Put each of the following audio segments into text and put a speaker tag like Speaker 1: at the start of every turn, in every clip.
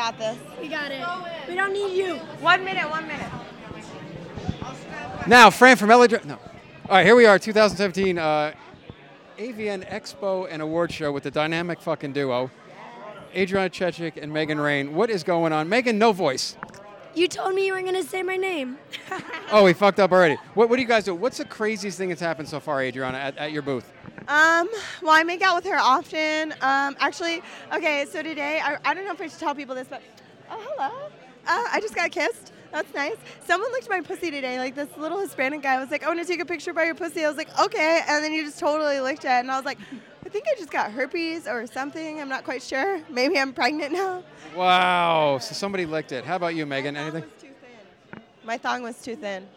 Speaker 1: got this.
Speaker 2: We got it. We don't need you.
Speaker 1: One minute, one minute.
Speaker 3: Now, Fran from LA. Dri- No. All right, here we are, 2017 uh, AVN Expo and Award Show with the dynamic fucking duo, Adriana Chechik and Megan Rain. What is going on? Megan, no voice.
Speaker 2: You told me you weren't gonna say my name.
Speaker 3: Oh, we fucked up already. What, what do you guys do? What's the craziest thing that's happened so far, Adriana, at, at your booth?
Speaker 1: Um, well, I make out with her often. Um, actually, okay, so today, I, I don't know if I should tell people this, but oh, hello. Uh, I just got kissed. That's nice. Someone looked at my pussy today, like this little Hispanic guy was like, I want to take a picture by your pussy. I was like, okay. And then he just totally licked it. And I was like, I think I just got herpes or something. I'm not quite sure. Maybe I'm pregnant now.
Speaker 3: Wow. So somebody licked it. How about you, Megan? Anything?
Speaker 1: My thong was too thin.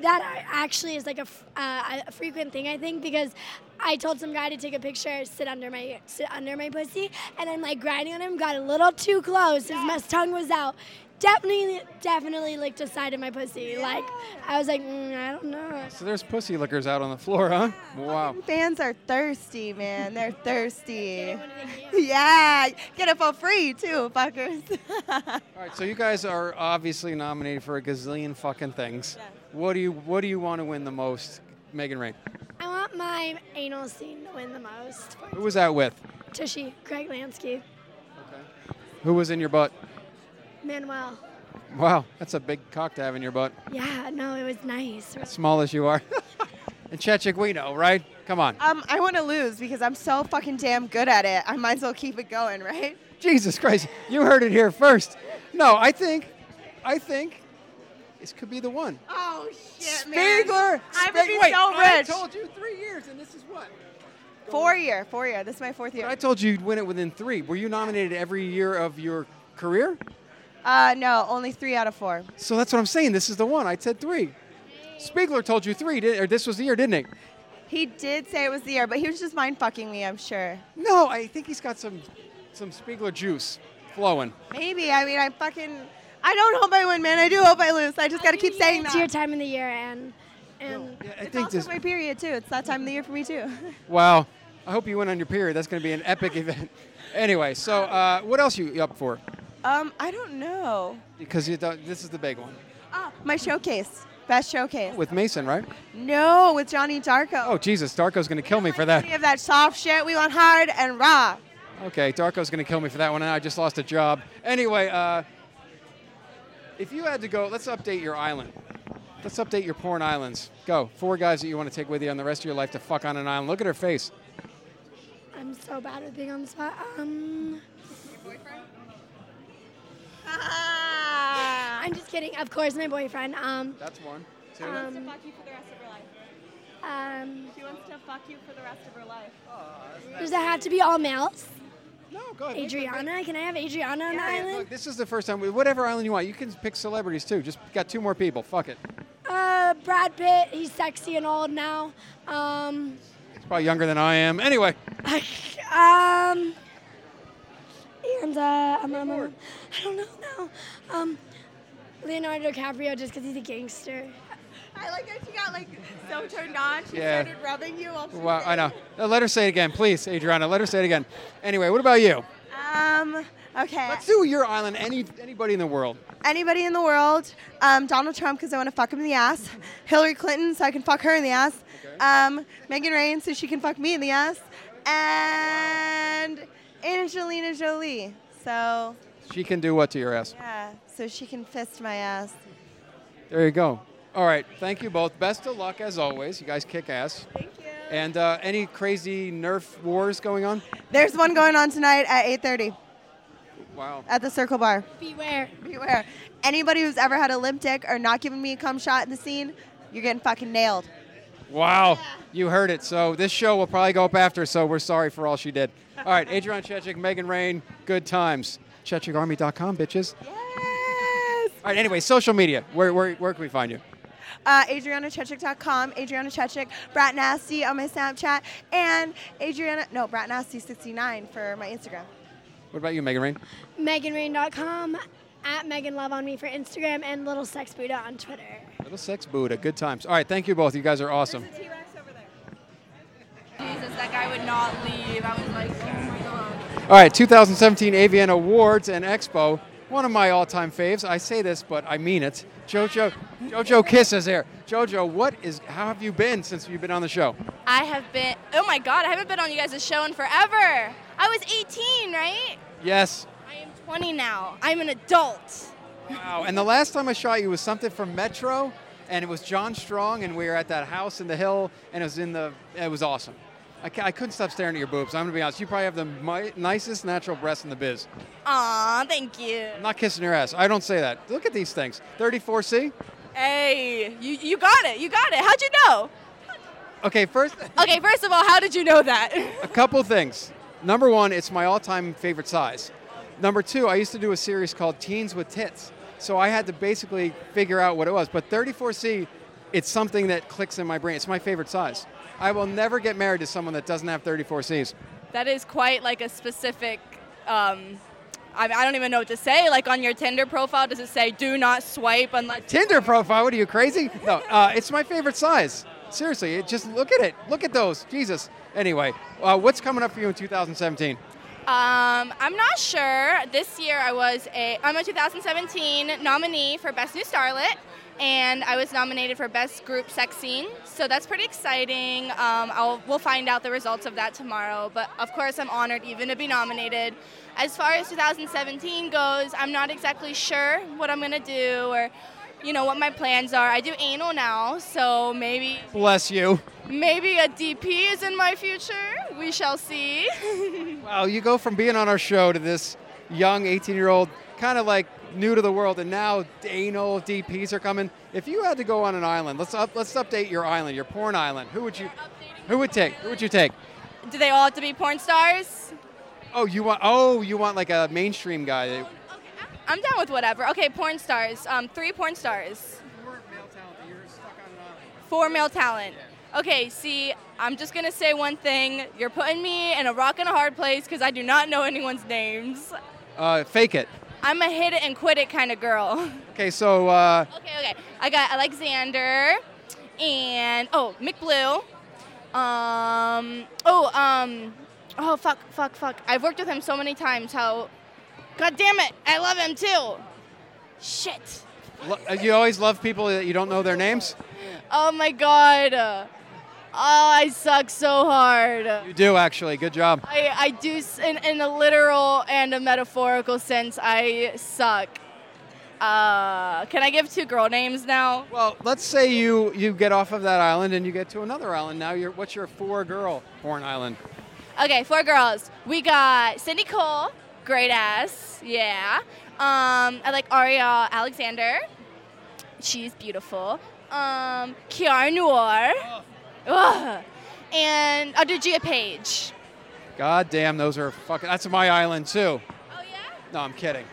Speaker 2: That I- actually is like a, f- uh, a frequent thing I think because I told some guy to take a picture, sit under my sit under my pussy, and I'm like grinding on him, got a little too close. His mess tongue was out. Definitely, definitely licked a side of my pussy. Like I was like, mm, I don't know.
Speaker 3: So there's pussy lickers out on the floor, huh? Wow.
Speaker 1: Fans are thirsty, man. They're thirsty. Yeah, get it for free too, fuckers.
Speaker 3: All right, so you guys are obviously nominated for a gazillion fucking things. What do you What do you want to win the most, Megan Rain?
Speaker 2: I want my anal scene to win the most.
Speaker 3: Who was that with?
Speaker 2: Tushy, Greg Lansky,
Speaker 3: Who was in your butt?
Speaker 2: Manuel.
Speaker 3: Wow, that's a big cock to have in your butt.
Speaker 2: Yeah, no, it was nice.
Speaker 3: Small as you are. and Chechik, we know, right? Come on.
Speaker 1: um, I want to lose because I'm so fucking damn good at it. I might as well keep it going, right?
Speaker 3: Jesus Christ, you heard it here first. No, I think, I think, this could be the one.
Speaker 1: Oh shit,
Speaker 3: Spiegler.
Speaker 1: I would
Speaker 3: Spig-
Speaker 1: be
Speaker 3: Wait,
Speaker 1: so
Speaker 3: I
Speaker 1: rich.
Speaker 3: told you three years, and this is what.
Speaker 1: Four year, four year. This is my fourth
Speaker 3: I
Speaker 1: year.
Speaker 3: told you you'd win it within three. Were you nominated every year of your career?
Speaker 1: Uh, no, only three out of four.
Speaker 3: So that's what I'm saying. This is the one. I said three. Spiegler told you three, did, or this was the year, didn't he?
Speaker 1: He did say it was the year, but he was just mind fucking me. I'm sure.
Speaker 3: No, I think he's got some, some Spiegler juice flowing.
Speaker 1: Maybe. I mean, I fucking. I don't hope I win, man. I do hope I lose. I just gotta keep saying
Speaker 2: it's
Speaker 1: that.
Speaker 2: your time of the year, and and
Speaker 3: Yeah, I
Speaker 1: It's
Speaker 3: think
Speaker 1: also
Speaker 3: this.
Speaker 1: my period too. It's that time of the year for me too.
Speaker 3: Wow. I hope you went on your period. That's going to be an epic event. Anyway, so uh, what else you up for?
Speaker 1: um, I don't know.
Speaker 3: Because you don't, this is the big one
Speaker 1: Ah, my showcase, best showcase.
Speaker 3: with Mason, right?
Speaker 1: No, with Johnny Darko.
Speaker 3: Oh Jesus, Darko's going to kill me for that.
Speaker 1: Any of that soft shit. We want hard and raw.
Speaker 3: Okay, Darko's going to kill me for that one, and I just lost a job. Anyway, uh, if you had to go, let's update your island. Let's update your porn islands. Go. Four guys that you want to take with you on the rest of your life to fuck on an island. Look at her face.
Speaker 2: I'm so bad at being on the spot. Um, I'm just kidding. Of course, my boyfriend. Um,
Speaker 3: That's one. Two.
Speaker 2: um,
Speaker 1: you for the rest of her life.
Speaker 2: um,
Speaker 1: She wants to fuck you for the rest of her life.
Speaker 2: does that have to be all males?
Speaker 3: no, go ahead.
Speaker 2: Adriana, can I have Adriana on the
Speaker 3: Yeah,
Speaker 2: island?
Speaker 3: Look, this is the first time. Whatever island you want, you can pick celebrities too. Just got two more people. Fuck it.
Speaker 2: Uh, Brad Pitt. He's sexy and old now. Um,
Speaker 3: He's probably younger than I am. Anyway,
Speaker 2: um, and uh, um, um, um, I don't know now. Um, Leonardo DiCaprio, just because he's a gangster.
Speaker 1: I like how she got like so turned on. She
Speaker 3: Yeah.
Speaker 1: started rubbing you. While she
Speaker 3: wow,
Speaker 1: was
Speaker 3: I know.
Speaker 1: saying
Speaker 3: Uh, Let her say it again, please, Adriana. Let her say it again. Anyway, what about you?
Speaker 1: it. Um. Okay.
Speaker 3: Let's do your island. Any anybody in the world.
Speaker 1: Anybody in the world? Um, Donald Trump because I want to fuck him in the ass. Hillary Clinton so I can fuck her in the ass. Um, Megan Rain so she can fuck me in the ass. And Angelina Jolie. So
Speaker 3: She can do what to your ass.
Speaker 1: yeah, so she can fist my ass.
Speaker 3: There you go. All right. Thank you both. Best of luck as always. You guys kick ass. Thank you. And uh, any crazy Nerf wars going on?
Speaker 1: There's one going on tonight at 8:30
Speaker 3: Wow.
Speaker 1: at the Circle Bar.
Speaker 2: Beware.
Speaker 1: Beware. Anybody who's ever had a limp dick or not giving me a cum shot in the scene, you're getting fucking nailed.
Speaker 3: Wow. You heard it. So this show will probably go up after. So we're sorry for all she did. All right. Adrian Chechik, Megan Rain. Good times. ChechikArmy.com, bitches.
Speaker 1: Yes.
Speaker 3: All right. Anyway, social media. Where, where, where can we find you?
Speaker 1: uh, AdrianaChechik.com, Adriana Chechik, Brat Nasty on my Snapchat, and Adriana, no, Brat Nasty69 for my Instagram.
Speaker 3: What about you, Megan Rain?
Speaker 2: MeganRain.com, at Megan Love on me for Instagram, and Little Sex Buddha on Twitter.
Speaker 3: Little sex Buddha. Good times. All right. Thank you both. You guys are awesome.
Speaker 4: Jesus, that guy would not leave. I was like, oh my god.
Speaker 3: All right, 2017 AVN Awards and Expo. One of my all-time faves. I say this, but I mean it. Jojo, Jojo kisses here. Jojo, what is? How have you been since you've been on the show?
Speaker 4: I have been. Oh my God, I haven't been on you guys' show in forever. I was 18, right?
Speaker 3: Yes.
Speaker 4: I am 20 now. I'm an adult.
Speaker 3: Wow. And the last time I shot you was something from Metro, and it was John Strong, and we were at that house in the hill, and it was in the. It was awesome. I, ca- I couldn't stop staring at your boobs. I'm gonna be honest. You probably have the mi- nicest natural breasts in the biz.
Speaker 4: Aw, thank you.
Speaker 3: I'm not kissing your ass. I don't say that. Look at these things. 34C.
Speaker 4: Hey, you, you got it. You got it. How'd you know?
Speaker 3: Okay, first.
Speaker 4: Okay, first of all, how did you know that?
Speaker 3: A couple things. Number one, it's my all-time favorite size. Number two, I used to do a series called Teens with Tits, so I had to basically figure out what it was. But 34C, it's something that clicks in my brain. It's my favorite size. I will never get married to someone that doesn't have 34Cs.
Speaker 4: That is quite like a specific. Um, I, I don't even know what to say. Like on your Tinder profile, does it say "Do not swipe unless"?
Speaker 3: Tinder profile? What are you crazy? No, uh, it's my favorite size. Seriously, it, just look at it. Look at those. Jesus. Anyway, uh, what's coming up for you in 2017?
Speaker 4: Um, I'm not sure. This year, I was a I'm a 2017 nominee for Best New Starlet, and I was nominated for Best Group Sex Scene. So that's pretty exciting. Um, I'll we'll find out the results of that tomorrow. But of course, I'm honored even to be nominated. As far as 2017 goes, I'm not exactly sure what I'm gonna do or. You know what my plans are. I do anal now, so maybe
Speaker 3: Bless you.
Speaker 4: maybe a DP is in my future. We shall see.
Speaker 3: Wow, you go from being on our show to this young 18 year old, kind of like new to the world, and now anal DPs are coming. If you had to go on an island, let's up, let's update your island, your porn island. Who would you, who would take? Who would you take?
Speaker 4: Do they all have to be porn stars?
Speaker 3: Oh, you want oh you want like a mainstream guy. That,
Speaker 4: I'm down with whatever. Okay, porn stars. Um, three porn stars. Four male talent. Okay, see, I'm just gonna say one thing. You're putting me in a rock and a hard place because I do not know anyone's names.
Speaker 3: uh, fake it.
Speaker 4: I'm a hit it and quit it kind of girl.
Speaker 3: Okay, so uh,
Speaker 4: Okay, okay. I got Alexander and oh McBlue. Um oh um oh fuck fuck fuck. I've worked with him so many times. How God damn it! I love him too. Shit.
Speaker 3: lo- uh, you always love people that you don't know their names.
Speaker 4: Oh my god. Oh, I suck so hard.
Speaker 3: You do actually. Good job.
Speaker 4: I, I do, s- in, in a literal and a metaphorical sense, I suck. Uh, can I give two girl names now?
Speaker 3: Well, let's say you you get off of that island and you get to another island. Now you're what's your four girl porn island?
Speaker 4: Okay, four girls. We got Cindy Cole, great ass, yeah. Um, I like Ariel Alexander, she's beautiful. Um, Kiara Noir, Ugh. and I'll do Gia Page.
Speaker 3: God damn, those are fucking. That's my island too.
Speaker 4: Oh yeah.
Speaker 3: No, I'm kidding.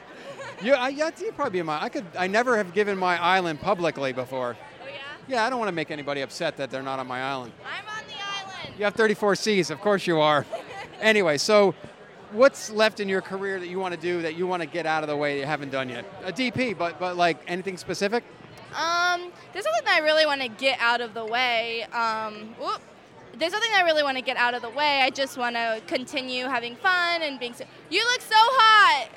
Speaker 3: You, I, yeah, you'd probably be my. I could. I never have given my island publicly before.
Speaker 4: Oh yeah.
Speaker 3: Yeah, I don't want to make anybody upset that they're not on my island.
Speaker 4: I'm on the island.
Speaker 3: You have 34 C's, of course you are. anyway, so what's left in your career that you want to do that you want to get out of the way that you haven't done yet? A DP, but but like anything specific?
Speaker 4: Um, there's something that I really want to get out of the way. Um, whoop. There's something that I really want to get out of the way. I just want to continue having fun and being. So- you look so hot.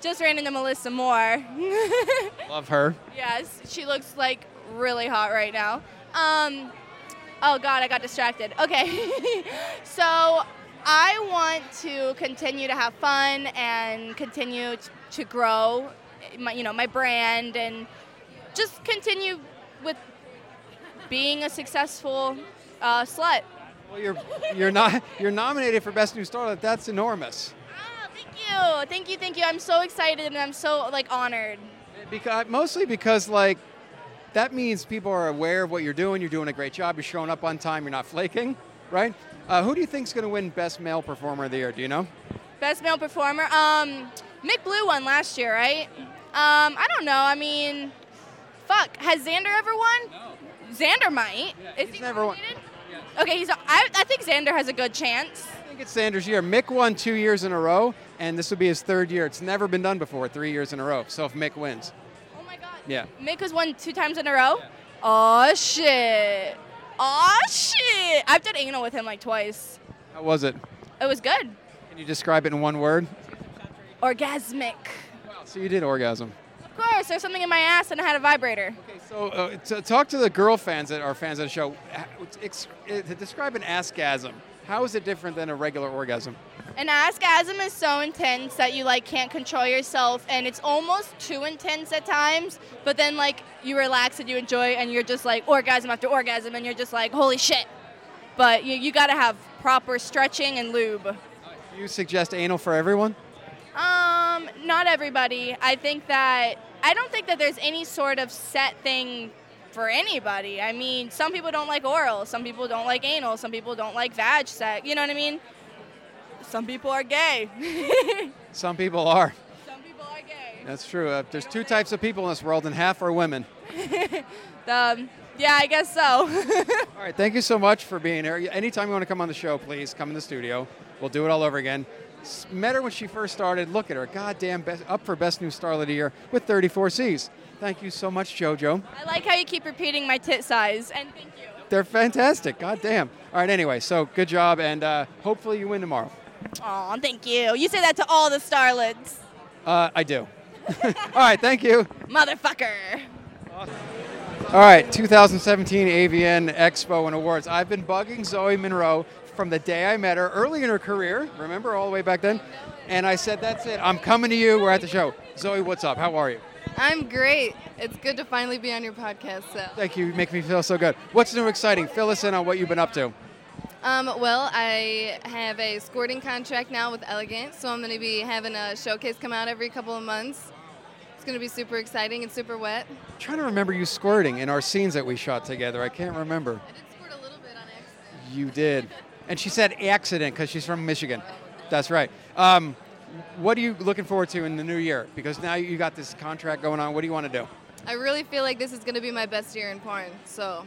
Speaker 4: Just ran into Melissa Moore.
Speaker 3: Love her.
Speaker 4: yes, she looks like really hot right now. Um, oh God, I got distracted. Okay, so I want to continue to have fun and continue t- to grow, my, you know, my brand and just continue with being a successful uh, slut.
Speaker 3: Well, you're you're not you're nominated for best new starlet. That's enormous.
Speaker 4: Ah, thank you, thank you, thank you. I'm so excited and I'm so like honored.
Speaker 3: Because mostly because like that means people are aware of what you're doing. You're doing a great job. You're showing up on time. You're not flaking, right? Uh, who do you think's going to win Best Male Performer of the Year? Do you know?
Speaker 4: Best male performer. Um, Mick Blue won last year, right? Um, I don't know. I mean, fuck. Has Xander ever won? Xander might. Is
Speaker 3: he's
Speaker 4: he
Speaker 3: never won.
Speaker 4: nominated? Okay, he's. I, I think Xander has a good chance.
Speaker 3: I think it's Sanders' year. Mick won two years in a row, and this will be his third year. It's never been done before, three years in a row. So if Mick wins,
Speaker 4: Oh my god.
Speaker 3: Yeah.
Speaker 4: Mick has won two times in a row. Oh shit. Oh shit. I've done anal with him like twice.
Speaker 3: how was it?
Speaker 4: It was good.
Speaker 3: Can you describe it in one word?
Speaker 4: Orgasmic.
Speaker 3: So you did orgasm.
Speaker 4: Of course, there's something in my ass and I had a vibrator.
Speaker 3: Okay, so uh, t- talk to the girl fans that are fans of the show. Ha- ex- uh, to describe an askgasm. How is it different than a regular orgasm?
Speaker 4: An orgasm is so intense that you like can't control yourself and it's almost too intense at times, but then like you relax and you enjoy and you're just like orgasm after orgasm and you're just like holy shit. But you, you got to have proper stretching and lube.
Speaker 3: Do you suggest anal for everyone?
Speaker 4: Um, not everybody. I think that I don't think that there's any sort of set thing for anybody. I mean, some people don't like oral, some people don't like anal, some people don't like vag sex. You know what I mean? Some people are gay.
Speaker 3: Some people are.
Speaker 4: some people are gay.
Speaker 3: That's true. Uh, there's two types of people in this world, and half are women.
Speaker 4: Um, yeah, I guess so.
Speaker 3: All right, thank you so much for being here. Anytime you want to come on the show, please come in the studio. We'll do it all over again. S- Met her when she first started. Look at her. Goddamn, best, up for Best New Starlet of the Year with 34 Cs. Thank you so much, JoJo.
Speaker 4: I like how you keep repeating my tit size, and thank you.
Speaker 3: They're fantastic. Goddamn. All right, anyway, so good job, and uh, hopefully you win tomorrow.
Speaker 4: Aw, thank you. You say that to all the starlets.
Speaker 3: Uh, I do. all right, thank you.
Speaker 4: Motherfucker.
Speaker 3: All right, 2017 AVN Expo and Awards. I've been bugging Zoe Monroe from the day I met her early in her career. Remember all the way back then? And I said, "That's it. I'm coming to you. We're at the show." Zoe, what's up? How are you?
Speaker 5: I'm great. It's good to finally be on your podcast, Sal.
Speaker 3: Thank you. You make me feel so good. What's new, exciting? Fill us in on what you've been up to.
Speaker 5: Um, well, I have a squirting contract now with Elegant, so I'm going to be having a showcase come out every couple of months. It's going to be super exciting and super wet.
Speaker 3: I'm trying to remember you squirting in our scenes that we shot together. I can't remember.
Speaker 5: I did squirt a little bit on accident.
Speaker 3: You did. And she said accident because she's from Michigan. That's right. Um, what are you looking forward to in the new year? Because now you got this contract going on. What do you want to do?
Speaker 5: I really feel like this is going to be my best year in porn, so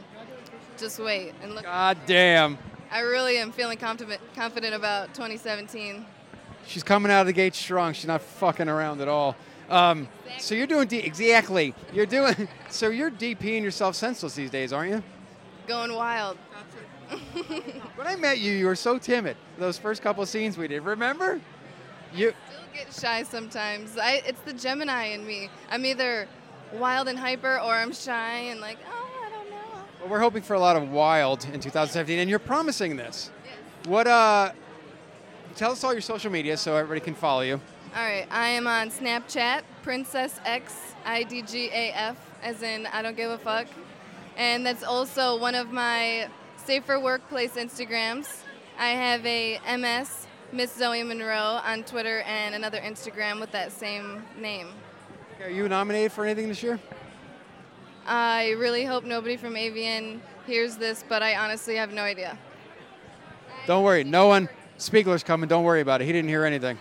Speaker 5: just wait and look.
Speaker 3: God damn.
Speaker 5: I really am feeling confident confident about 2017.
Speaker 3: She's coming out of the gate strong. She's not fucking around at all. Um, so you're doing D- exactly. You're doing so you're DPing yourself senseless these days, aren't you?
Speaker 5: Going wild.
Speaker 3: When I met you, you were so timid. Those first couple of scenes we did, remember? You
Speaker 5: Still get shy sometimes. I, it's the Gemini in me. I'm either wild and hyper, or I'm shy and like, oh, I don't know.
Speaker 3: well, we're hoping for a lot of wild in 2017, and you're promising this. What uh? Tell us all your social media so everybody can follow you.
Speaker 5: All right, I am on Snapchat, Princess X I D G A F, as in I don't give a fuck, and that's also one of my safer workplace Instagrams. I have a MS Miss Zoe Monroe on Twitter and another Instagram with that same name.
Speaker 3: Are you nominated for anything this year?
Speaker 5: I really hope nobody from Avian hears this, but I honestly have no idea.
Speaker 3: Don't worry, no one. Spiegler's coming. Don't worry about it. He didn't hear anything.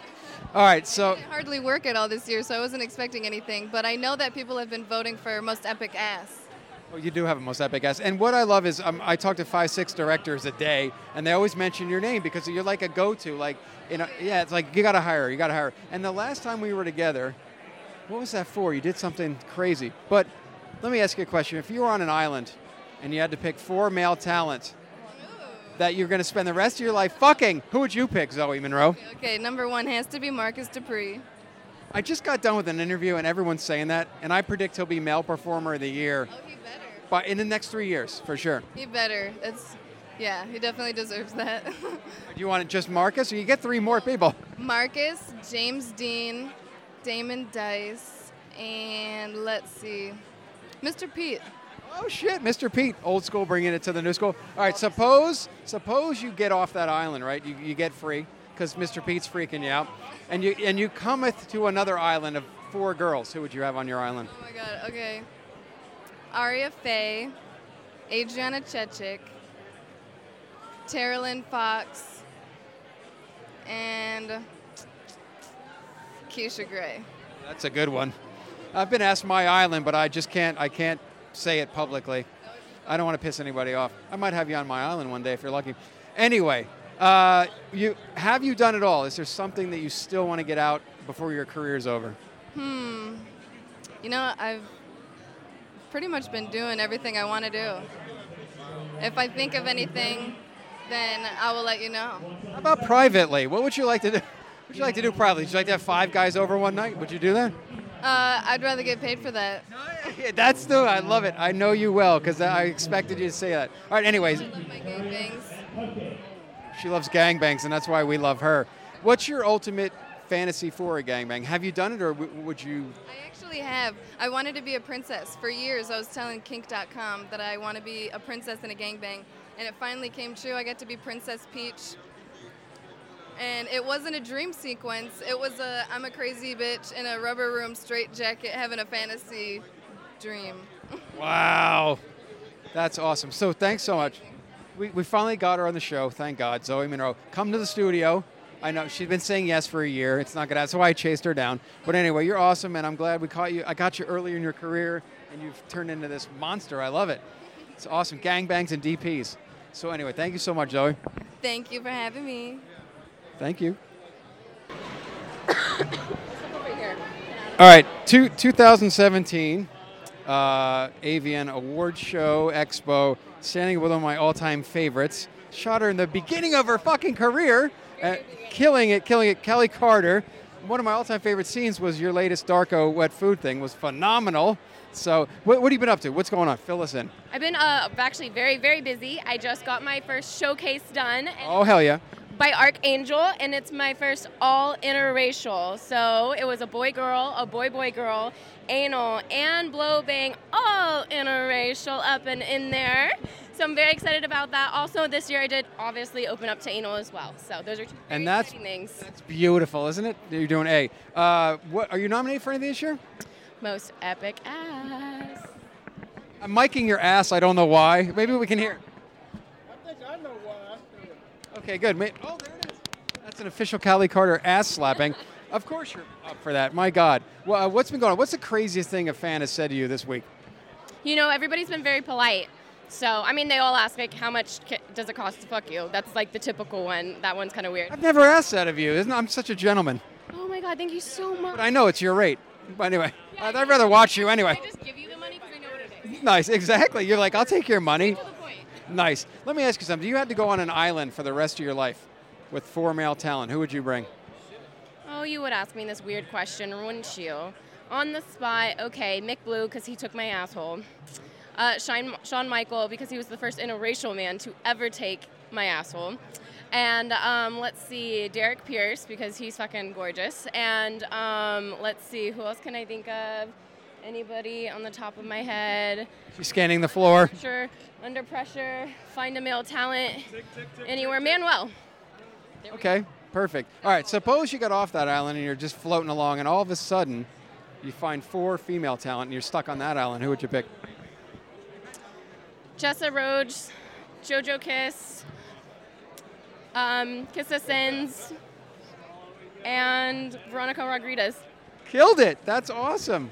Speaker 3: All right, so
Speaker 5: I hardly work at all this year, so I wasn't expecting anything, but I know that people have been voting for most epic ass.
Speaker 3: Well, Oh, you do have a most epic ass. And what I love is um, I talk to five, six directors a day, and they always mention your name because you're like a go-to. Like, you know, yeah, it's like you gotta hire, her, you gotta hire. her. And the last time we were together, what was that for? You did something crazy. But let me ask you a question: If you were on an island and you had to pick four male talent that you're gonna spend the rest of your life fucking, who would you pick, Zoe Monroe?
Speaker 5: Okay, number one has to be Marcus Dupree.
Speaker 3: I just got done with an interview, and everyone's saying that, and I predict he'll be male performer of the year,
Speaker 5: Oh, he better.
Speaker 3: by in the next three years for sure.
Speaker 5: He better. That's yeah. He definitely deserves that.
Speaker 3: Do you want it just Marcus, or you get three more people?
Speaker 5: Marcus, James Dean, Damon Dice, and let's see, Mr. Pete.
Speaker 3: Oh shit, Mr. Pete, old school bringing it to the new school. All right, suppose suppose you get off that island, right? You, you get free because Mr. Pete's freaking you out, and you and you cometh to another island of four girls. Who would you have on your island?
Speaker 5: Oh my God. Okay. Aria Faye, Adriana Chechik, Tara Lynn Fox, and Keisha Gray.
Speaker 3: That's a good one. I've been asked my island, but I just can't I can't say it publicly. I don't want to piss anybody off. I might have you on my island one day if you're lucky. Anyway, uh, you have you done it all? Is there something that you still want to get out before your career's over?
Speaker 5: Hmm. You know, I've pretty much been doing everything I want to do. If I think of anything, then I will let you know.
Speaker 3: How about privately? What would you like to do? What would you like to do privately? Would you like to have five guys over one night? Would you do that?
Speaker 5: Uh, I'd rather get paid for that.
Speaker 3: Yeah, That's the. I love it. I know you well because I expected you to say that. All right. Anyways,
Speaker 5: My gangbangs.
Speaker 3: she loves gangbangs, and that's why we love her. What's your ultimate fantasy for a gangbang? Have you done it, or w- would you?
Speaker 5: I actually have. I wanted to be a princess. For years, I was telling kink.com that I want to be a princess in a gangbang, and it finally came true. I got to be Princess Peach. And it wasn't a dream sequence. It was a I'm a crazy bitch in a rubber room straight jacket having a fantasy dream.
Speaker 3: Wow, that's awesome. So thanks so much. We, we finally got her on the show. Thank God, Zoe Monroe. Come to the studio. I know she's been saying yes for a year. It's not gonna. That's why I chased her down. But anyway, you're awesome, and I'm glad we caught you. I got you earlier in your career, and you've turned into this monster. I love it. It's awesome. Gangbangs and DPS. So anyway, thank you so much, Zoe.
Speaker 5: Thank you for having me.
Speaker 3: Thank you. All right, two, 2017 uh, AVN Award Show Expo, standing with one of my all time favorites. Shot her in the beginning of her fucking career, uh, killing it, killing it. Kelly Carter. One of my all time favorite scenes was your latest Darko wet food thing, was phenomenal. So, what, what have you been up to? What's going on? Fill us in.
Speaker 6: I've been uh, actually very, very busy. I just got my first showcase done
Speaker 3: Oh, hell yeah.
Speaker 6: by Archangel, and it's my first all interracial. So it was a boy girl, a boy boy girl, anal, and blow bang, all interracial up and in there. So I'm very excited about that. Also, this year I did obviously open up to anal as well. So those are two very
Speaker 3: And that's-
Speaker 6: exciting things.
Speaker 3: That's beautiful, isn't it? You're doing A. Uh, what, are you nominated for anything this year?
Speaker 6: Most epic ass.
Speaker 3: I'm miking your ass. I don't know why. Maybe we can hear. I think I know why. Okay, good. Ma- Oh, there it is. That's an official Callie Carter ass slapping. of course you're up for that. My God. Well, uh, what's been going on? What's the craziest thing a fan has said to you this week?
Speaker 6: You know, everybody's been very polite. So, I mean, they all ask, like, how much ca- does it cost to fuck you? That's like the typical one. That one's kind of weird.
Speaker 3: I've never asked that of you. Isn't I'm such a gentleman.
Speaker 6: Oh my God, thank you so much.
Speaker 3: But I know it's your rate. But anyway, I'd, I'd rather watch you anyway.
Speaker 6: I just give you the money because I know what it is.
Speaker 3: Nice. Exactly. You're like, I'll take your money.
Speaker 6: The point.
Speaker 3: Nice. Let me ask you something. You had to go on an island for the rest of your life with four male talent. Who would you bring?
Speaker 6: Oh, you would ask me this weird question, wouldn't you? On the spot, okay, Mick Blue because he took my asshole. Uh, Shine, Shawn Michael because he was the first interracial man to ever take my asshole. And um, let's see, Derek Pierce because he's fucking gorgeous. And um, let's see, who else can I think of? Anybody on the top of my head?
Speaker 3: She's scanning the floor.
Speaker 6: Pressure, under pressure, find a male talent anywhere. Manuel.
Speaker 3: Okay, perfect. All right, suppose you got off that island and you're just floating along, and all of a sudden, you find four female talent and you're stuck on that island. Who would you pick?
Speaker 6: Jessa Rhodes, JoJo Kiss, um, Kissa Sins, and Veronica Rodriguez.
Speaker 3: Killed it! That's awesome.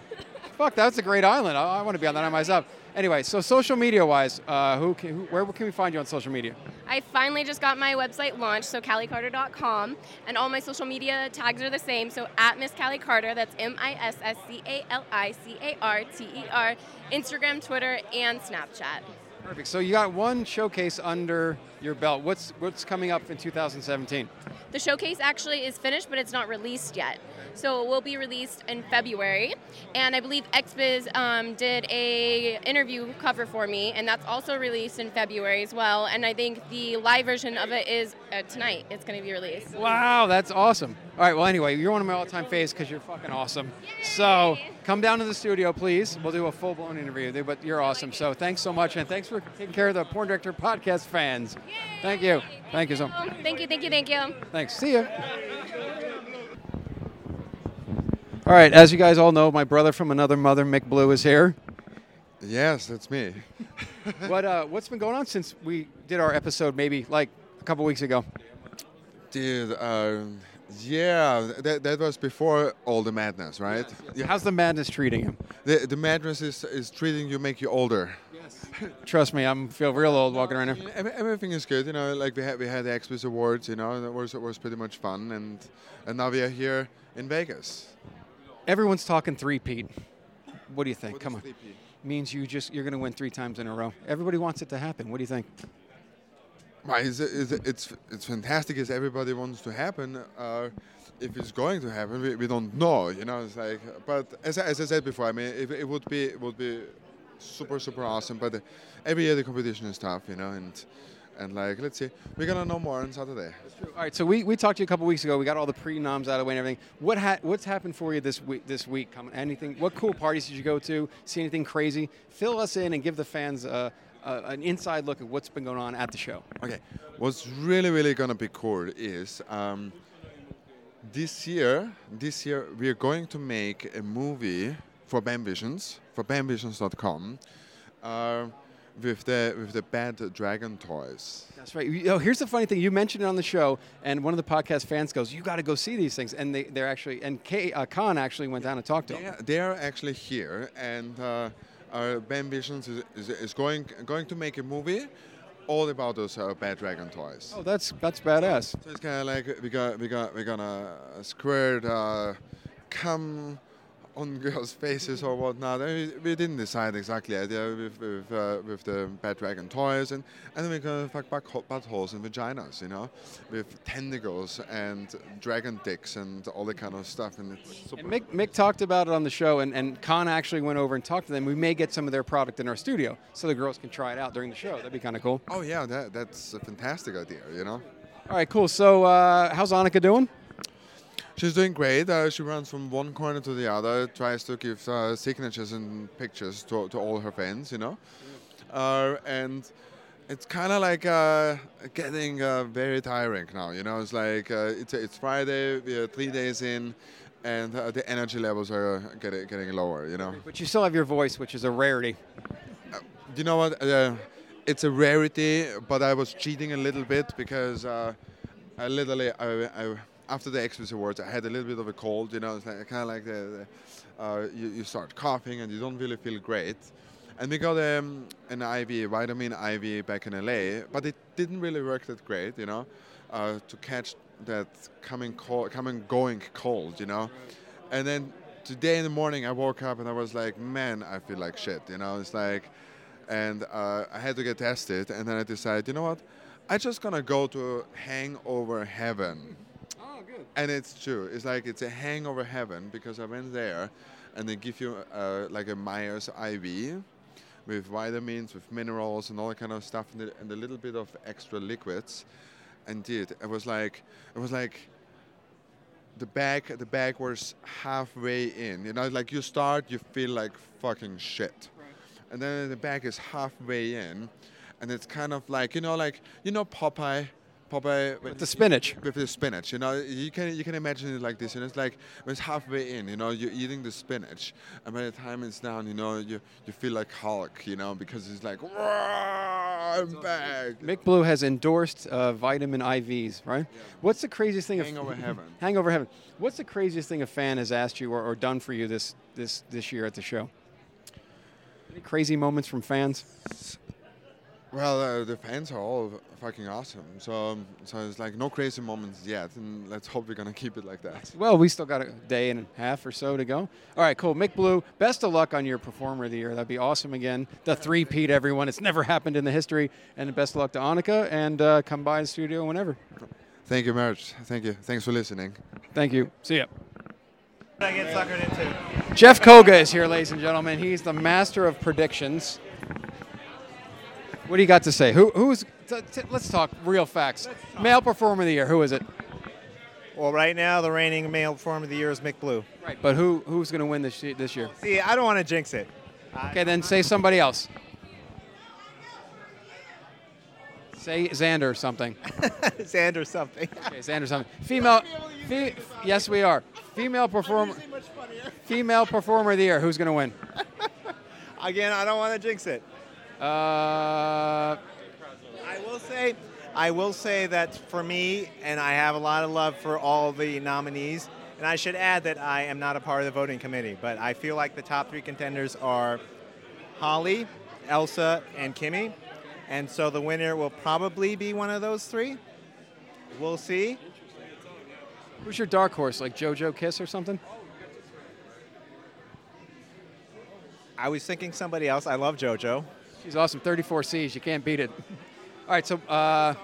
Speaker 3: Fuck, that's a great island. I, want to be on that island myself. Anyway, so social media wise, uh, who can, who, where can we find you on social media?
Speaker 6: I finally just got my website launched, so CallieCarter.com, and all my social media tags are the same. So at Miss Callie Carter, that's M I S S C A L I C A R T E R, Instagram, Twitter, and Snapchat.
Speaker 3: Perfect. So you got one showcase under your belt. What's what's coming up in 2017?
Speaker 6: The showcase actually is finished, but it's not released yet. So it will be released in February. And I believe XBiz um, did a interview cover for me, and that's also released in February as well. And I think the live version of it is uh, tonight. It's going to be released.
Speaker 3: Wow, that's awesome. All right, well, anyway, you're one of my all time faves because you're fucking awesome. So come down to the studio, please. We'll do a full blown interview with you, but you're awesome. So thanks so much, and thanks for taking care of the Porn Director Podcast fans. Thank you. Thank you so much.
Speaker 6: Thank you, thank you, thank you.
Speaker 3: Thanks. See ya. All right, as you guys all know, my brother from another mother, Mick Blue, is here.
Speaker 7: Yes, that's me.
Speaker 3: What, uh, what's been going on since we did our episode maybe like a couple weeks ago?
Speaker 7: Dude, um, yeah, that, that was before all the madness, right? Yeah.
Speaker 3: How's the madness treating him?
Speaker 7: The, the madness is, is treating you, make you older.
Speaker 3: Trust me, I'm feel real old walking around here.
Speaker 7: Yeah, ev- Everything is good, you know. Like we had we had the Expos Awards, you know, that was that was pretty much fun, and and now we are here in Vegas.
Speaker 3: Everyone's talking three, Pete. What do you think?
Speaker 7: What
Speaker 3: Come
Speaker 7: is
Speaker 3: on.
Speaker 7: three P?
Speaker 3: Means you just you're going to win three times in a row. Everybody wants it to happen. What do you think?
Speaker 7: Why is it, is it, it's it's fantastic as everybody wants to happen. Uh, if it's going to happen, we, we don't know. You know, it's like. But as, I- as I said before, I mean, it, it would be it would be super super awesome. But every year the competition is tough, you know, and and like let's see, we're gonna know more on Saturday.
Speaker 3: All right, so we, we talked to you a couple weeks ago. We got all the pre noms out of the way and everything. What ha- what's happened for you this week? This week, coming anything? What cool parties did you go to? See anything crazy? Fill us in and give the fans uh, uh, an inside look at what's been going on at the show.
Speaker 7: Okay, what's really really gonna be cool is um, this year. This year we are going to make a movie for Bambitions for Bambitions.com uh, with the with the bad dragon toys.
Speaker 3: That's right. You- Oh, here's the funny thing. You mentioned it on the show, and one of the podcast fans goes, "You got to go see these things." And they, they're actually and Kay, uh, Khan actually went down and talked to
Speaker 7: They
Speaker 3: him.
Speaker 7: are, they are actually here, and uh, our Bam Visions is, is, is going going to make a movie all about those uh, Bad Dragon toys.
Speaker 3: Oh, that's that's badass.
Speaker 7: So it's kind of like we got we got we're gonna square uh, come on girls' faces or whatnot. And we, we didn't decide exactly yet, yeah, with with, uh, with the Bad Dragon toys, and and then we're gonna fuck back hot buttholes and vaginas, you know, with tentacles and dragon dicks and all that kind of stuff. And it's super.
Speaker 3: And Mick, Mick talked about it on the show, and, and Khan actually went over and talked to them. We may get some of their product in our studio so the girls can try it out during the show. That'd be kind of cool.
Speaker 7: Oh yeah, that, that's a fantastic idea. You know,
Speaker 3: All right, cool. So, uh, how's Annika doing?
Speaker 7: she's doing great. Uh, she runs from one corner to the other, tries to give uh, signatures and pictures to, to all her fans. You know, uh, and it's kind of like uh, getting uh, very tiring now. You know, it's like uh, it's it's Friday. We are three days in, and uh, the energy levels are uh, getting getting lower. You know.
Speaker 3: But you still have your voice, which is a rarity.
Speaker 7: you know what? Uh, it's a rarity, but I was cheating a little bit because uh, I literally, I, I, after the Xmas Awards, I had a little bit of a cold. You know, it's like, kind of like the, the uh, you, you start coughing and you don't really feel great. And we got um, an IV, vitamin IV, back in LA, but it didn't really work that great. You know, uh, to catch that coming cold, coming going cold. You know, and then. Today in the morning, I woke up and I was like, "Man, I feel like shit." You know, it's like, and uh, I had to get tested. And then I decided, you know what? i just gonna go to Hangover Heaven.
Speaker 3: Oh, good.
Speaker 7: And it's true. It's like it's a hangover heaven because I went there, and they give you uh, like a Myers IV with vitamins, with minerals, and all that kind of stuff, and, a- and a little bit of extra liquids. And dude, it was like it was like the bag the bag was halfway in. You know, like you start, you feel like fucking shit, and then the bag is halfway in, and it's kind of like you know, like you know Popeye. Popeye when
Speaker 3: With the
Speaker 7: he-
Speaker 3: spinach.
Speaker 7: with the spinach. You know, you can you can imagine it like this. You know, it's like when it's halfway in. You know, you're eating the spinach, and by the time it's down, you know, you you feel like Hulk. You know, because it's like, "Wah, I'm back.
Speaker 3: Mick Blue has endorsed uh, vitamin IVs, right? What's the craziest thing?
Speaker 7: Hangover
Speaker 3: a,
Speaker 7: heaven.
Speaker 3: Hangover heaven. What's the craziest thing a fan has asked you or, or done for you this this this year at the show? Any crazy moments from fans?
Speaker 7: Well, uh, the fans are all fucking awesome. So um, so it's like no crazy moments yet, and let's hope we're gonna keep it like that.
Speaker 3: Well, we still got a day and a half or so to go. All right, cool. Mick Blue, best of luck on your performer of the year. That'd be awesome again. The three-peat, everyone. It's never happened in the history. And best of luck to Annika, and uh, come by the studio whenever.
Speaker 7: Thank you, Marge. Thank you. Thanks for listening.
Speaker 3: Thank you. See ya.
Speaker 8: I get suckered into.
Speaker 3: Jeff Koga is here, ladies and gentlemen. He's the master of predictions. What do you got to say? Who, who's? T- t- let's talk real facts. Male performer of the year. Who is it?
Speaker 8: Well, right now the reigning male form of the year is Mick Blue.
Speaker 3: Right. But who? Who's going to win this ye- this year?
Speaker 8: See, I don't want to jinx it.
Speaker 3: Okay, then say somebody else. Say Xander or something.
Speaker 8: Xander something.
Speaker 3: Okay, Xander something. Female. Fe- yes, we are. Female performer. Female performer of the year. Who's going to win?
Speaker 8: Again, I don't want to jinx it.
Speaker 3: Uh,
Speaker 8: I will say, I will say that for me, and I have a lot of love for all the nominees. And I should add that I am not a part of the voting committee, but I feel like the top three contenders are Holly, Elsa, and Kimmy. And so the winner will probably be one of those three. We'll see.
Speaker 3: who's your dark horse? Like JoJo Kiss or something?
Speaker 8: I was thinking somebody else. I love JoJo.
Speaker 3: She's awesome. 34 Cs. You can't beat it. All right, so uh,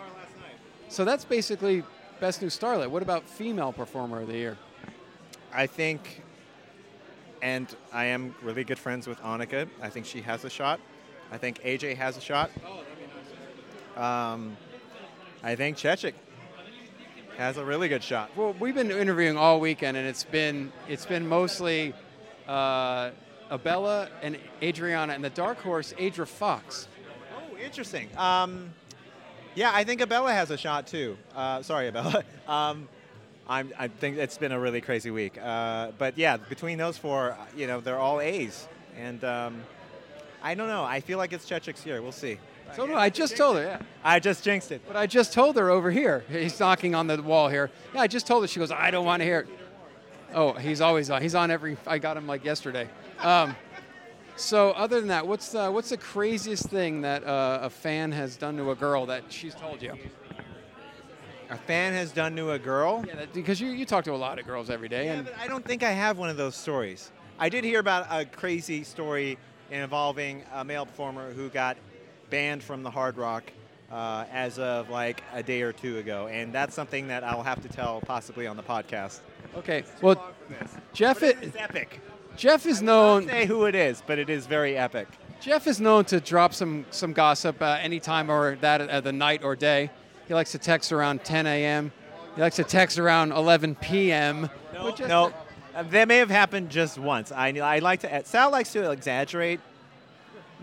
Speaker 3: So that's basically Best New Starlet. What about Female Performer of the Year?
Speaker 8: I think, and I am really good friends with Annika. I think she has a shot. I think AJ has a shot. Um, I think Chechik has a really good shot.
Speaker 3: Well, we've been interviewing all weekend, and it's been it's been mostly uh, Abella and Adriana, and the dark horse Adra Fox.
Speaker 8: Oh, interesting. Um, yeah, I think Abella has a shot too. Uh, sorry, Abella. Um, I'm, I think it's been a really crazy week. Uh, but yeah, between those four, uh, you know, they're all A's. And um, I don't know. I feel like it's Chechik's year. We'll see.
Speaker 3: So no, I just told her, yeah.
Speaker 8: I just jinxed it.
Speaker 3: But I just told her over here. He's knocking on the wall here. Yeah, I just told her. She goes, I don't want to hear it. Oh, he's always on. He's on every. I got him like yesterday. Um, so other than that, what's the, what's the craziest thing that uh, a fan has done to a girl that she's told you?
Speaker 8: A fan has done to a girl.
Speaker 3: Yeah, that, because you, you talk to a lot of girls every day,
Speaker 8: Yeah,
Speaker 3: and
Speaker 8: but I don't think I have one of those stories. I did hear about a crazy story involving a male performer who got banned from the Hard Rock uh, as of like a day or two ago, and that's something that I'll have to tell possibly on the podcast.
Speaker 3: okay, well, Jeff
Speaker 8: But
Speaker 3: it,
Speaker 8: it's epic.
Speaker 3: Jeff is
Speaker 8: Don't
Speaker 3: known
Speaker 8: say who it is, but it is very epic.
Speaker 3: Jeff is known to drop some some gossip uh, anytime or that at the night or day. He likes to text around 10 a.m. He likes to text around 11 p.m.
Speaker 8: No,
Speaker 3: But just-
Speaker 8: no, uh, that may have happened just once. I I like to. Sal likes to exaggerate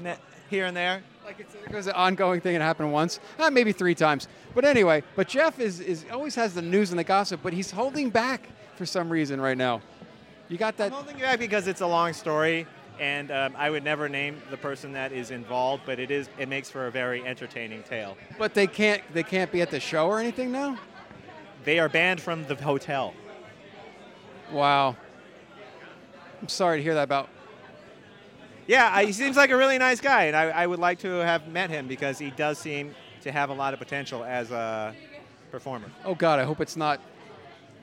Speaker 8: ne- here and there.
Speaker 3: Like it's, it was an ongoing thing. It happened once, uh, maybe three times. But anyway, but Jeff is, is always has the news and the gossip, but he's holding back for some reason right now. You got that?
Speaker 8: I'm holding you back because it's a long story, and um, I would never name the person that is involved, but it is it makes for a very entertaining tale.
Speaker 3: But they can't they can't be at the show or anything now.
Speaker 8: They are banned from the hotel.
Speaker 3: Wow. I'm sorry to hear that about.
Speaker 8: Yeah, I, he seems like a really nice guy, and I, I would like to have met him because he does seem to have a lot of potential as a performer.
Speaker 3: Oh God, I hope it's not.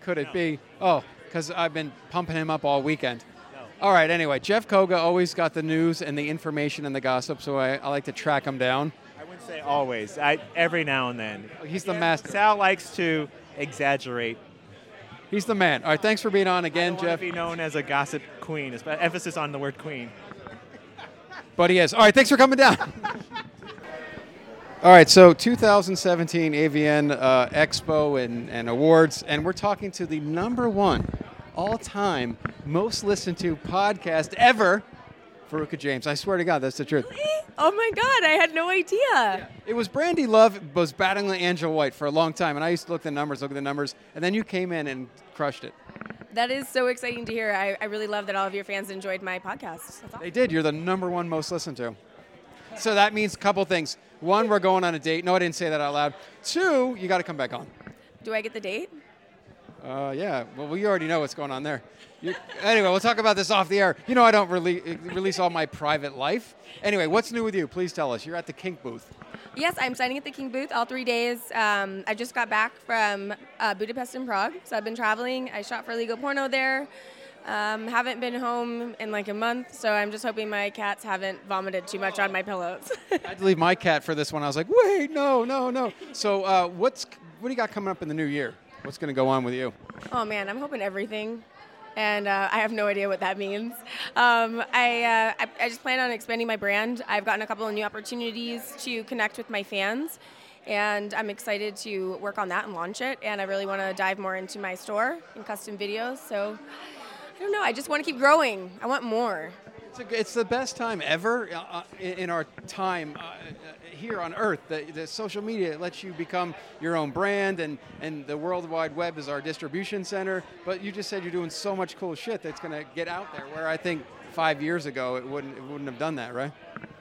Speaker 3: Could it be? Oh, because I've been pumping him up all weekend. All right. Anyway, Jeff Koga always got the news and the information and the gossip, so I, I like to track him down.
Speaker 8: I wouldn't say always. I, every now and then.
Speaker 3: He's the master.
Speaker 8: Sal likes to exaggerate.
Speaker 3: He's the man. All right. Thanks for being on
Speaker 8: I
Speaker 3: again,
Speaker 8: don't wanna
Speaker 3: Jeff.
Speaker 8: be known as a gossip queen. espe- Emphasis on the word queen.
Speaker 3: But he is. All right, thanks for coming down. All right, so 2017 AVN uh, Expo and, and awards, and we're talking to the number one all time most listened to podcast ever, Veruca James. I swear to God, that's the truth.
Speaker 9: Oh my god, I had no idea.
Speaker 3: It was Brandy Love was battling Angela White for a long time, and I used to look at the numbers, look at the numbers, and then you came in and crushed it.
Speaker 9: That is so exciting to hear. I, I really love that all of your fans enjoyed my podcast. That's awesome.
Speaker 3: They did. You're the number one most listened to. So that means a couple things. One, we're going on a date. No, I didn't say that out loud. Two, you got to come back on.
Speaker 9: Do I get the date?
Speaker 3: Uh, yeah. Well, we already know what's going on there. You, anyway, we'll talk about this off the air. You know, I don't rele- release all my private life. Anyway, what's new with you? Please tell us. You're at the Kink booth.
Speaker 9: Yes, I'm signing at the King booth all three days. Um, I just got back from uh, Budapest and Prague, so I've been traveling. I shot for legal porno there. Um, haven't been home in like a month, so I'm just hoping my cats haven't vomited too much on my pillows.
Speaker 3: I had to leave my cat for this one. I was like, wait, no, no, no. So, uh, what's what do you got coming up in the new year? What's going to go on with you?
Speaker 9: Oh man, I'm hoping everything. And uh, I have no idea what that means. Um, I, uh, I, I just plan on expanding my brand. I've gotten a couple of new opportunities to connect with my fans, and I'm excited to work on that and launch it. And I really want to dive more into my store and custom videos. So I don't know, I just want to keep growing. I want more.
Speaker 3: It's, a, it's the best time ever uh, uh, in, in our time uh, uh, here on Earth. The, the social media lets you become your own brand, and, and the World Wide Web is our distribution center. But you just said you're doing so much cool shit that's going to get out there. Where I think five years ago it wouldn't it wouldn't have done that, right?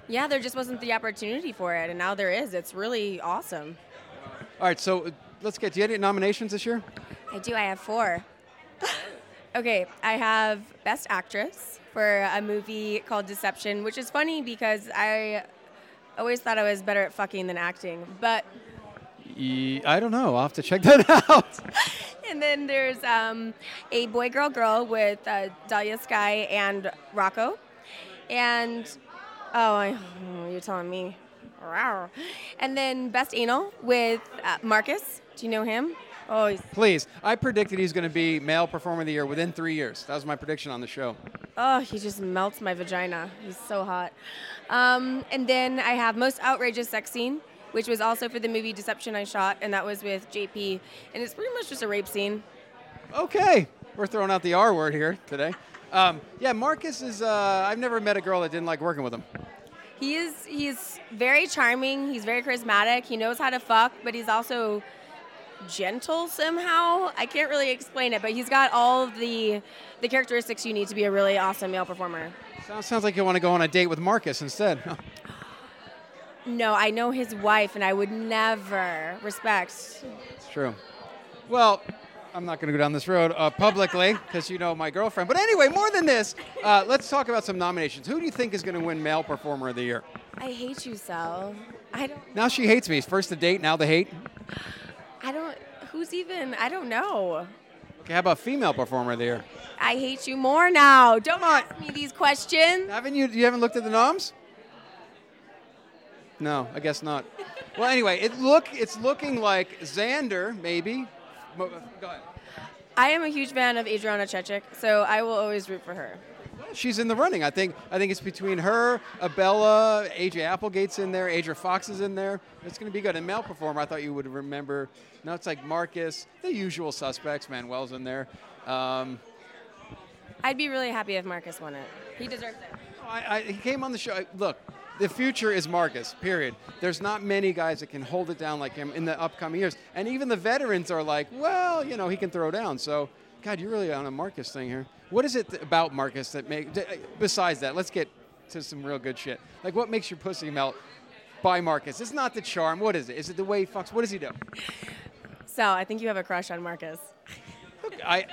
Speaker 9: Yeah, there just wasn't the opportunity for it, and now there is. It's really awesome.
Speaker 3: All right, so uh, let's get. Do you have any nominations this year?
Speaker 9: I do. I have four. okay, I have Best Actress for a movie called Deception, which is funny because I always thought I was better at fucking than acting. But
Speaker 3: I don't know. I'll have to check that out.
Speaker 9: and then there's um, a boy, girl, girl with uh, Dahlia Sky and Rocco, and oh, I, oh, you're telling me. Rawr. And then Best Anal with uh, Marcus, Do you know him? Oh, he's,
Speaker 3: Please. I predicted he's going to be male performer of the year within three years. That was my prediction on the show.
Speaker 9: oh, he just melts my vagina. He's so hot. Um, and then I have most outrageous sex scene, which was also for the movie Deception I shot, and that was with JP. And it's pretty much just a rape scene.
Speaker 3: Okay. We're throwing out the R word here today. Um, yeah, Marcus is, uh, I've never met a girl that didn't like working with him.
Speaker 9: He is he's very charming. He's very charismatic. He knows how to fuck, but he's also gentle somehow. I can't really explain it, but he's got all of the the characteristics you need to be a really awesome male performer.
Speaker 3: Sounds, sounds like you want to go on a date with Marcus instead.
Speaker 9: No, I know his wife, and I would never respect.
Speaker 3: It's true. Well, I'm not going to go down this road uh, publicly because you know my girlfriend. But anyway, more than this, uh, let's talk about some nominations. Who do you think is going to win Male Performer of the Year?
Speaker 9: I hate you, Sal. I don't.
Speaker 3: Now she hates me. First the date, now the hate.
Speaker 9: I don't. Who's even? I don't know.
Speaker 3: Okay, how about Female Performer of the Year?
Speaker 9: I hate you more now. Don't ask me these questions.
Speaker 3: Haven't you? You haven't looked at the noms? No, I guess not. Well, anyway, it look it's looking like Xander maybe. Mo- Go ahead.
Speaker 9: I am a huge fan of Adriana Chechik, so I will always root for her.
Speaker 3: She's in the running. I think. I think it's between her, Abella, AJ Applegate's in there, Adria Fox is in there. It's going to be good. And male performer, I thought you would remember. Now it's like Marcus, the usual suspects. Manuel's in there. Um,
Speaker 9: I'd be really happy if Marcus won it. He deserves it.
Speaker 3: I, I, he came on the show. I- Look, the future is Marcus. Period. There's not many guys that can hold it down like him in the upcoming years, and even the veterans are like, well, you know, he can throw down. So, God, you're really on a Marcus thing here. What is it th- about Marcus that make? d- Besides that, let's get to some real good shit. Like, what makes your pussy melt? By Marcus. It's not the charm. What is it? Is it the way he fucks? What does he do?
Speaker 9: Sal, I think you have a crush on Marcus.
Speaker 3: I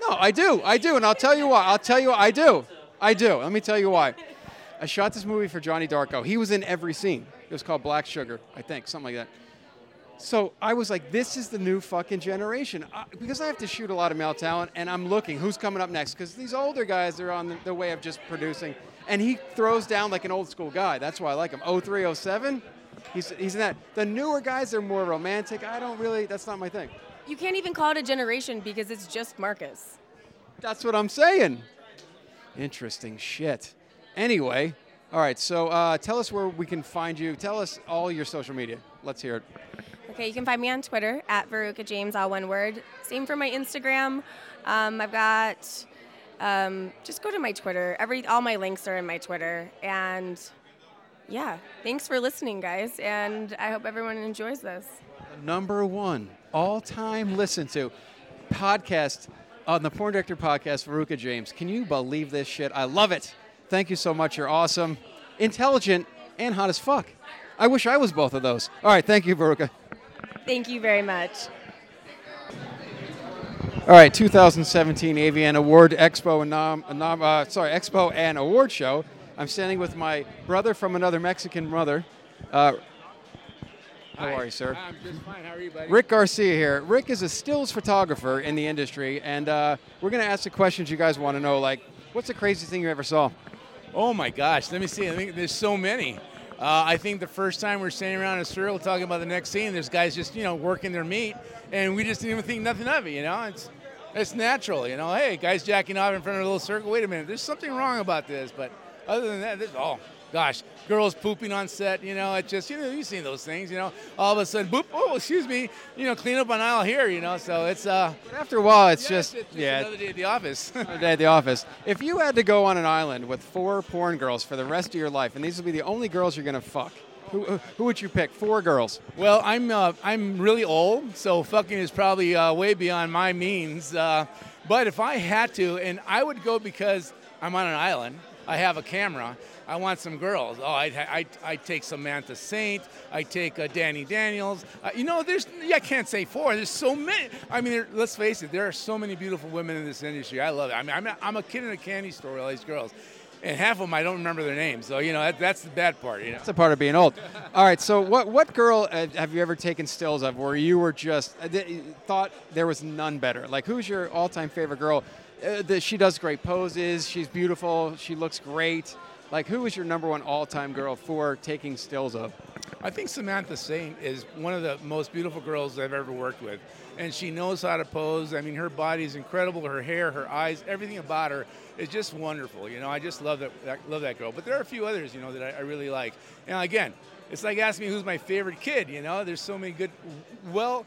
Speaker 3: no, I do, I do, and I'll tell you why. I'll tell you, I do, I do. Let me tell you why. I shot this movie for Johnny Darko. He was in every scene. It was called Black Sugar, I think, something like that. So I was like, this is the new fucking generation. I, because I have to shoot a lot of male talent, and I'm looking who's coming up next. Because these older guys are on the, the way of just producing. And he throws down like an old school guy. That's why I like him. 03, 07, he's, he's in that. The newer guys are more romantic. I don't really, that's not my thing.
Speaker 9: You can't even call it a generation because it's just Marcus.
Speaker 3: That's what I'm saying. Interesting shit. Anyway, all right, so uh, tell us where we can find you. Tell us all your social media. Let's hear it.
Speaker 9: Okay, you can find me on Twitter at Veruca James, all one word. Same for my Instagram. Um, I've got. Um, just go to my Twitter. Every all my links are in my Twitter. And yeah, thanks for listening, guys. And I hope everyone enjoys this.
Speaker 3: Number one, all time listen to podcast on the Porn Director podcast, Veruca James. Can you believe this shit? I love it. Thank you so much. You're awesome, intelligent, and hot as fuck. I wish I was both of those. All right, thank you, Veruca.
Speaker 9: Thank you very much.
Speaker 3: All right, 2017 AVN Award Expo and nom, uh, nom, uh, sorry Expo and Award Show. I'm standing with my brother from another Mexican mother. Uh, how are you, sir?
Speaker 10: I'm just fine. How are you, buddy?
Speaker 3: Rick Garcia here. Rick is a stills photographer in the industry, and uh, we're going to ask the questions you guys want to know. Like, what's the craziest thing you ever saw?
Speaker 10: Oh my gosh, let me see. I think there's so many. Uh, I think the first time we're standing around in a circle talking about the next scene, there's guys just you know working their meat, and we just didn't even think nothing of it. You know, it's it's natural. You know, hey, guys jacking off in front of a little circle. Wait a minute, there's something wrong about this. But other than that, there's oh gosh, girls pooping on set. You know, it's just you know you've seen those things. You know, all of a sudden, boop. Oh, excuse me. You know, clean up on aisle here. You know, so it's uh.
Speaker 3: But after a while, it's
Speaker 10: yes,
Speaker 3: just, yeah,
Speaker 10: another day at the office.
Speaker 3: another day at the office. If you had to go on an island with four porn girls for the rest of your life, and these would be the only girls you're going to fuck, who, who who would you pick? Four girls.
Speaker 10: Well, I'm uh, I'm really old, so fucking is probably uh, way beyond my means. Uh, but if I had to, and I would go because I'm on an island. I have a camera. I want some girls. Oh, I'd, ha- I'd, I'd take Samantha Saint. I take uh, Danny Daniels. Uh, you know, there's yeah, I can't say four. There's so many. I mean, there, let's face it. There are so many beautiful women in this industry. I love it. I mean, I'm a, I'm a kid in a candy store with all these girls, and half of them I don't remember their names. So you know, that, that's the bad part. You know.
Speaker 3: That's a part of being old. All right, so what what girl uh, have you ever taken stills of where you were just uh, th- thought there was none better? Like, who's your all time favorite girl? Uh, that she does great poses. She's beautiful. She looks great. Like, who is your number one all time girl for taking stills of?
Speaker 10: I think Samantha Saint is one of the most beautiful girls I've ever worked with. And she knows how to pose. I mean, her body is incredible. Her hair, her eyes, everything about her is just wonderful. You know, I just love that, that love that girl. But there are a few others, you know, that I, I really like. And again, it's like asking me who's my favorite kid. You know, there's so many good, well,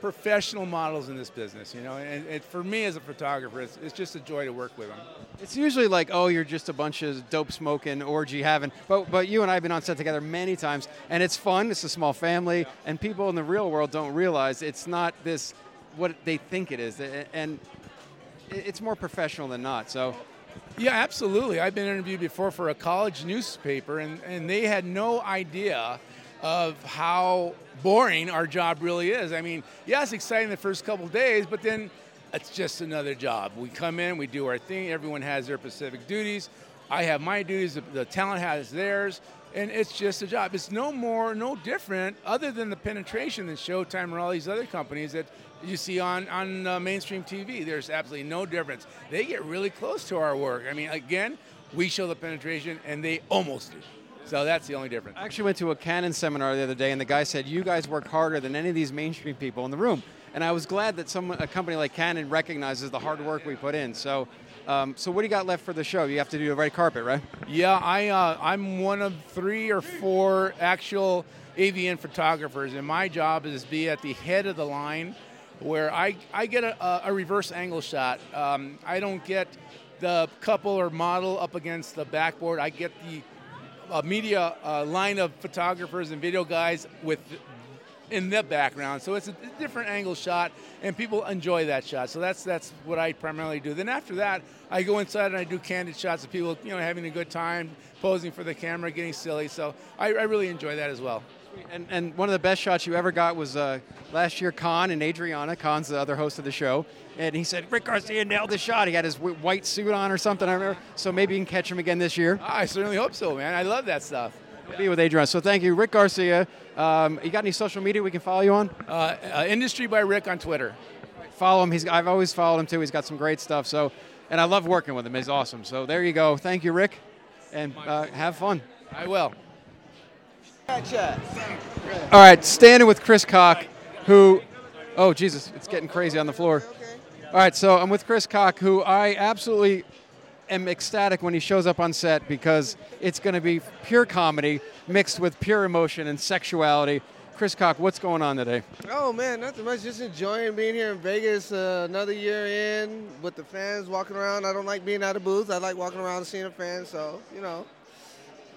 Speaker 10: professional models in this business. You know, and, and for me as a photographer, it's, it's just a joy to work with them.
Speaker 3: It's usually like, oh, you're just a bunch of dope smoking, orgy having. But but you and I have been on set together many times, and it's fun. It's a small family, and people in the real world don't realize it's not this what they think it is, A- and it- it's more professional than not. So
Speaker 10: Yeah, absolutely. I've been interviewed before for a college newspaper, and, and they had no idea of how boring our job really is. I mean, yeah, it's exciting the first couple days, but then it's just another job. We come in, we do our thing, everyone has their specific duties. I have my duties, the, the talent has theirs, and it's just a job. It's no more, no different, other than the penetration than Showtime or all these other companies that you see on on uh, mainstream TV. There's absolutely no difference. They get really close to our work. I mean, again, we show the penetration, and they almost do. So that's the only difference.
Speaker 3: I actually went to a Canon seminar the other day, and the guy said, "You guys work harder than any of these mainstream people in the room." And I was glad that some a company like Canon recognizes the hard work we put in. So, um, so what do you got left for the show? You have to do a red carpet, right?
Speaker 10: Yeah, I uh, I'm one of three or four actual AVN photographers, and my job is to be at the head of the line, where I I get a, a- a reverse angle shot. Um, I don't get the couple or model up against the backboard. I get the uh, media uh, line of photographers and video guys with in the background. So it's a different angle shot, and people enjoy that shot. So that's that's what I primarily do. Then after that, I go inside and I do candid shots of people, you know, having a good time, posing for the camera, getting silly. So I, I really enjoy that as well.
Speaker 3: And, and one of the best shots you ever got was uh, last year, Khan and Adriana. Khan's the other host of the show. And he said, Rick Garcia nailed the shot. He had his wh- white suit on or something, I remember. So maybe you can catch him again this year.
Speaker 10: Ah, I certainly hope so, man. I love that stuff.
Speaker 3: Be with Adriana. So thank you, Rick Garcia. Um, you got any social media we can follow you on?
Speaker 10: Uh, uh, Industry by Rick on Twitter.
Speaker 3: Follow him. He's, I've always followed him too. He's got some great stuff. So, And I love working with him. He's awesome. So there you go. Thank you, Rick. And uh, have fun.
Speaker 10: I will.
Speaker 3: All right, standing with Chris Cock, who, oh Jesus, it's getting crazy on the floor. All right, so I'm with Chris Cock, who I absolutely am ecstatic when he shows up on set because it's going to be pure comedy mixed with pure emotion and sexuality. Chris Cock, what's going on today?
Speaker 11: Oh man, nothing much. Just enjoying being here in Vegas uh, another year in with the fans walking around. I don't like being out of booth. I like walking around and seeing the fans. So you know,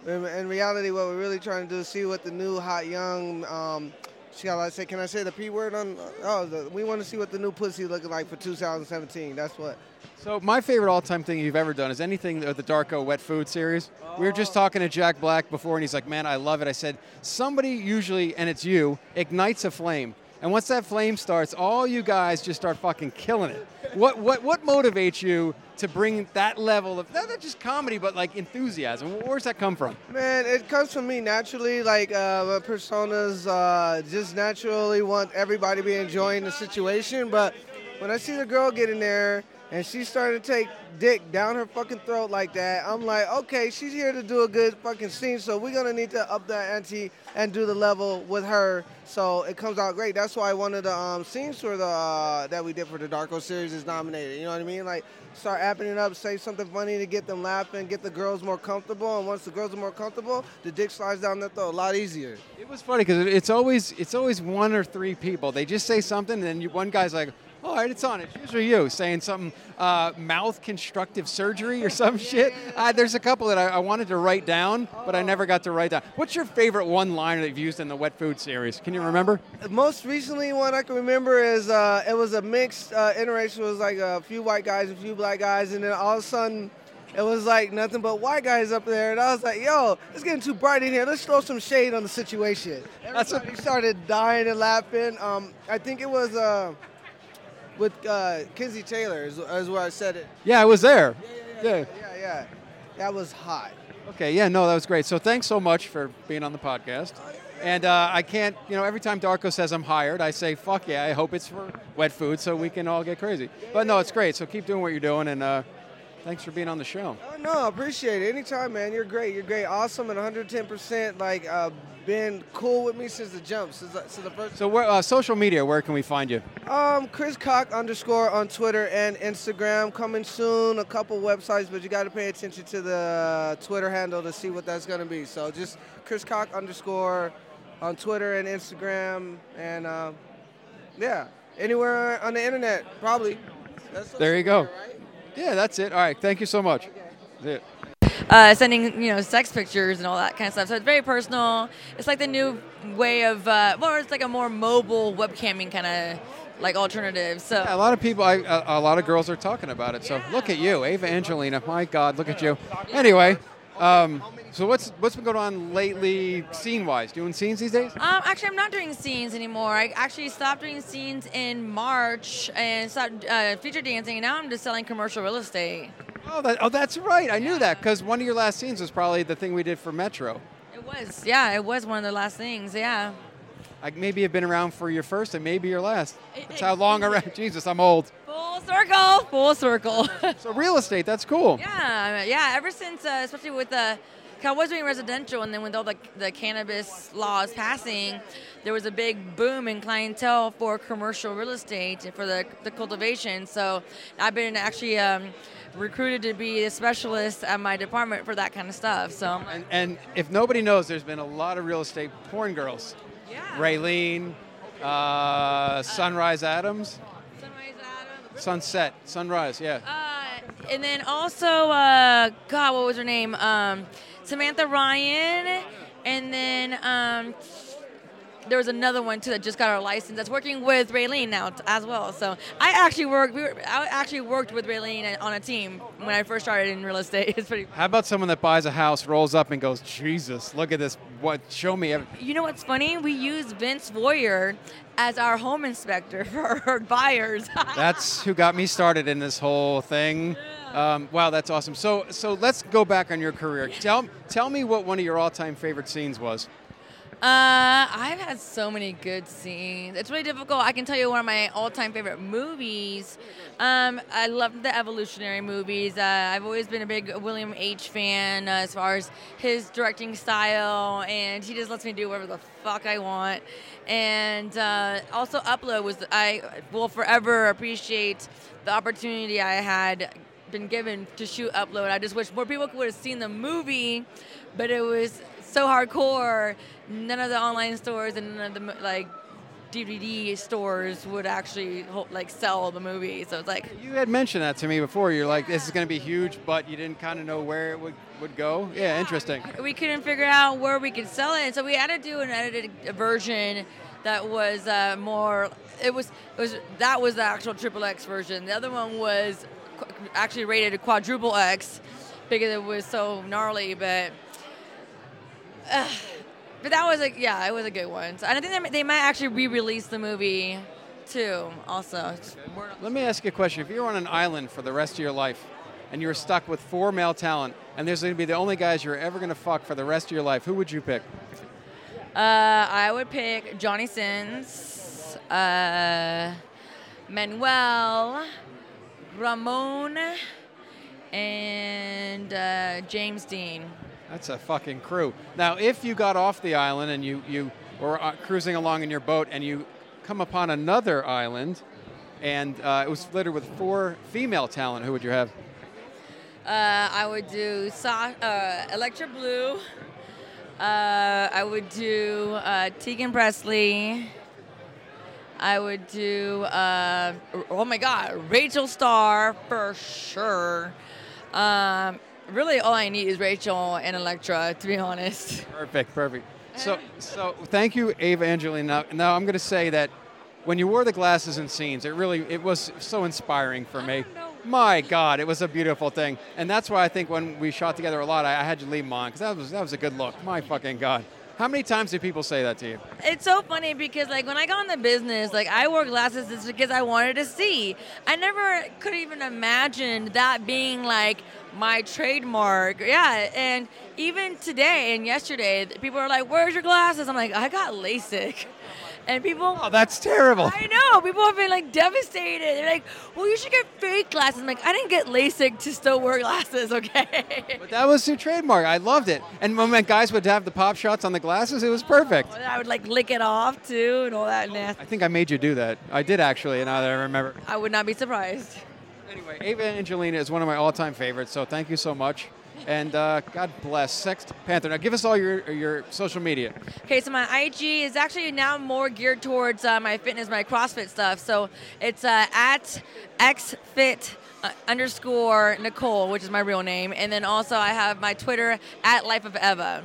Speaker 11: in, in reality, what we're really trying to do is see what the new hot young. Um, shall I say? Can I say the p word on? Oh, the, we want to see what the new pussy looking like for 2017. That's what.
Speaker 3: So my favorite all-time thing you've ever done is anything of the Darko wet food series. We were just talking to Jack Black before, and he's like, "Man, I love it." I said, "Somebody usually, and it's you, ignites a flame, and once that flame starts, all you guys just start fucking killing it." What what what motivates you to bring that level of not not just comedy, but like enthusiasm? Where's that come from?
Speaker 11: Man, it comes from me naturally. Like uh, my personas, uh, just naturally want everybody to be enjoying the situation. But when I see the girl get in there and she's starting to take dick down her fucking throat like that, I'm like, okay, she's here to do a good fucking scene. So we're gonna need to up that ante and do the level with her. So it comes out great. That's why one of the um, scenes for the uh, that we did for the Darko series is nominated. You know what I mean? Like start apping it up, say something funny to get them laughing, get the girls more comfortable. And once the girls are more comfortable, the dick slides down their throat a lot easier.
Speaker 3: It was funny because it's always it's always one or three people. They just say something, and then you, one guy's like, "All right, it's on." It's usually you saying something, uh, mouth constructive surgery or some shit. Uh, there's a couple that I, I wanted to write down, but I never got to write down. What's your favorite one-liner that you've used in the wet food series? Can you remember?
Speaker 11: most recently one I can remember is uh, it was a mixed uh, interracial. It was like a few white guys, a few black guys, and then all of a sudden it was like nothing but white guys up there. And I was like, "Yo, it's getting too bright in here. Let's throw some shade on the situation." Everybody started dying and laughing. Um, I think it was uh, with uh, Kinsey Taylor is, is where I said it.
Speaker 3: Yeah, I was there. yeah.
Speaker 11: Yeah, yeah, that was hot.
Speaker 3: Okay, yeah, no, that was great. So thanks so much for being on the podcast. And uh, I can't, you know, every time Darko says I'm hired, I say, fuck yeah, I hope it's for wet food so we can all get crazy. But no, it's great. So keep doing what you're doing, and uh, thanks for being on the show.
Speaker 11: Oh, no, appreciate it. Anytime, man. You're great. You're great. Awesome and 110%. Like, uh, been cool with me since the jump, since, the- since the first.
Speaker 3: So, where, uh, social media, where can we find you?
Speaker 11: Um, Chris Cock underscore on Twitter and Instagram. Coming soon, a couple websites, but you got to pay attention to the Twitter handle to see what that's going to be. So just Chris Cock underscore on Twitter and Instagram, and um, yeah, anywhere on the internet, probably. That's
Speaker 3: There you go. Yeah, that's it. All right. Thank you so much. That's it.
Speaker 12: uh, sending you know sex pictures and all that kind of stuff. So it's very personal. It's like the new way of uh, well, it's like a more mobile webcamming kind of like alternative. So
Speaker 3: Yeah, a lot of people, I, a, a lot of girls are talking about it. So look at you, Ava Angelina. My God, look at you. Anyway, um, so what's what's been going on lately, scene wise? Doing scenes these days?
Speaker 12: Um, actually, I'm not doing scenes anymore. I actually stopped doing scenes in March and stopped uh, feature dancing, and now I'm just selling commercial real estate.
Speaker 3: Oh, that, oh that's right. I knew that because one of your last scenes was probably the thing we did for Metro.
Speaker 12: It was, yeah, it was one of the last things, yeah.
Speaker 3: I maybe have been around for your first and maybe your last. That's how long around. Jesus, I'm old.
Speaker 12: E, Full circle, full circle.
Speaker 3: so real estate, that's cool.
Speaker 12: Yeah, yeah. Ever since, uh, especially with the, 'cause I was doing residential, and then with all the the cannabis laws passing, there was a big boom in clientele for commercial real estate and for the the cultivation. So I've been actually um, recruited to be a specialist at my department for that kind of stuff. So I'm like,
Speaker 3: And, and if nobody knows, there's been a lot of real estate porn girls. Yeah. Raylene, uh, Sunrise Adams. Sunset, sunrise, yeah.
Speaker 12: and then also, uh, God, what was her name? Um, Samantha Ryan, and then um, there was another one too that just got our license. That's working with Raylene now t- as well. So I actually worked. We were, I actually worked with Raylene on a team when I first started in real estate. It's pretty.
Speaker 3: How about someone that buys a house, rolls up, and goes, Jesus, look at this. What? Show me. every-"
Speaker 12: You know what's funny? We use Vince Voyer as our home inspector for our buyers.
Speaker 3: That's who got me started in this whole thing. Um, wow, that's awesome. So, so let's go back on your career. Tell, tell me what one of your all-time favorite scenes was.
Speaker 12: Uh, I've had so many good scenes. It's really difficult. I can tell you one of my all-time favorite movies. Um, I love the evolutionary movies. Uh, I've always been a big William H. fan uh, as far as his directing style, and he just lets me do whatever the fuck I want. And uh, also, Upload was I will forever appreciate the opportunity I had been given to shoot upload. I just wish more people would have seen the movie, but it was so hardcore. None of the online stores and none of the mo- like DVD stores would actually ho- like sell the movie. So it's like
Speaker 3: You had mentioned that to me before. You're like, this is going to be huge, but you didn't kind of know where it would, would go. Yeah, interesting.
Speaker 12: we couldn't figure out where we could sell it, so we had to do an edited version that was uh, more. It was it was that was the actual triple X version. The other one was qu- actually rated a quadruple X because it was so gnarly. But uh, but that was a yeah, it was a good one. So, and I think they, they might actually re-release the movie too. Also, We're-
Speaker 3: Let me ask you a question. If you were on an island for the rest of your life and you were stuck with four male talent and there's going to be the only guys you're ever going to fuck for the rest of your life, who would you pick?
Speaker 12: Uh, I would pick Johnny Sins, uh, Manuel, Ramon, and uh, James Dean.
Speaker 3: That's a fucking crew. Now, if you got off the island and you, you were uh, cruising along in your boat and you come upon another island and uh, it was littered with four female talent, who would you have?
Speaker 12: Uh, I would do Sa- uh, Electra Blue. Uh, I would do uh, Tegan Presley. I would do, uh, r- oh my God, Rachel Starr for sure. Um, really, all I need is Rachel and Electra, to be honest.
Speaker 3: Perfect, perfect. So, so thank you, Ava Angelina. Now, now I'm going to say that when you wore the glasses and scenes, it really it was so inspiring for me. My God, it was a beautiful thing, and that's why I think when we shot together a lot, I, I had you leave mine because that was that was a good look. My fucking God, how many times do people say that to you?
Speaker 12: It's so funny because, like, when I got in the business, like, I wore glasses just because I wanted to see. I never could even imagine that being, like, my trademark. Yeah, and even today and yesterday, th- people are like, Where's your glasses? I'm like, I got LASIK. and people.
Speaker 3: Oh, that's terrible.
Speaker 12: I know. People have been like devastated. They're like, "Well, you should get fake glasses." I'm like, "I didn't get LASIK to still wear glasses, okay?"
Speaker 3: But that was your trademark. I loved it. And when my guys would have the pop shots on the glasses, it was perfect.
Speaker 12: And I would like lick it off too, and all that nasty.
Speaker 3: Oh, I think I made you do that. I did actually, now that I remember.
Speaker 12: I would not be surprised.
Speaker 3: Anyway, Ava Angelina is one of my all-time favorites, so thank you so much. And uh, God bless Sex Panther. Now give us all your your social media.
Speaker 12: Okay, so my IG is actually now more geared towards uh, my fitness, my CrossFit stuff. So it's uh, at xfit uh, underscore Nicole, which is my real name, and then also I have my Twitter at Life of Eva.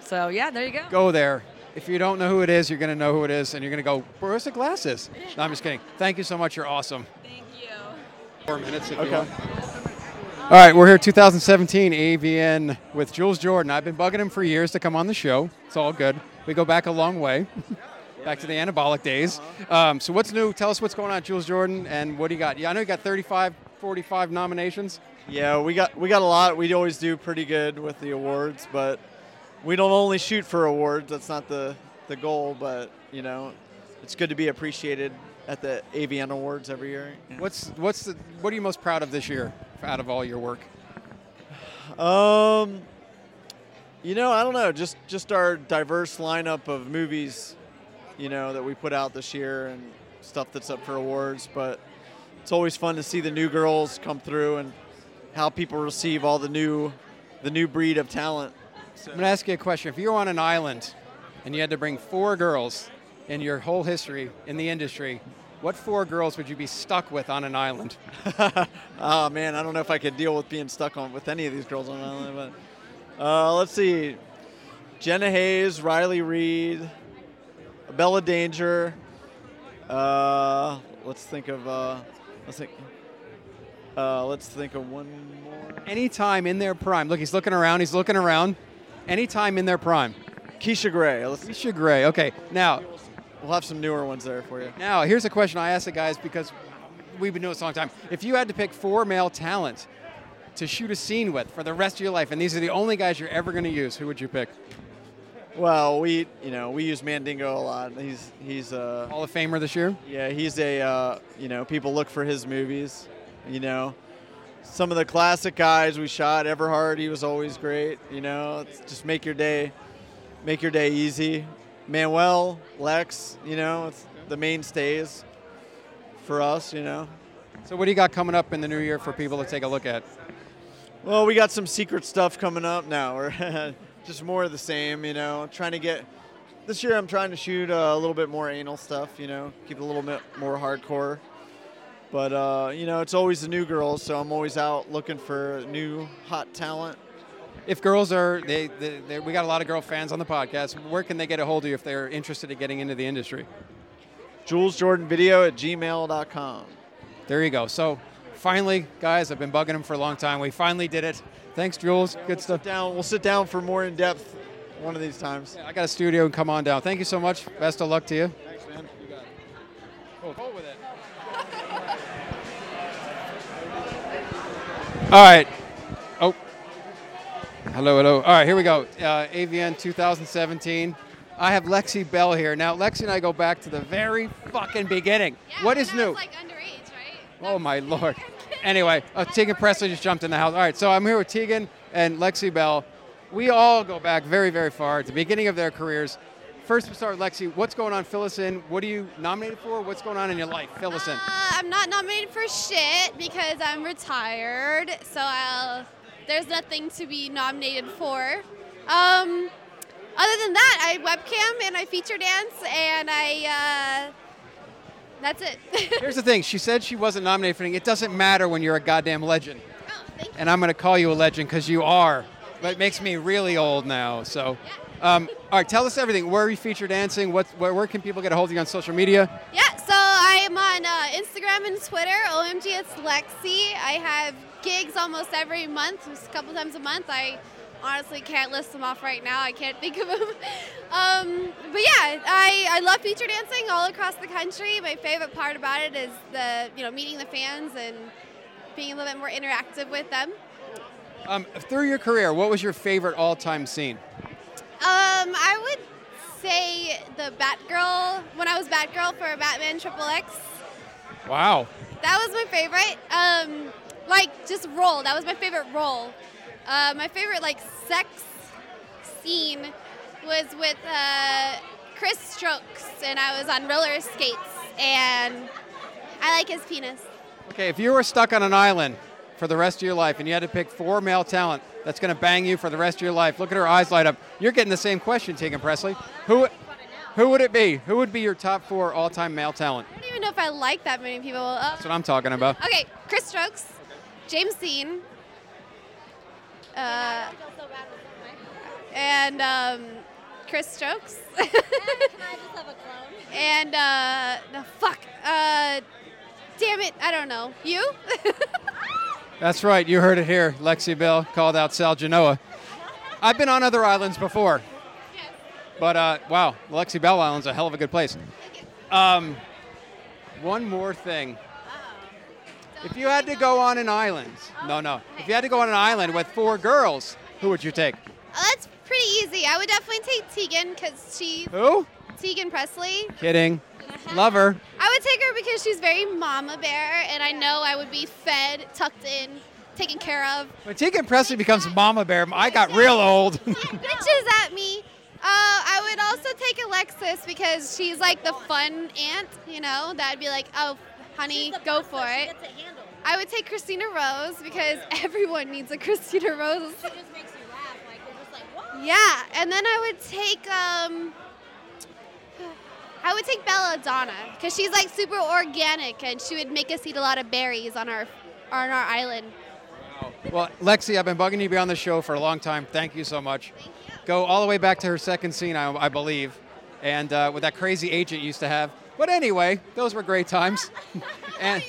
Speaker 12: So yeah, there you go.
Speaker 3: Go there. If you don't know who it is, you're going to know who it is, and you're going to go, where's the glasses? No, I'm just kidding. Thank you so much. You're awesome. Thank you. Four minutes if you
Speaker 13: Okay.
Speaker 3: want. All right, we're here 2017 AVN with Jules Jordan. I've been bugging him for years to come on the show. It's all good. We go back a long way, back to the anabolic days. Um, so what's new? Tell us what's going on, Jules Jordan, and what do you got? Yeah, I know you got 35, 45 nominations.
Speaker 13: Yeah, we got we got a lot. We always do pretty good with the awards, but we don't only shoot for awards. That's not the the goal, but you know, it's good to be appreciated at the AVN Awards every year.
Speaker 3: What's what's the, what are you most proud of this year out of all your work?
Speaker 13: Um, you know, I don't know. Just just our diverse lineup of movies, you know, that we put out this year and stuff that's up for awards. But it's always fun to see the new girls come through and how people receive all the new the new breed of talent.
Speaker 3: I'm going to ask you a question. If you were on an island and you had to bring four girls in your whole history in the industry, what four girls would you be stuck with on an island?
Speaker 13: Oh man, I don't know if I could deal with being stuck on with any of these girls on an island. But uh, let's see, Jenna Hayes, Riley Reed, Bella Danger. Uh, let's think of uh, let's think. Uh, let's think of one more.
Speaker 3: Anytime in their prime. Look, he's looking around. He's looking around. Anytime in their prime.
Speaker 13: Keisha Gray.
Speaker 3: Keisha Gray. Okay. Now,
Speaker 13: we'll have some newer ones there for you.
Speaker 3: Now, here's a question I asked the guys because we've been doing this a long time. If you had to pick four male talent to shoot a scene with for the rest of your life, and these are the only guys you're ever going to use, who would you pick?
Speaker 13: Well, we you know we use Mandingo a lot. He's he's a
Speaker 3: Hall of Famer this year.
Speaker 13: Yeah, he's a uh, you know people look for his movies. You know, some of the classic guys we shot. Everhard, he was always great. You know, it's just make your day, make your day easy. Manuel, Lex, you know, it's the mainstays for us. You know.
Speaker 3: So, what do you got coming up in the new year for people to take a look at?
Speaker 13: Well, we got some secret stuff coming up now. We're just more of the same, you know. Trying to get this year, I'm trying to shoot uh, a little bit more anal stuff, you know, keep it a little bit more hardcore. But uh, you know, it's always the new girls, so I'm always out looking for new hot talent.
Speaker 3: If girls are, they, they, they, we got a lot of girl fans on the podcast. Where can they get a hold of you if they're interested in getting into the industry?
Speaker 13: Jules Jordan Video at gmail.com.
Speaker 3: There you go. So, finally, guys, I've been bugging him for a long time. We finally did it. Thanks, Jules. Good stuff.
Speaker 13: down. We'll sit down for more in depth one of these times.
Speaker 3: I got a studio and come on down. Thank you so much. Best of luck to you.
Speaker 13: Thanks, man. You got it.
Speaker 3: with it. All right. Oh. Hello, hello. All right, here we go. Uh, AVN 2017. I have Lexi Bell here. Now, Lexi and I go back to the very fucking beginning. what is new? oh, my Lord. Anyway, uh, Tegan Presley just jumped in the house. All right, so I'm here with Tegan and Lexi Bell. We all go back very, very far to the beginning of their careers. First, we start with Lexi. What's going on? Fill us in. What are you nominated for? What's going on in your life? Fill us in.
Speaker 14: Uh, I'm not nominated for shit because I'm retired, so I'll, there's nothing to be nominated for. Um, other than that, I webcam and I feature dance and I. Uh, that's it.
Speaker 3: Here's the thing. She said she wasn't nominated for anything. It doesn't matter when you're a goddamn legend. And I'm going to call you a legend because you are. But it makes me really old now. So, um, all right, tell us everything. Where are you feature dancing? What, where, where can people get a hold of you on social media?
Speaker 14: Yeah, so I am on uh, Instagram and Twitter. OMG, it's Lexi. I have gigs almost every month, just a couple times a month. I honestly can't list them off right now. I can't think of them. um, but yeah, I, I love feature dancing all across the country. My favorite part about it is the you know meeting the fans and being a little bit more interactive with them.
Speaker 3: Um, through your career, what was your favorite all time scene?
Speaker 14: Um, I would say say the Batgirl when I was Batgirl for Batman Triple X.
Speaker 3: Wow.
Speaker 14: That was my favorite. Um, like just role. That was my favorite role. Uh, my favorite like sex scene was with uh, Chris Strokes, and I was on roller skates, and I like his penis.
Speaker 3: Okay, if you were stuck on an island for the rest of your life and you had to pick four male talent that's going to bang you for the rest of your life, look at her eyes light up. You're getting the same question, Tegan Presley. Who, who would it be? Who would be your top four all-time male talent?
Speaker 14: I don't even know if I like that many people. Uh,
Speaker 3: That's what I'm talking about.
Speaker 14: Okay, Chris Strokes, James Dean, uh, and um, Chris Strokes. and uh, the fuck, uh, damn it, I don't know. You?
Speaker 3: That's right. You heard it here. Lexi Bell called out Sal Genoa. I've been on other islands before, but uh, wow, Lexi Bell Island's a hell of a good place. Um, one more thing. If you had to go on an island, no, no. If you had to go on an island with four girls, who would you take?
Speaker 14: Oh, that's pretty easy. I would definitely take Tegan because she.
Speaker 3: Who?
Speaker 14: Tegan Presley.
Speaker 3: Kidding. Love her.
Speaker 14: I would take her because she's very mama bear, and I know I would be fed, tucked in, taken care of.
Speaker 3: When Tegan Presley becomes Mama Bear, I got real old.
Speaker 14: Bitches at me. Uh, I would also take Alexis because she's like the fun aunt, you know, that'd be like, oh, honey, go for it. I would take Christina Rose because everyone needs a Christina Rose. Yeah, and then I would take um, I would take Belladonna because she's like super organic and she would make us eat a lot of berries on our on our island.
Speaker 3: Well, Lexi, I've been bugging you to be on the show for a long time. Thank you so much. Go all the way back to her second scene, I, I believe, and uh, with that crazy agent you used to have. But anyway, those were great times. and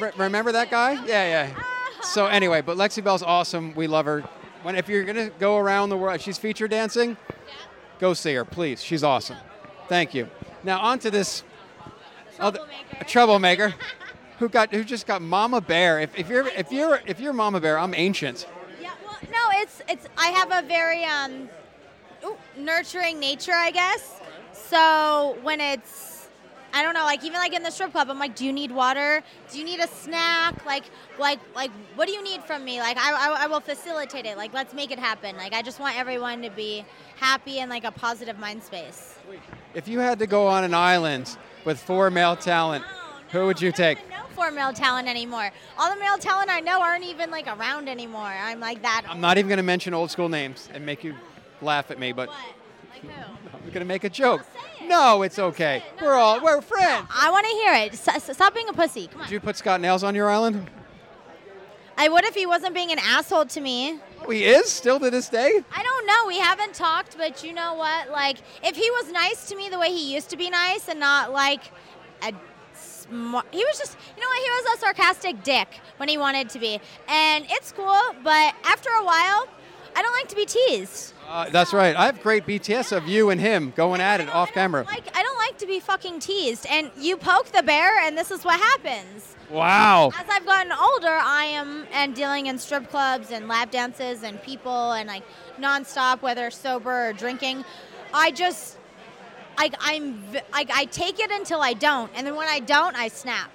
Speaker 3: re- remember that guy? Yeah, yeah. So anyway, but Lexi Bell's awesome. We love her. When if you're gonna go around the world, she's feature dancing. Go see her, please. She's awesome. Thank you. Now on to this other- a troublemaker who got who just got Mama Bear. If, if you're if you're if you're Mama Bear, I'm ancient.
Speaker 15: No, it's it's. I have a very um, ooh, nurturing nature, I guess. So when it's, I don't know, like even like in the strip club, I'm like, do you need water? Do you need a snack? Like like like, what do you need from me? Like I I, I will facilitate it. Like let's make it happen. Like I just want everyone to be happy and like a positive mind space.
Speaker 3: If you had to go on an island with four male talent, who would you take?
Speaker 15: No for male talent anymore. All the male talent I know aren't even like around anymore. I'm like that.
Speaker 3: I'm not even going to mention old school names and make you laugh at me, but I'm going to make a joke. No, it's okay. We're all we're friends.
Speaker 15: I want to hear it. S- s- stop being a pussy. Come on.
Speaker 3: Did you put Scott Nails on your island?
Speaker 15: I would if he wasn't being an asshole to me.
Speaker 3: Oh, he is still to this day.
Speaker 15: I don't know. We haven't talked, but you know what? Like, if he was nice to me the way he used to be nice and not like a smart, he was just, you know what? He was a sarcastic dick when he wanted to be. And it's cool, but after a while, I don't like to be teased.
Speaker 3: Uh, that's right. I have great BTS of you and him going at it off camera.
Speaker 15: Like, I don't like to be fucking teased. And you poke the bear, and this is what happens.
Speaker 3: Wow.
Speaker 15: As I've gotten older, I am and dealing in strip clubs and lap dances and people and like nonstop, whether sober or drinking. I just, I, I'm, v- I, I take it until I don't, and then when I don't, I snap.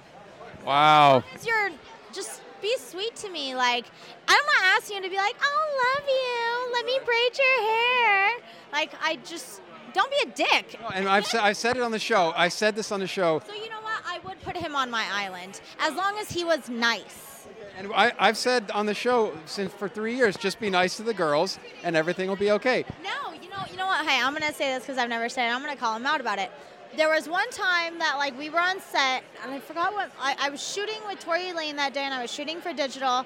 Speaker 3: Wow.
Speaker 15: Because you're just be sweet to me. Like I'm not asking you to be like, "Oh, love you. Let me braid your hair." Like I just don't be a dick.
Speaker 3: And I've said, I've said it on the show. I said this on the show.
Speaker 15: So you know what? I would put him on my island as long as he was nice.
Speaker 3: And I, I've said on the show since for three years, just be nice to the girls and everything will be okay.
Speaker 15: No, you know, you know what? Hey, I'm gonna say this because I've never said it. I'm gonna call him out about it. There was one time that like we were on set, and I forgot what I, I was shooting with Tori Lane that day, and I was shooting for digital,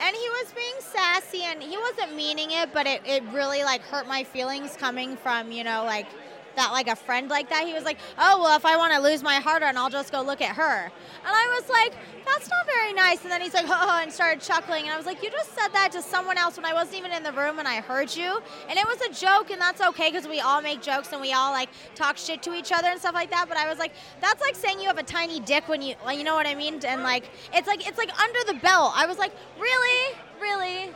Speaker 15: and he was being sassy, and he wasn't meaning it, but it, it really like hurt my feelings coming from you know like that like a friend like that. He was like, oh well, if I want to lose my heart on, I'll just go look at her, and I was like, that's not very nice. And then he's like, oh, and started chuckling, and I was like, you just said that to someone else when I wasn't even in the room, and I heard you, and it was a joke, and that's okay because we all make jokes and we all like talk shit to each other and stuff like that. But I was like, that's like saying you have a tiny dick when you, like, you know what I mean? And like, it's like it's like under the belt. I was like, really, really.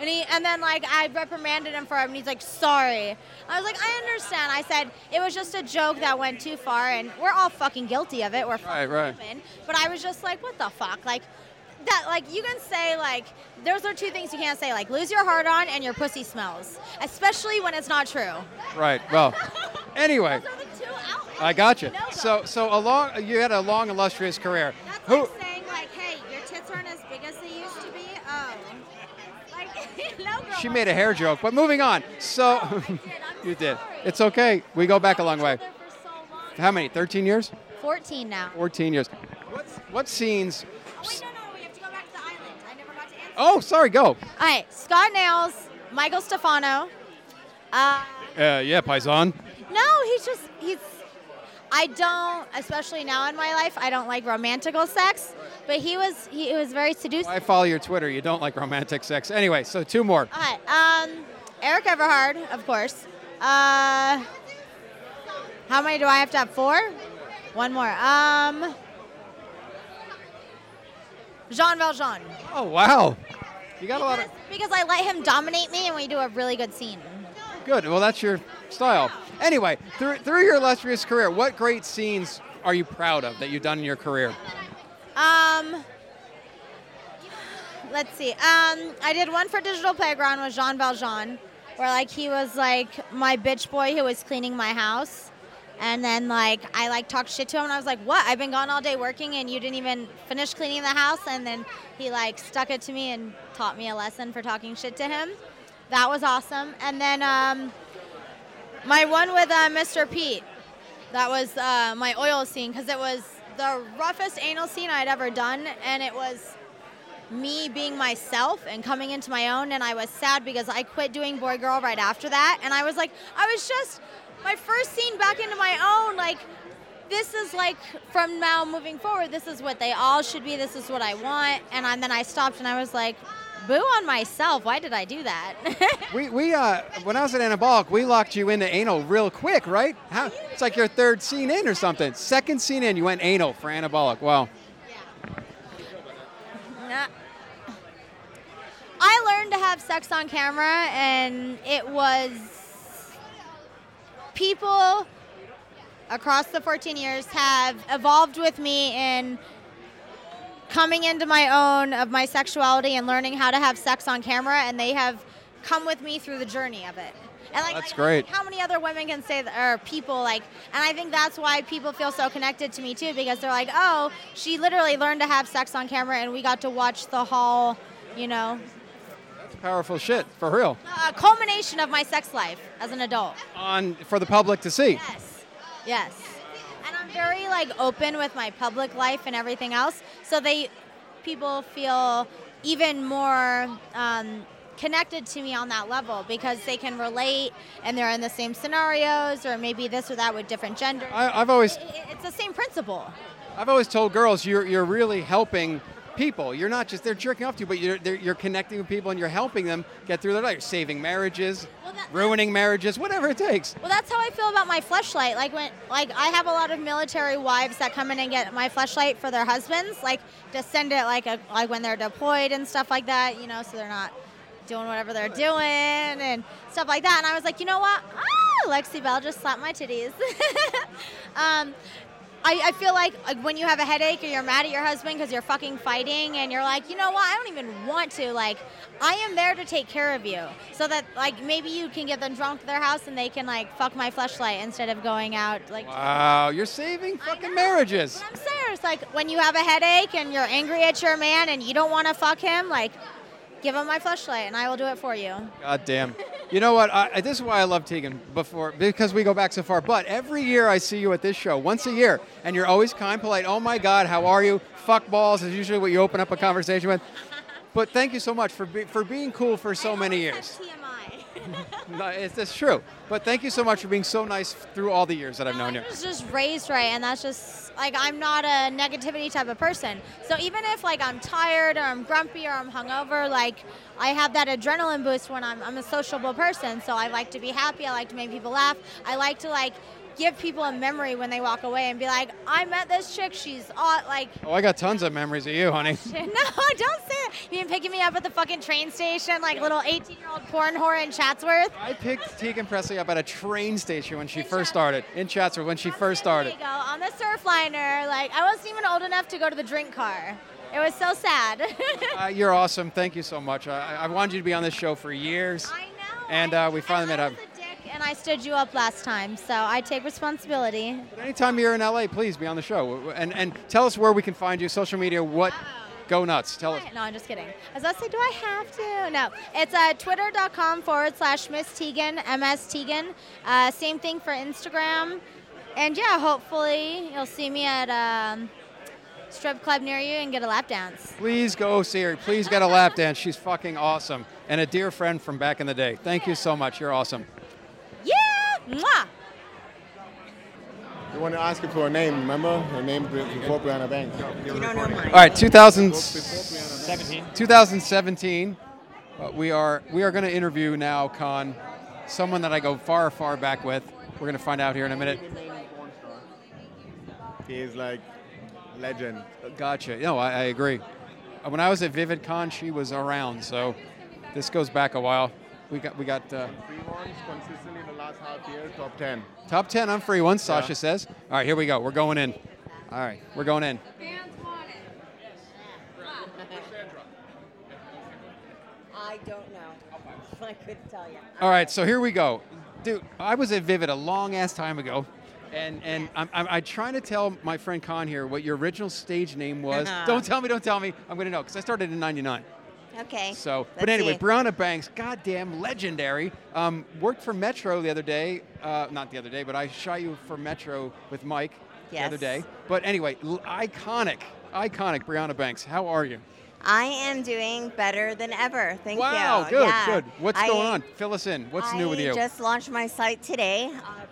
Speaker 15: And he and then like I reprimanded him for it, and he's like, sorry. I was like, I understand. I said it was just a joke that went too far, and we're all fucking guilty of it. We're
Speaker 3: Right, right.
Speaker 15: in, But I was just like, what the fuck? Like that like you can say like those are two things you can't say, like lose your heart on and your pussy smells. Especially when it's not true.
Speaker 3: Right. Well, anyway. I got you. So, so a long, you had a long, illustrious career. Who?
Speaker 16: saying like, hey, your tits aren't as big as they used to be. Oh, like no girl.
Speaker 3: She made a hair joke, but moving on. So, you did. It's okay. We go back a long way. How many? 13 years?
Speaker 15: 14 now.
Speaker 3: 14 years. What's, what scenes? Oh, sorry, go.
Speaker 15: All right, Scott Nails, Michael Stefano. Uh,
Speaker 3: Uh, yeah, Paisan.
Speaker 15: no, he's just he's. I don't, especially now in my life, I don't like romantical sex. But he was he was very seducing.
Speaker 3: I follow your Twitter. You don't like romantic sex. Anyway, so two more.
Speaker 15: All right, um, Eric Everhard, of course. Uh, how many do I have to have? Four. One more. Um, Jean Valjean.
Speaker 3: Oh, wow. You got a lot of.
Speaker 15: Because I let him dominate me, and we do a really good scene.
Speaker 3: Good. Well, that's your style. Anyway, through, through your illustrious career, what great scenes are you proud of that you've done in your career?
Speaker 15: Um, let's see. Um, I did one for Digital Playground with Jean Valjean, where like he was like my bitch boy who was cleaning my house, and then like I like talked shit to him, and I was like, "What? I've been gone all day working, and you didn't even finish cleaning the house." And then he like stuck it to me and taught me a lesson for talking shit to him. That was awesome. And then um, my one with uh, Mr. Pete. That was uh, my oil scene because it was the roughest anal scene I'd ever done, and it was me being myself and coming into my own. And I was sad because I quit doing boy girl right after that, and I was like, I was just my first scene back into my own. Like, this is like from now moving forward, this is what they all should be. This is what I want. And I, then I stopped, and I was like, boo on myself. Why did I do that?
Speaker 3: We, we uh, when I was at Anabolic, we locked you into anal real quick, right? How, it's like your third scene in or something. Second scene in, you went anal for Anabolic. Wow.
Speaker 15: Nah. I learned to have sex on camera, and it was people across the 14 years have evolved with me in coming into my own of my sexuality and learning how to have sex on camera, and they have come with me through the journey of it. And like,
Speaker 3: That's
Speaker 15: like,
Speaker 3: great.
Speaker 15: How many other women can say that, or people like? And I think that's why people feel so connected to me too, because they're like, "Oh, she literally learned to have sex on camera, and we got to watch the whole, you know,
Speaker 3: That's powerful shit, for real.
Speaker 15: uh, culmination of my sex life as an adult."
Speaker 3: On for the public to see.
Speaker 15: Yes. And I'm very like open with my public life and everything else, so they people feel even more um, connected to me on that level because they can relate and they're in the same scenarios or maybe this or that with different genders.
Speaker 3: I, I've always
Speaker 15: It- it's the same principle.
Speaker 3: I've always told girls you're, you're really helping people. You're not just they're jerking off to you, but you're they're, you're connecting with people and you're helping them get through their life, saving marriages, ruining marriages, whatever it takes.
Speaker 15: Well, that's how I feel about my fleshlight. Like when, like I have a lot of military wives that come in and get my fleshlight for their husbands, like to send it, like a, like when they're deployed and stuff like that, you know, so they're not doing whatever they're doing and stuff like that. And I was like, you know what? Ah, Lexi Bell just slapped my titties. um, I, I feel like, like when you have a headache or you're mad at your husband because you're fucking fighting and you're like, you know what, I don't even want to. Like, I am there to take care of you. So that, like, maybe you can get them drunk to their house and they can, like, fuck my fleshlight instead of going out. Like,
Speaker 3: Wow, you're saving fucking marriages.
Speaker 15: I'm serious. Like, when you have a headache and you're angry at your man and you don't want to fuck him, like, give him my fleshlight and I will do it for you.
Speaker 3: God damn. You know what? I, I- this is why I love Tegan before because we go back so far. But every year I see you at this show, once a year, and you're always kind, polite. Oh my God, how are you? Fuck balls is usually what you open up a conversation with. But thank you so much for be, for being cool for so many years. No, it's, it's true. But thank you so much for being so nice through all the years that I've known you.
Speaker 15: I was just raised right, and that's just like I'm not a negativity type of person. So even if like I'm tired or I'm grumpy or I'm hungover, like I have that adrenaline boost when I'm I'm a sociable person. So I like to be happy. I like to make people laugh. I like to like give people a memory when they walk away and be like, I met this chick. She's aw like,
Speaker 3: Oh, I got tons of memories of you, honey.
Speaker 15: no, don't say that. You mean picking me up at the fucking train station, like little 18 year old porn whore in Chatsworth?
Speaker 3: I picked Tegan Presley up at a train station when she first started in Chatsworth when she first started.
Speaker 15: There you go, on the surf liner. Like, I wasn't even old enough to go to the drink car. It was so sad.
Speaker 3: Uh, you're awesome. Thank you so much. I, I wanted you to be on this show for years. I know. And uh, we finally met up.
Speaker 15: and I stood you up last time, so I take responsibility.
Speaker 3: Anytime you're in LA, please be on the show and and tell us where we can find you. Social media. What? Go nuts. Tell us.
Speaker 15: No, I'm just kidding. I was about to say, do I have to? No. It's uh, twitter.com forward slash Miss Tegan, MS Tegan. Uh, same thing for Instagram. And yeah, hopefully you'll see me at um, strip club near you and get a lap dance.
Speaker 3: Please go see her. Please get a lap dance. She's fucking awesome and a dear friend from back in the day. Thank you so much. You're awesome.
Speaker 15: Yeah! Mwah!
Speaker 17: You want to ask her for her name, remember? Her name before Brianna Banks. You don't know mine.
Speaker 3: All right, 2000,
Speaker 17: 17.
Speaker 3: 2017. Uh, we are we are going to interview now, Con, someone that I go far far back with. We're going to find out here in a minute.
Speaker 17: He is like legend.
Speaker 3: Gotcha. No, I, I agree. Uh, When I was at VividCon, she was around, so this goes back a while. We got we got uh,
Speaker 17: Consistently in the last half year, top 10.
Speaker 3: top ten on free ones.
Speaker 17: Yeah.
Speaker 3: Sasha says. All right, here we go. We're going in. All right, we're going in.
Speaker 18: I don't know. I couldn't tell you.
Speaker 3: All right, so here we go, dude. I was at Vivid a long ass time ago, and and I'm, I'm, I'm trying to tell my friend Con here what your original stage name was. don't tell me, don't tell me. I'm gonna know because I started in '99.
Speaker 16: Okay.
Speaker 3: So, but
Speaker 16: let's
Speaker 3: anyway,
Speaker 16: see.
Speaker 3: Brianna Banks, goddamn legendary, um, worked for Metro the other day. Uh, not the other day, but I shot you for Metro with Mike the other
Speaker 16: Yes.
Speaker 3: day. But anyway, l- iconic, iconic Brianna Banks. How are you?
Speaker 16: I am doing better than ever. Thank you.
Speaker 3: wow, good,
Speaker 16: Yeah.
Speaker 3: good. What's
Speaker 16: I-
Speaker 3: going on? Fill us in. What's new with
Speaker 16: I
Speaker 3: you?
Speaker 16: just launched my site today, uh,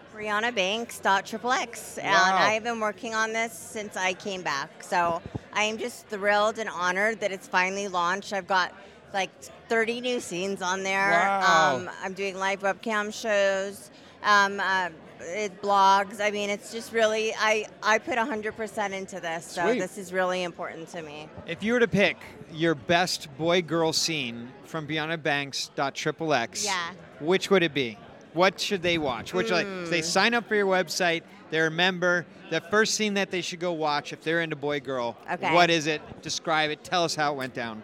Speaker 16: BriannaBanks.xxx, and
Speaker 3: Wow.
Speaker 16: I've been working on this since I came back. So I am just thrilled and honored that it's finally launched. I've got like 30 new scenes on there.
Speaker 19: Wow.
Speaker 16: Um, I'm doing live webcam shows, um, uh, it, blogs. I mean, it's just really I I put 100% into this, so
Speaker 20: Sweet.
Speaker 16: this is really important to me.
Speaker 20: If you were to pick your best boy girl scene from Brianna Banks Triple X,
Speaker 16: Yeah.
Speaker 20: which would it be? What should they watch? Which like if they
Speaker 16: Mm.
Speaker 20: sign up for your website, they're a member. The first scene that they should go watch if they're into boy girl.
Speaker 16: Okay.
Speaker 20: What is it? Describe it. Tell us how it went down.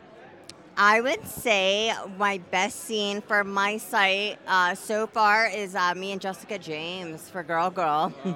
Speaker 16: I would say my best scene for my site uh, so far is uh, me and Jessica James for Girl Girl.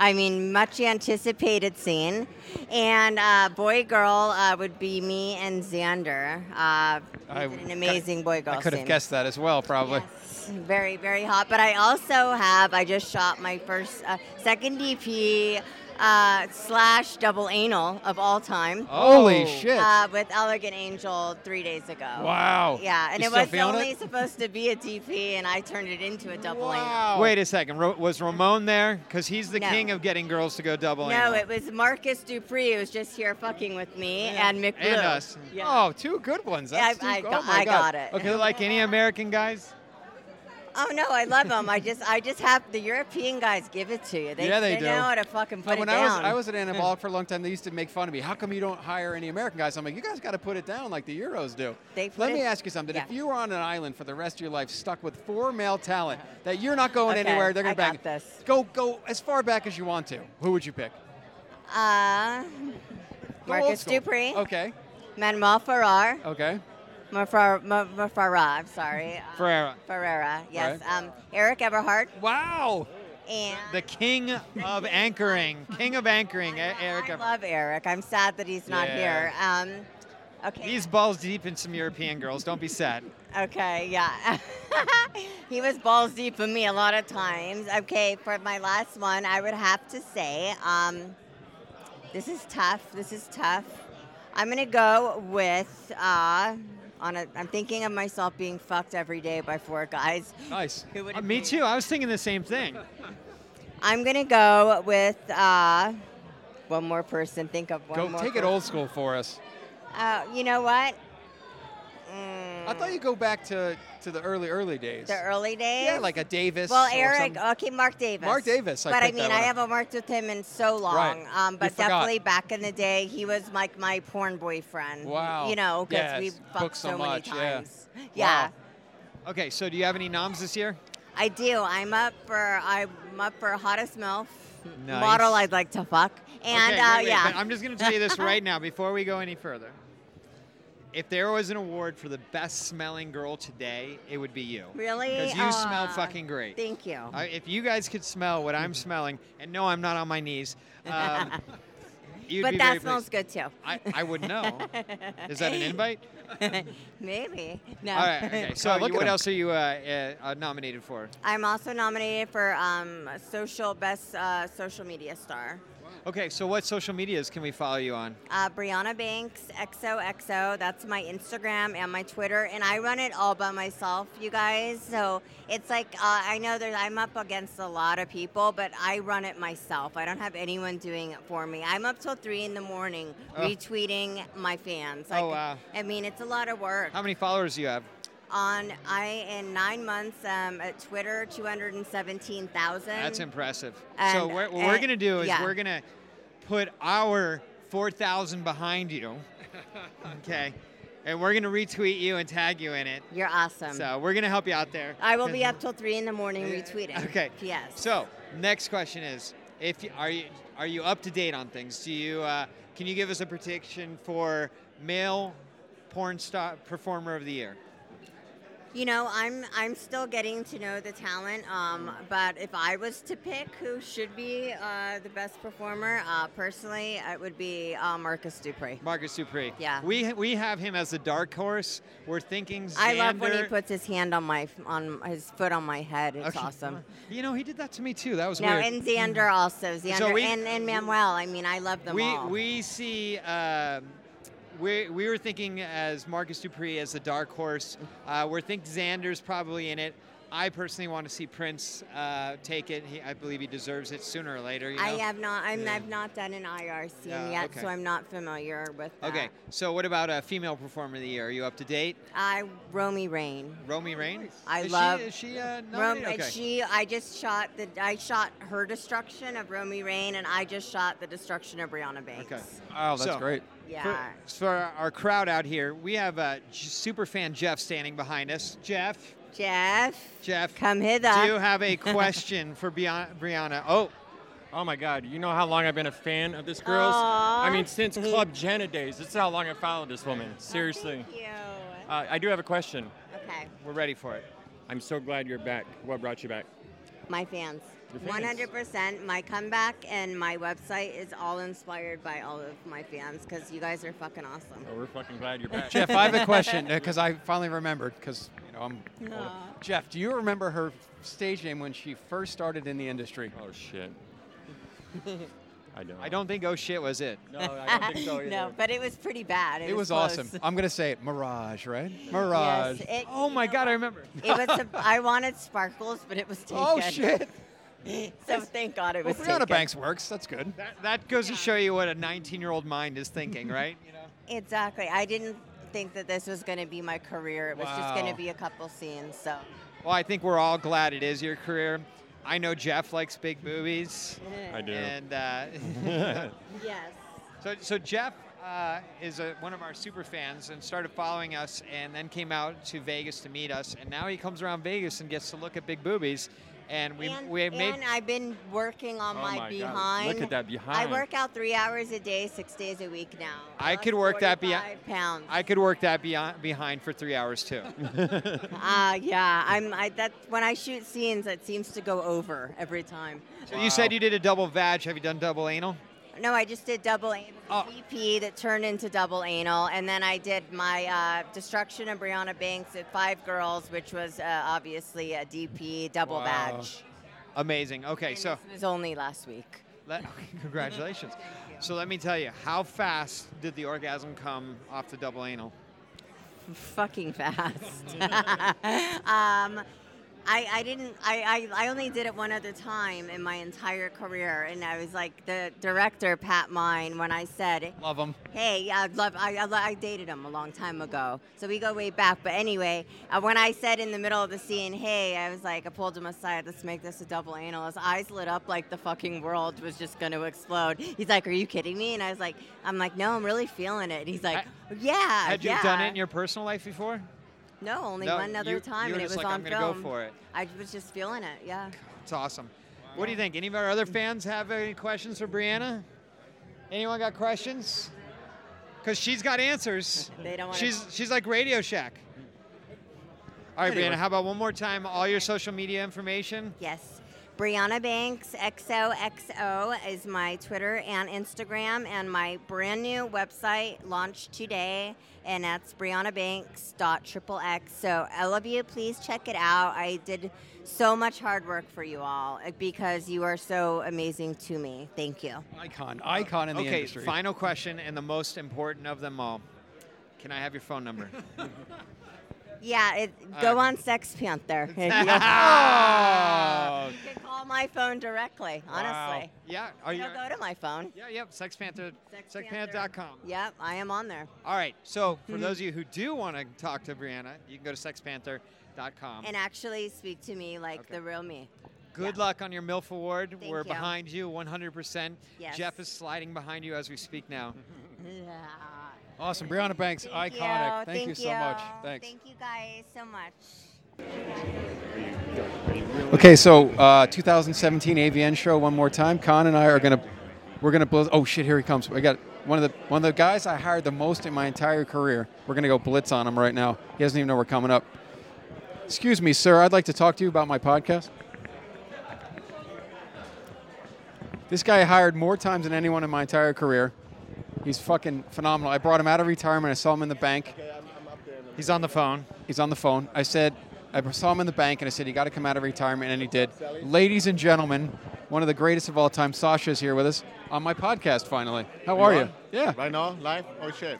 Speaker 16: I mean, much anticipated scene. And uh, Boy Girl uh, would be me and Xander. Uh,
Speaker 3: I-
Speaker 16: an amazing boy girl
Speaker 3: I could have
Speaker 16: scene.
Speaker 3: guessed that as well, probably.
Speaker 16: Very, very hot. But I also have, I just shot my first, uh, second DP uh, slash double anal of all time.
Speaker 3: Holy Oh. shit.
Speaker 16: Uh, with Elegant Angel three days ago.
Speaker 20: Wow.
Speaker 16: Yeah, and
Speaker 20: You
Speaker 16: it
Speaker 20: still
Speaker 16: was
Speaker 20: feeling
Speaker 16: only
Speaker 20: it?
Speaker 16: supposed to be a DP, and I turned it into a double anal.
Speaker 20: Wait a second. Ro- was Ramon there? Because he's the
Speaker 16: Oh. No.
Speaker 20: king of getting girls to go double.
Speaker 16: No,
Speaker 20: anal.
Speaker 16: it was Marcus Dupree who was just here fucking with me and McBlue.
Speaker 20: And us.
Speaker 16: Yeah.
Speaker 3: Oh, two good ones.
Speaker 16: Yeah,
Speaker 3: That's
Speaker 16: I- I
Speaker 3: two,
Speaker 16: got-
Speaker 3: oh my
Speaker 16: I
Speaker 3: God.
Speaker 16: got it.
Speaker 20: Okay, like any American guys?
Speaker 16: Oh no, I love them. I just, I just have the European guys give it to you. They,
Speaker 3: yeah, they,
Speaker 16: they
Speaker 3: do.
Speaker 16: know how to fucking
Speaker 3: And Oh,
Speaker 16: put
Speaker 3: when
Speaker 16: it
Speaker 3: I was,
Speaker 16: down.
Speaker 3: I was at Anabolic for a long time. They used to make fun of me. How come you don't hire any American guys? I'm like, you guys got to put it down like the Euros do.
Speaker 16: They
Speaker 3: Let
Speaker 16: put
Speaker 3: me
Speaker 16: it-
Speaker 3: ask you something.
Speaker 16: yeah.
Speaker 3: If you were on an island for the rest of your life, stuck with four male talent that you're not going
Speaker 16: Okay,
Speaker 3: anywhere, they're
Speaker 16: I
Speaker 3: going to
Speaker 16: got
Speaker 3: bang. This. Go, go as far back as you want to. Who would you pick?
Speaker 16: Uh,
Speaker 3: Go old
Speaker 16: Marcus
Speaker 3: school.
Speaker 16: Dupree.
Speaker 3: Okay.
Speaker 16: Manuel Ferrar.
Speaker 3: Okay.
Speaker 16: Mafar, Ma- Mafarah, I'm sorry. Uh,
Speaker 20: Ferreira.
Speaker 16: Ferreira, yes.
Speaker 20: Right.
Speaker 16: Um, Eric Eberhardt.
Speaker 20: Wow.
Speaker 16: And
Speaker 20: The king of anchoring. King of anchoring, E- Eric.
Speaker 16: I love Eric. I'm sad that he's not
Speaker 20: Yeah.
Speaker 16: here. Um, okay.
Speaker 20: He's balls deep in some European girls. Don't be sad.
Speaker 16: Uh, Okay, yeah. he was balls deep in me a lot of times. Okay, for my last one, I would have to say um, this is tough. This is tough. I'm going to go with. Uh, on a, I'm thinking of myself being fucked every day by four guys.
Speaker 3: Nice.
Speaker 16: Who would
Speaker 20: Uh, me too. I was thinking the same thing.
Speaker 16: I'm going to go with uh, one more person. Think of one
Speaker 3: go
Speaker 16: more
Speaker 3: take it
Speaker 16: person.
Speaker 3: old school for us.
Speaker 16: Uh, you know what? Mm,
Speaker 3: I thought you go back to, to the early, early days.
Speaker 16: The early days.
Speaker 3: Yeah, like a Davis.
Speaker 16: Well,
Speaker 3: or
Speaker 16: Eric. uh,
Speaker 3: something.
Speaker 16: Okay, Mark Davis.
Speaker 3: Mark Davis, I
Speaker 16: but I
Speaker 3: picked that
Speaker 16: mean,
Speaker 3: one
Speaker 16: I
Speaker 3: up.
Speaker 16: haven't worked with him in so long.
Speaker 3: Right.
Speaker 16: Um,
Speaker 3: You
Speaker 16: but
Speaker 3: forgot.
Speaker 16: definitely back in the day, he was like my porn boyfriend.
Speaker 20: Wow.
Speaker 16: You know, because
Speaker 20: Yes,
Speaker 16: we
Speaker 20: booked
Speaker 16: fucked
Speaker 20: so
Speaker 16: so, many
Speaker 20: much, yeah.
Speaker 16: times. Yeah.
Speaker 20: Okay, so do you have any noms this year?
Speaker 16: I do. I'm up for I'm up for hottest milf
Speaker 20: Nice.
Speaker 16: model. I'd like to fuck. And
Speaker 20: Okay,
Speaker 16: uh,
Speaker 20: wait, wait,
Speaker 16: yeah,
Speaker 20: but I'm just going to tell you this right now before we go any further. If there was an award for the best smelling girl today, it would be you.
Speaker 16: Really?
Speaker 20: Because you smell
Speaker 16: Aw,
Speaker 20: fucking great.
Speaker 16: Thank you.
Speaker 20: I, if you guys could smell what I'm smelling, and no, I'm not on my knees. Um, you'd
Speaker 16: but
Speaker 20: be
Speaker 16: that
Speaker 20: very
Speaker 16: smells
Speaker 20: pleased.
Speaker 16: good too.
Speaker 20: I, I would know. Is that an invite?
Speaker 16: Maybe. No.
Speaker 20: All right. Okay. So,
Speaker 16: look
Speaker 20: you-
Speaker 16: at
Speaker 20: what
Speaker 16: him.
Speaker 20: else are you uh, uh, uh, nominated for?
Speaker 16: I'm also nominated for um, social best uh, social media star.
Speaker 20: Okay. So, what social medias can we follow you on?
Speaker 16: Uh, Brianna Banks, XOXO. That's my Instagram and my Twitter, and I run it all by myself, you guys. So it's like uh, I know that I'm up against a lot of people, but I run it myself. I don't have anyone doing it for me. I'm up till three in the morning
Speaker 20: Oh.
Speaker 16: retweeting my fans.
Speaker 20: Oh, wow.
Speaker 16: I mean, it's a lot of work.
Speaker 20: How many followers do you have?
Speaker 16: On I in nine months um, at Twitter, two hundred and seventeen thousand.
Speaker 20: That's impressive. so
Speaker 16: Um, and-
Speaker 20: we're, what we're
Speaker 16: and-
Speaker 20: gonna do is
Speaker 16: yeah.
Speaker 20: we're gonna put our four thousand behind you, okay, and we're gonna retweet you and tag you in it.
Speaker 16: You're awesome.
Speaker 20: So we're gonna help you out there.
Speaker 16: I will be up till three in the morning
Speaker 20: Yeah.
Speaker 16: retweeting.
Speaker 20: Okay.
Speaker 16: Yes.
Speaker 20: So next question is: If you, are you are you up to date on things? Do you uh, can you give us a prediction for male porn star performer of the year?
Speaker 16: You know, I'm I'm still getting to know the talent. Um, but if I was to pick who should be uh, the best performer, uh, personally, it would be uh, Marcus Dupree.
Speaker 20: Marcus Dupree.
Speaker 16: Yeah.
Speaker 20: We we have him as the dark horse. We're thinking. Xander.
Speaker 16: I love when he puts his hand on my on his foot on my head. It's
Speaker 20: Okay.
Speaker 16: awesome.
Speaker 20: You know, he did that to me too. That was
Speaker 16: No,
Speaker 20: weird.
Speaker 16: and Xander also Xander
Speaker 20: we-
Speaker 16: and, and Manuel. I mean, I love them
Speaker 20: we
Speaker 16: all.
Speaker 20: we see. Um, we, we were thinking as Marcus Dupree as the dark horse. Uh, we're think Xander's probably in it. I personally want to see Prince uh, take it. He, I believe he deserves it sooner or later. you
Speaker 16: I
Speaker 20: know?
Speaker 16: have not. I'm,
Speaker 20: Yeah.
Speaker 16: I've not done an IR scene
Speaker 20: Yeah,
Speaker 16: yet,
Speaker 20: okay.
Speaker 16: so I'm not familiar with. That.
Speaker 20: Okay, so what about a female performer of the year? Are you up to date?
Speaker 16: I Romy Rain.
Speaker 20: Romy Rain.
Speaker 16: I
Speaker 20: Is she-
Speaker 16: love.
Speaker 20: is she uh,
Speaker 16: Rom-
Speaker 20: nominated? Okay.
Speaker 16: She. I just shot the. I shot her destruction of Romy Rain, and I just shot the destruction of Brianna Banks.
Speaker 20: Okay.
Speaker 3: Wow, that's
Speaker 20: So,
Speaker 3: great.
Speaker 16: Yeah.
Speaker 20: For, for our crowd out here, we have uh, J- super fan Jeff standing behind us. Jeff.
Speaker 16: Jeff.
Speaker 20: Jeff.
Speaker 16: Come hither.
Speaker 20: Do you have a question for Bian- Brianna? Oh.
Speaker 19: Oh my God! You know how long I've been a fan of this girl's?
Speaker 16: Aw. Mm-hmm. Oh,
Speaker 19: I mean, since Club Jenna days. This is how long I followed this woman. Seriously.
Speaker 16: Thank you.
Speaker 19: Uh, I do have a question.
Speaker 16: Okay.
Speaker 19: We're ready for it. I'm so glad you're back. What brought you back?
Speaker 16: My fans.
Speaker 19: Your fans.
Speaker 16: 100%. My comeback and my website is all inspired by all of my fans because you guys are fucking awesome.
Speaker 19: Oh, we're fucking glad you're back.
Speaker 3: Jeff, I have a question because I finally remembered because you know I'm. older.
Speaker 16: Aw.
Speaker 3: Jeff, do you remember her stage name when she first started in the industry?
Speaker 19: Oh shit. I don't.
Speaker 20: I don't think oh shit was it.
Speaker 19: No, I don't think so either.
Speaker 16: no, but it was pretty bad. It,
Speaker 3: It was
Speaker 16: close.
Speaker 3: awesome. I'm gonna say it, Mirage, right? Mirage.
Speaker 16: Yes, it-
Speaker 20: oh my God, I remember.
Speaker 16: It was. A, I wanted sparkles, but it was taken.
Speaker 3: Oh, shit.
Speaker 16: so thank God it
Speaker 3: Well,
Speaker 16: was
Speaker 3: Brianna
Speaker 16: taken.
Speaker 3: Banks works. That's good.
Speaker 20: That, that goes to show you what a 19-year-old mind is thinking, right?
Speaker 16: Exactly. I didn't think that this was going to be my career. It was just going
Speaker 20: Wow.
Speaker 16: to be a couple scenes. So
Speaker 20: Well, I think we're all glad it is your career. I know Jeff likes big movies.
Speaker 19: I do.
Speaker 20: And uh,
Speaker 16: yes.
Speaker 20: so, so Jeff uh, is a, one of our super fans and started following us, and then came out to Vegas to meet us, and now he comes around Vegas and gets to look at big boobies, and we
Speaker 16: And,
Speaker 20: we have made.
Speaker 16: and I've been working on
Speaker 20: Oh
Speaker 16: my,
Speaker 20: my God. Look
Speaker 16: behind.
Speaker 20: at that behind.
Speaker 16: I work out three hours a day, six days a week now.
Speaker 20: I could work that beyond.
Speaker 16: 45 pounds.
Speaker 20: I could work that beyond behind for three hours too.
Speaker 16: Uh, yeah, I'm. I, that when I shoot scenes, it seems to go over every time.
Speaker 20: so you said you did a double vag. Have you done double anal?
Speaker 16: No, I just did double anal
Speaker 20: Oh.
Speaker 16: VP that turned into double anal, and then I did my uh, destruction of Brianna Banks at Five Girls, which was uh, obviously a DP double
Speaker 20: Wow.
Speaker 16: badge.
Speaker 20: Amazing. Okay, so
Speaker 16: It was only last week.
Speaker 20: Let, okay, congratulations. So let me tell you, how fast did the orgasm come off the double anal?
Speaker 16: Fucking fast. um, I, I didn't I, I, I only did it one other time in my entire career and I was like the director Pat Mine when I said
Speaker 3: Love them.
Speaker 16: Hey, I love. I, I, lo- I dated him a long time ago, so we go way back. But anyway, uh, when I said in the middle of the scene, "Hey," I was like, I pulled him aside. Let's make this a double anal. His eyes lit up like the fucking world was just going to explode. He's like, "Are you kidding me?" And I was like, "I'm like, no, I'm really feeling it." And he's like, "Yeah,
Speaker 20: Had you
Speaker 16: yeah."
Speaker 20: done it in your personal life before?
Speaker 16: No, only
Speaker 20: No,
Speaker 16: one other
Speaker 20: you-
Speaker 16: time,
Speaker 20: you were
Speaker 16: and it
Speaker 20: just
Speaker 16: was
Speaker 20: like,
Speaker 16: on
Speaker 20: "I'm gonna
Speaker 16: film.
Speaker 20: go for it.
Speaker 16: I was just feeling it. Yeah.
Speaker 20: It's awesome. What do you think? Any of our other fans have any questions for Brianna? Anyone got questions? Because she's got answers.
Speaker 16: They don't wanna-
Speaker 20: she's she's like Radio Shack. All right,
Speaker 16: Anyway.
Speaker 20: Brianna. How about one more time? All your social media information.
Speaker 16: Yes. Brianna Banks XOXO is my Twitter and Instagram, and my brand new website launched today, and that's briannabanks.xxx. So, I love you. Please check it out. I did so much hard work for you all uh, because you are so amazing to me. Thank you.
Speaker 3: Icon, icon in the
Speaker 20: okay,
Speaker 3: industry.
Speaker 20: final question and the most important of them all. Can I have your phone number?
Speaker 16: Yeah, it, go
Speaker 20: Uh,
Speaker 16: on Sex Panther.
Speaker 20: Oh.
Speaker 16: you can call my phone directly, honestly.
Speaker 20: Yeah. Are you,
Speaker 16: No, go to my phone.
Speaker 20: Yeah, yep. Sex Panther. Sexpanther.com.
Speaker 16: Yep, I am on there.
Speaker 20: All right. So for
Speaker 3: Hmm.
Speaker 16: Mhm.
Speaker 20: those of you who do want to talk to Brianna, you can go to sexpanther.com.
Speaker 16: And actually speak to me like the real me.
Speaker 20: Good luck on your MILF award.
Speaker 16: Thank
Speaker 20: We're
Speaker 16: you.
Speaker 20: behind you 100%.
Speaker 16: Yes.
Speaker 20: Jeff is sliding behind you as we speak now.
Speaker 3: Awesome. Brianna Banks,
Speaker 16: Thank
Speaker 3: iconic.
Speaker 16: you.
Speaker 3: Thank, you so much.
Speaker 16: you.
Speaker 3: Thanks.
Speaker 16: Thank you guys so much.
Speaker 3: Okay, so uh, 2017 AVN show one more time. Con and I are gonna we're gonna blitz. Oh shit, here he comes. I got one of the one of the guys I hired the most in my entire career. We're gonna go blitz on him right now. He doesn't even know we're coming up. Excuse me, sir. I'd like to talk to you about my podcast. This guy I hired more times than anyone in my entire career. He's fucking phenomenal. I brought him out of retirement. I saw him in the bank.
Speaker 20: He's on the phone.
Speaker 3: He's on the phone. I said, I saw him in the bank and I said, you got to come out of retirement. And he did. Ladies and gentlemen, one of the greatest of all time, Sasha's here with us on my podcast finally. How are you? Yeah.
Speaker 17: Right now, live? Oh, shit.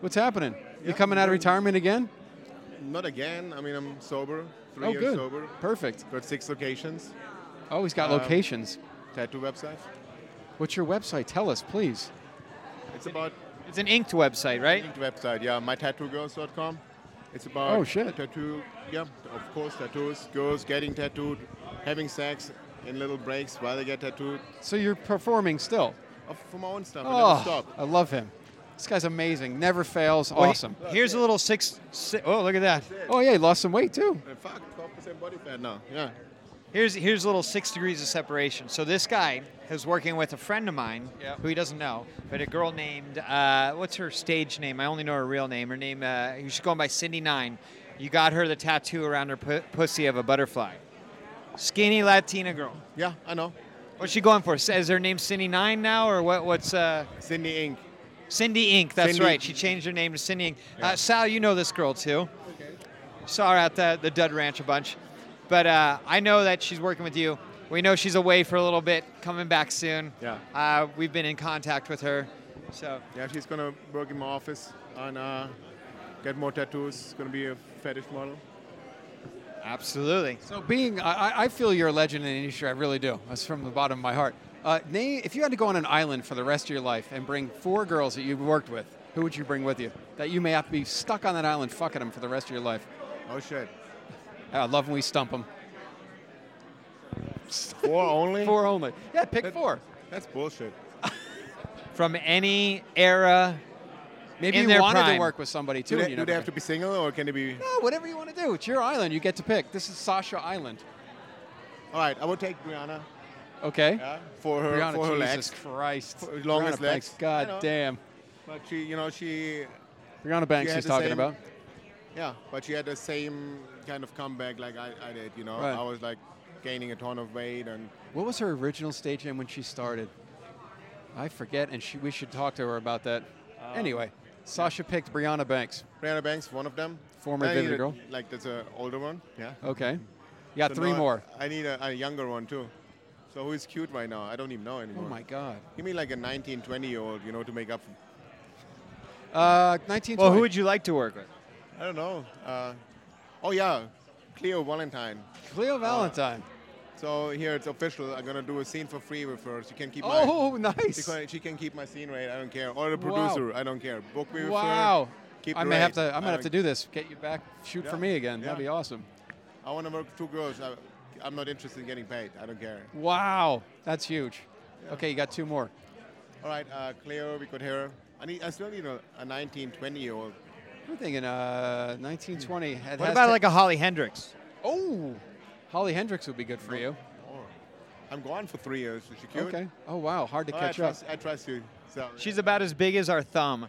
Speaker 3: What's happening? You coming out of retirement again?
Speaker 17: Not again. I mean, I'm sober. Three
Speaker 3: Oh,
Speaker 17: years
Speaker 3: good.
Speaker 17: sober.
Speaker 3: Perfect.
Speaker 17: Got six locations.
Speaker 3: Oh, he's got
Speaker 17: Um,
Speaker 3: locations.
Speaker 17: Tattoo website.
Speaker 3: What's your website? Tell us, please.
Speaker 17: It's about.
Speaker 20: It's an inked website, right?
Speaker 17: Inked website, yeah. MyTattooGirls.com. It's about.
Speaker 3: Oh, shit.
Speaker 17: Tattoo. Yeah, of course, tattoos, girls getting tattooed, having sex in little breaks while they get tattooed.
Speaker 3: So you're performing still?
Speaker 17: Of- For my own stuff. I never
Speaker 3: Oh,
Speaker 17: stop.
Speaker 3: I love him. This guy's amazing. Never fails.
Speaker 20: Well, he-
Speaker 3: Awesome.
Speaker 20: here's a little six. si oh, look at that.
Speaker 3: Oh, yeah, he lost some weight too.
Speaker 17: In fact, 12% body fat now. Yeah.
Speaker 20: Here's here's a little six degrees of separation. So this guy is working with a friend of mine who he doesn't know, but a girl named uh, what's her stage name? I only know her real name. Her name uh, she's going by Cindy Nine. You got her the tattoo around her pu- pussy of a butterfly. Skinny Latina girl.
Speaker 17: Yeah, I know.
Speaker 20: What's she going for? S- Is her name Cindy Nine now, or what? What's uh,
Speaker 17: Cindy Inc.
Speaker 20: Cindy Inc. That's
Speaker 17: Cindy-
Speaker 20: right. She changed her name to Cindy Inc. Uh, Sal, you know this girl too.
Speaker 17: Okay.
Speaker 20: Saw her at the, the Dud Ranch a bunch. But uh, I know that she's working with you. We know she's away for a little bit, coming back soon.
Speaker 17: Yeah.
Speaker 20: Uh, we've been in contact with her. So
Speaker 17: yeah, she's gonna work in my office and uh, get more tattoos. Gonna be a fetish model.
Speaker 20: Absolutely.
Speaker 3: So being, I, I- I feel you're a legend in the industry. I really do. That's from the bottom of my heart. Uh, name, if you had to go on an island for the rest of your life and bring four girls that you've worked with, who would you bring with you? That you may have to be stuck on that island fucking them for the rest of your life.
Speaker 17: Oh shit.
Speaker 3: I love when we stump them.
Speaker 17: Four only.
Speaker 3: four only. Yeah, pick four.
Speaker 17: That's bullshit.
Speaker 20: From any era.
Speaker 3: Maybe
Speaker 20: in
Speaker 3: you
Speaker 20: their
Speaker 3: wanted
Speaker 20: prime.
Speaker 3: to work with somebody too.
Speaker 17: do
Speaker 3: and
Speaker 17: they,
Speaker 3: you
Speaker 17: do
Speaker 3: never
Speaker 17: they have
Speaker 3: did.
Speaker 17: to be single or can they be?
Speaker 3: No, whatever you want to do. It's your island. You get to pick. This is Sasha Island.
Speaker 17: All right, I will take Brianna.
Speaker 3: Okay.
Speaker 17: Yeah, for her,
Speaker 3: Brianna,
Speaker 17: for her
Speaker 3: Jesus
Speaker 17: legs.
Speaker 3: Christ.
Speaker 17: For her longest
Speaker 3: Brianna
Speaker 17: legs.
Speaker 3: Banks, God
Speaker 17: I know.
Speaker 3: damn.
Speaker 17: But she, you know, she.
Speaker 3: Brianna Banks
Speaker 17: she had
Speaker 3: she's
Speaker 17: the
Speaker 3: talking
Speaker 17: same-
Speaker 3: about.
Speaker 17: Yeah, but she had the same kind of comeback like I, I did. You know,
Speaker 3: Right.
Speaker 17: I was like gaining a ton of weight and
Speaker 3: What was her original stage name when she started? I forget, and she, we should talk to her about that.
Speaker 17: Um,
Speaker 3: anyway, Sasha picked Brianna Banks.
Speaker 17: Brianna Banks, one of them.
Speaker 3: Former
Speaker 17: I need
Speaker 3: Vivid
Speaker 17: a-
Speaker 3: girl.
Speaker 17: Like that's an older one. Yeah.
Speaker 3: Okay. You got
Speaker 17: So
Speaker 3: three
Speaker 17: now
Speaker 3: more.
Speaker 17: I need a, a younger one too. So who is cute right now? I don't even know anymore.
Speaker 3: Oh my God.
Speaker 17: Give me like a 19, 20 year old, you know, to make up. for-
Speaker 3: Uh, 19. Uh,
Speaker 20: Well, who would you like to work with?
Speaker 17: I don't know. Uh, oh yeah, Cleo Valentine. Uh,
Speaker 3: Cleo Valentine.
Speaker 17: so here it's official. I'm gonna do a scene for free with her. She can keep my.
Speaker 3: Oh, nice.
Speaker 17: She can, she can keep my scene rate. I don't care. Or the
Speaker 3: Wow.
Speaker 17: producer. I don't care. Book me with
Speaker 3: Wow.
Speaker 17: her. Keep
Speaker 3: I
Speaker 17: the
Speaker 3: may have
Speaker 17: rate.
Speaker 3: to. I'm
Speaker 17: I
Speaker 3: gonna have to
Speaker 17: don't-
Speaker 3: do this. Get you back. Shoot for
Speaker 17: Yeah.
Speaker 3: me again. That'd
Speaker 17: Yeah.
Speaker 3: be awesome.
Speaker 17: I want to work with two girls. I, I'm not interested in getting paid. I don't care.
Speaker 3: Wow, that's huge. Okay, you got two more.
Speaker 17: All right, uh, Cleo, we could hear. I need. I still need a, a 19, 20 year old.
Speaker 3: I'm thinking uh, 1920. It
Speaker 20: What
Speaker 3: has
Speaker 20: about
Speaker 3: to-
Speaker 20: like a Holly Hendricks?
Speaker 3: Oh, Holly Hendricks would be good for you.
Speaker 17: Oh. I'm gone for three years. Is she cute?
Speaker 3: Okay. Oh wow, hard to
Speaker 17: All right,
Speaker 3: catch
Speaker 17: I
Speaker 3: up.
Speaker 17: trust, I trust you. So,
Speaker 20: She's about as big as our thumb.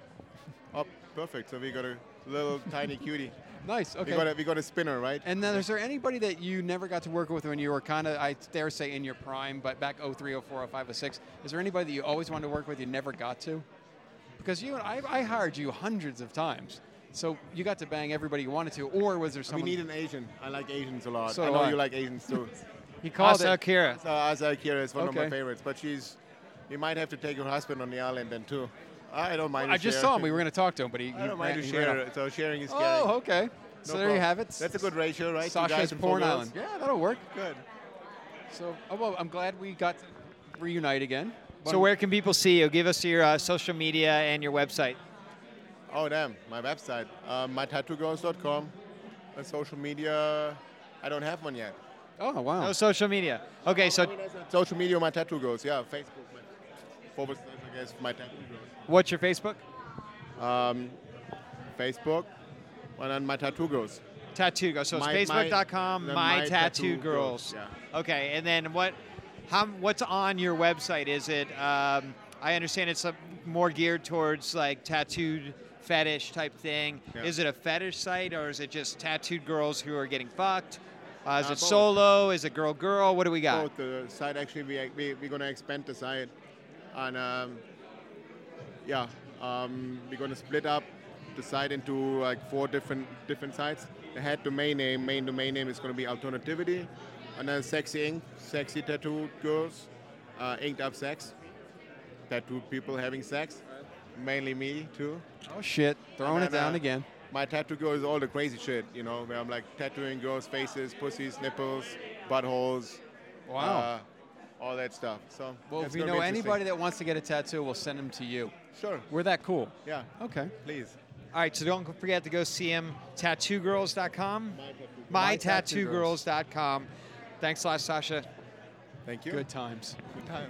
Speaker 17: oh, perfect. So we got a little tiny cutie.
Speaker 3: Nice. Okay.
Speaker 17: We got a, we got a spinner, right?
Speaker 3: And then, is there anybody that you never got to work with when you were kind of, I dare say, in your prime, but back 03, 04, 05, 06? Is there anybody that you always wanted to work with you never got to? Because you and I, I hired you hundreds of times, so you got to bang everybody you wanted to, or was there someone?
Speaker 17: We need an Asian. I like Asians a lot.
Speaker 3: So
Speaker 17: I
Speaker 3: do
Speaker 17: know
Speaker 3: I.
Speaker 17: you like Asians too.
Speaker 20: He calls Asa it- Akira.
Speaker 17: So Asa Akira is one of
Speaker 3: Okay.
Speaker 17: my favorites, but she's. You might have to take your husband on the island then too. I don't mind.
Speaker 3: I
Speaker 17: to
Speaker 3: just
Speaker 17: share.
Speaker 3: saw him. We were going to talk to him, but he.
Speaker 17: I
Speaker 3: he
Speaker 17: don't
Speaker 3: ran-
Speaker 17: mind to
Speaker 3: he ran
Speaker 17: share.
Speaker 3: off.
Speaker 17: So sharing is
Speaker 3: Oh,
Speaker 17: caring.
Speaker 3: okay. So there you have it.
Speaker 17: That's a good ratio, right? Two guys
Speaker 3: Sasha's
Speaker 17: and four
Speaker 3: Porn
Speaker 17: girls?
Speaker 3: Island. Yeah, that'll work.
Speaker 17: Good.
Speaker 3: So, oh, well, I'm glad we got to reunite again.
Speaker 20: So where can people see you? Give us your uh, social media and your website.
Speaker 17: Oh damn, my website, uh, mytattoogirls.com, and Uh, social media. I don't have one yet. Oh,
Speaker 3: Oh wow.
Speaker 20: No social media. Okay, so
Speaker 17: social media, my tattoo girls. Yeah, Facebook. My, forward slash, I guess, my tattoo girls.
Speaker 20: What's your Facebook?
Speaker 17: Um, Facebook, and then my tattoo girls.
Speaker 20: Tattoo Girls. So it's
Speaker 17: My- my-
Speaker 20: facebook.com,
Speaker 17: the
Speaker 20: my,
Speaker 17: My
Speaker 20: tattoo,
Speaker 17: Tattoo
Speaker 20: girls.
Speaker 17: Girls,
Speaker 20: Okay, and then what? How? What's on your website? Is it? Um, I understand it's uh, more geared towards like tattooed fetish type thing.
Speaker 17: Yeah.
Speaker 20: Is it a fetish site or is it just tattooed girls who are getting fucked? Uh, is
Speaker 17: Uh,
Speaker 20: it
Speaker 17: both.
Speaker 20: solo? Is it girl girl? What do we got?
Speaker 17: Both the site actually, we we we gonna expand the site, and um, yeah, um, we're gonna split up the site into like four different different sites. The head domain name, main domain name is gonna be Alternativity, and then Sexy Ink, Sexy Tattoo Girls, uh, Inked Up Sex, tattooed people having sex, mainly me too.
Speaker 3: Oh shit! Throwing
Speaker 17: And
Speaker 3: it
Speaker 17: then,
Speaker 3: down
Speaker 17: uh,
Speaker 3: again.
Speaker 17: My tattoo girl is all the crazy shit, you know, where I'm like tattooing girls' faces, pussies, nipples, buttholes.
Speaker 3: Wow.
Speaker 17: uh, all that stuff. So
Speaker 3: Well,
Speaker 17: it's
Speaker 3: if you
Speaker 17: gonna
Speaker 3: know
Speaker 17: be interesting.
Speaker 3: anybody that wants to get a tattoo, we'll send them to you.
Speaker 17: Sure.
Speaker 3: We're that cool.
Speaker 17: Yeah.
Speaker 3: Okay.
Speaker 17: Please.
Speaker 20: All right, so don't forget to go see him. Tattoogirls.com.
Speaker 3: MyTattooGirls.
Speaker 20: MyTattooGirls.com. Thanks a lot, Sasha.
Speaker 17: Thank you.
Speaker 3: Good times.
Speaker 17: Good time.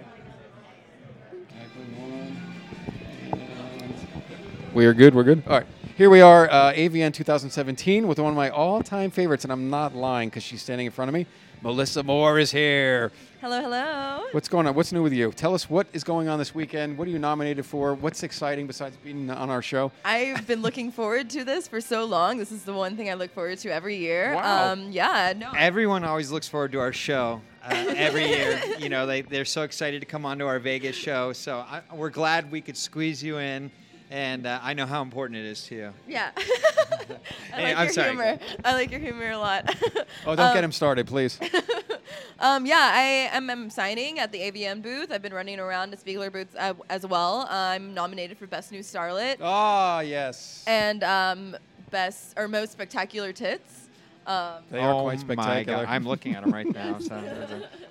Speaker 3: We are good. We're good. All right. Here we are, uh, AVN 2017, with one of my all-time favorites, and I'm not lying because she's standing in front of me. Melissa Moore is here.
Speaker 21: Hello, hello.
Speaker 3: What's going on? What's new with you? Tell us what is going on this weekend. What are you nominated for? What's exciting besides being on our show?
Speaker 21: I've been looking forward to this for so long. This is the one thing I look forward to every year.
Speaker 20: Wow.
Speaker 21: Um, yeah, no.
Speaker 20: Everyone always looks forward to our show uh, every year. You know, they, they're so excited to come onto our Vegas show. So I, we're glad we could squeeze you in, and uh, I know how important it is to you.
Speaker 21: Yeah. I
Speaker 20: Hey,
Speaker 21: like
Speaker 20: I'm
Speaker 21: your
Speaker 20: sorry.
Speaker 21: humor. I like your humor a lot.
Speaker 3: Oh, don't get
Speaker 21: Um,
Speaker 3: him started, please.
Speaker 21: Um, yeah, I am, am signing at the AVM booth. I've been running around to Spiegler booths uh, as well. I'm nominated for Best New Starlet.
Speaker 3: Ah, yes.
Speaker 21: and um, best or most spectacular tits. Um,
Speaker 3: They are
Speaker 20: Oh
Speaker 3: quite
Speaker 20: my
Speaker 3: spectacular.
Speaker 20: God, I'm looking at them right now. So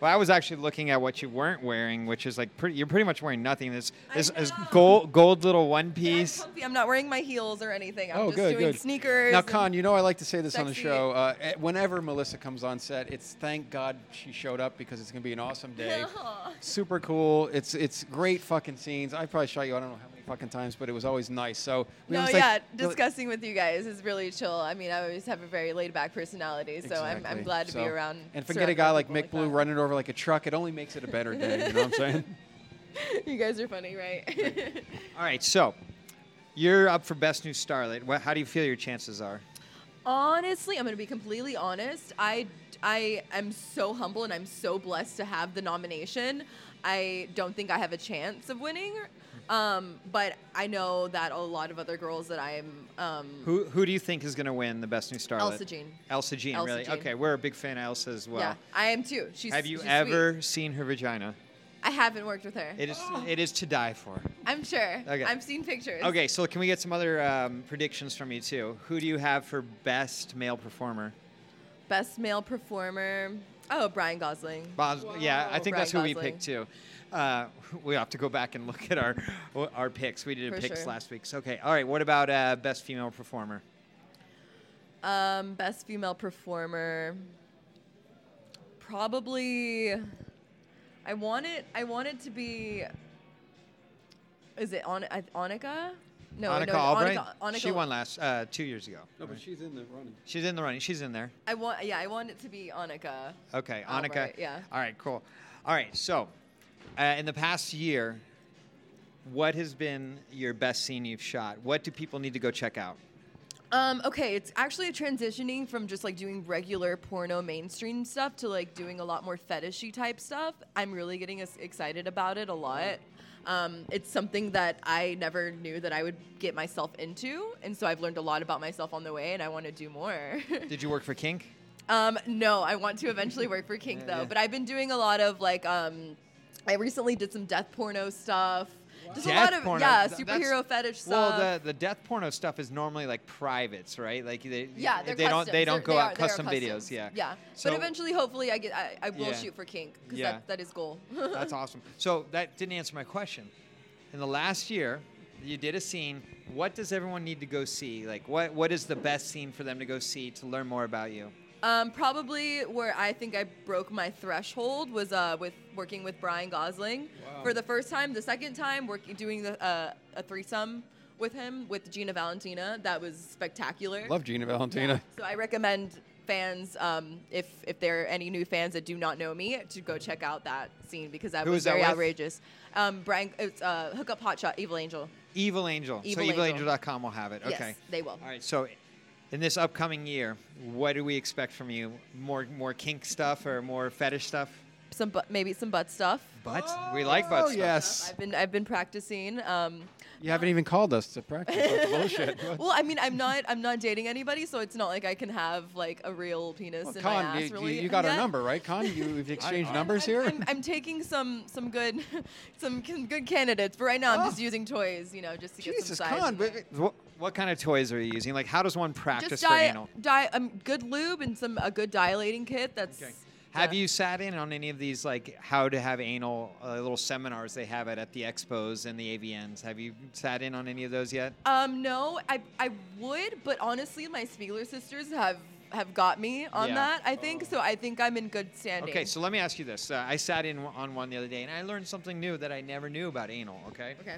Speaker 20: well, I was actually looking at what you weren't wearing, which is like pretty. You're pretty much wearing nothing. This this, this gold gold little one piece.
Speaker 21: I'm not wearing my heels or anything. I'm
Speaker 3: oh,
Speaker 21: just
Speaker 3: good,
Speaker 21: doing
Speaker 3: good.
Speaker 21: sneakers.
Speaker 3: Now,
Speaker 21: and-
Speaker 3: Con, you know I like to say this on the
Speaker 21: sexy.
Speaker 3: show. Uh, eh, whenever Melissa comes on set, it's thank God she showed up because it's going to be an awesome day.
Speaker 21: Aw.
Speaker 3: Super cool. It's it's great fucking scenes. I probably shot you. I don't know how many fucking times, but it was always nice. So we
Speaker 21: No,
Speaker 3: always
Speaker 21: yeah,
Speaker 3: like-
Speaker 21: discussing with you guys is really chill. I mean, I always have a very laid back personality, so I'm, I'm
Speaker 3: Exactly.
Speaker 21: glad to
Speaker 3: So-
Speaker 21: be around.
Speaker 3: And forget a
Speaker 21: surrounded
Speaker 3: guy
Speaker 21: by
Speaker 3: like
Speaker 21: people
Speaker 3: Mick Blue running over like a truck. It only makes it a better day. You know what I'm saying?
Speaker 21: that. you guys are funny, right?
Speaker 20: All right, so you're up for best new starlet. What, how do you feel your chances are?
Speaker 21: Honestly, I'm going to be completely honest. I, I am so humble and I'm so blessed to have the nomination. I don't think I have a chance of winning, um, but I know that a lot of other girls that I'm. Um,
Speaker 20: Who who do you think is going to win the best new starlet?
Speaker 21: Elsa Jean.
Speaker 20: Elsa Jean,
Speaker 21: Elsa
Speaker 20: really?
Speaker 21: Jean.
Speaker 20: Okay, we're a big fan of Elsa as well.
Speaker 21: Yeah, I am too. She's.
Speaker 20: Have you
Speaker 21: she's sweet.
Speaker 20: ever seen her vagina?
Speaker 21: I haven't worked with her.
Speaker 20: It is it is to die for.
Speaker 21: I'm sure.
Speaker 20: Okay.
Speaker 21: I've seen pictures.
Speaker 20: Okay, so can we get some other um, predictions from you too? Who do you have for best male performer?
Speaker 21: best male performer. Oh, Brian Gosling.
Speaker 20: Bos- yeah, I
Speaker 21: Whoa,
Speaker 20: think
Speaker 21: Ryan
Speaker 20: that's who we
Speaker 21: Gosling.
Speaker 20: picked too. Uh, we have to go back and look at our our picks. We did
Speaker 21: For
Speaker 20: picks
Speaker 21: sure.
Speaker 20: last week. So, okay, all right. What about uh, best female performer?
Speaker 21: Um, best female performer. Probably. I want it. I want it to be. Is it on I- Annika? No,
Speaker 20: Annika
Speaker 21: no,
Speaker 20: Albright.
Speaker 21: Annika, Annika,
Speaker 20: she won last uh, two years ago.
Speaker 3: No, but she's in the running.
Speaker 20: She's in the running. She's in there.
Speaker 21: I want. Yeah, I want it to be Annika.
Speaker 20: Okay, Annika.
Speaker 21: Albright, yeah.
Speaker 20: All right, cool. All right, so uh, in the past year, what has been your best scene you've shot? What do people need to go check out?
Speaker 21: Um, okay, it's actually transitioning from just like doing regular porno mainstream stuff to like doing a lot more fetishy type stuff. I'm really getting as- excited about it a lot. Um, it's something that I never knew that I would get myself into, and so I've learned a lot about myself on the way, and I want to do more.
Speaker 20: Did you work for Kink?
Speaker 21: Um, no, I want to eventually work for Kink though,
Speaker 20: yeah.
Speaker 21: but I've been doing a lot of like um, I recently did some death porno stuff. Just a
Speaker 20: Death
Speaker 21: lot of
Speaker 20: porno.
Speaker 21: yeah,
Speaker 20: Th- that's-
Speaker 21: superhero fetish
Speaker 20: Well,
Speaker 21: stuff.
Speaker 20: the, the death porno stuff is normally like privates, right? Like they
Speaker 21: Yeah,
Speaker 20: they
Speaker 21: they're
Speaker 20: don't
Speaker 21: customs.
Speaker 20: they don't
Speaker 21: They're-
Speaker 20: go
Speaker 21: they
Speaker 20: out
Speaker 21: are- they are
Speaker 20: custom videos.
Speaker 21: customs.
Speaker 20: Yeah.
Speaker 21: Yeah,
Speaker 20: So-
Speaker 21: but eventually, hopefully, I get I, I will
Speaker 20: Yeah.
Speaker 21: shoot for kink because
Speaker 20: Yeah.
Speaker 21: that, that is goal.
Speaker 20: That's awesome. So that didn't answer my question. In the last year, you did a scene. What does everyone need to go see? Like, what what is the best scene for them to go see to learn more about you?
Speaker 21: Um, probably where I think I broke my threshold was uh, with working with Brian Gosling
Speaker 22: Wow.
Speaker 21: for the first time. The second time, working doing the, uh, a threesome with him with Gina Valentina. That was spectacular.
Speaker 3: Love Gina Valentina.
Speaker 21: So I recommend fans, um, if if there are any new fans that do not know me, to go check out that scene because that
Speaker 20: Who
Speaker 21: was
Speaker 20: was that
Speaker 21: very
Speaker 20: with?
Speaker 21: outrageous. Um, Brian, it's uh, hook up hotshot, Evil Angel.
Speaker 20: Evil Angel.
Speaker 21: Evil
Speaker 20: so
Speaker 21: Angel.
Speaker 20: evilangel.com will have it.
Speaker 21: Yes,
Speaker 20: Okay.
Speaker 21: they will.
Speaker 20: All right. So in this upcoming year, what do we expect from you? More more kink stuff or more fetish stuff?
Speaker 21: Some butt, maybe some butt stuff.
Speaker 20: Butt? we like
Speaker 3: Oh,
Speaker 20: butt
Speaker 21: Oh,
Speaker 20: stuff.
Speaker 21: I've been I've been practicing. Um,
Speaker 3: You haven't even called us to practice. That's bullshit.
Speaker 21: well, I mean, I'm not I'm not dating anybody, so it's not like I can have like a real penis in my
Speaker 3: Con,
Speaker 21: ass.
Speaker 3: you, you-
Speaker 21: really,
Speaker 3: you got our
Speaker 21: yet.
Speaker 3: number, right? Con, you, we've exchanged
Speaker 21: I'm-
Speaker 3: numbers here.
Speaker 21: I'm, I'm taking some some good some c- good candidates, but right now I'm just using toys, you know, just to get
Speaker 3: Ah.
Speaker 21: some
Speaker 3: Jesus,
Speaker 21: size.
Speaker 3: Con,
Speaker 21: in there.
Speaker 20: What, what kind of toys are you using? Like, how does one practice
Speaker 21: just
Speaker 20: for
Speaker 21: di-
Speaker 20: anal?
Speaker 21: di- um, good lube and some a good dilating kit. That's
Speaker 20: Have you sat in on any of these, like how to have anal uh, little seminars they have it at the expos and the AVNs? Have you sat in on any of those yet?
Speaker 21: Um, no, I I would, but honestly, my Spiegler sisters have have got me on
Speaker 20: Yeah.
Speaker 21: that. I think so. I think I'm in good standing.
Speaker 20: Okay, so let me ask you this. Uh, I sat in on one the other day and I learned something new that I never knew about anal, okay?
Speaker 21: Okay.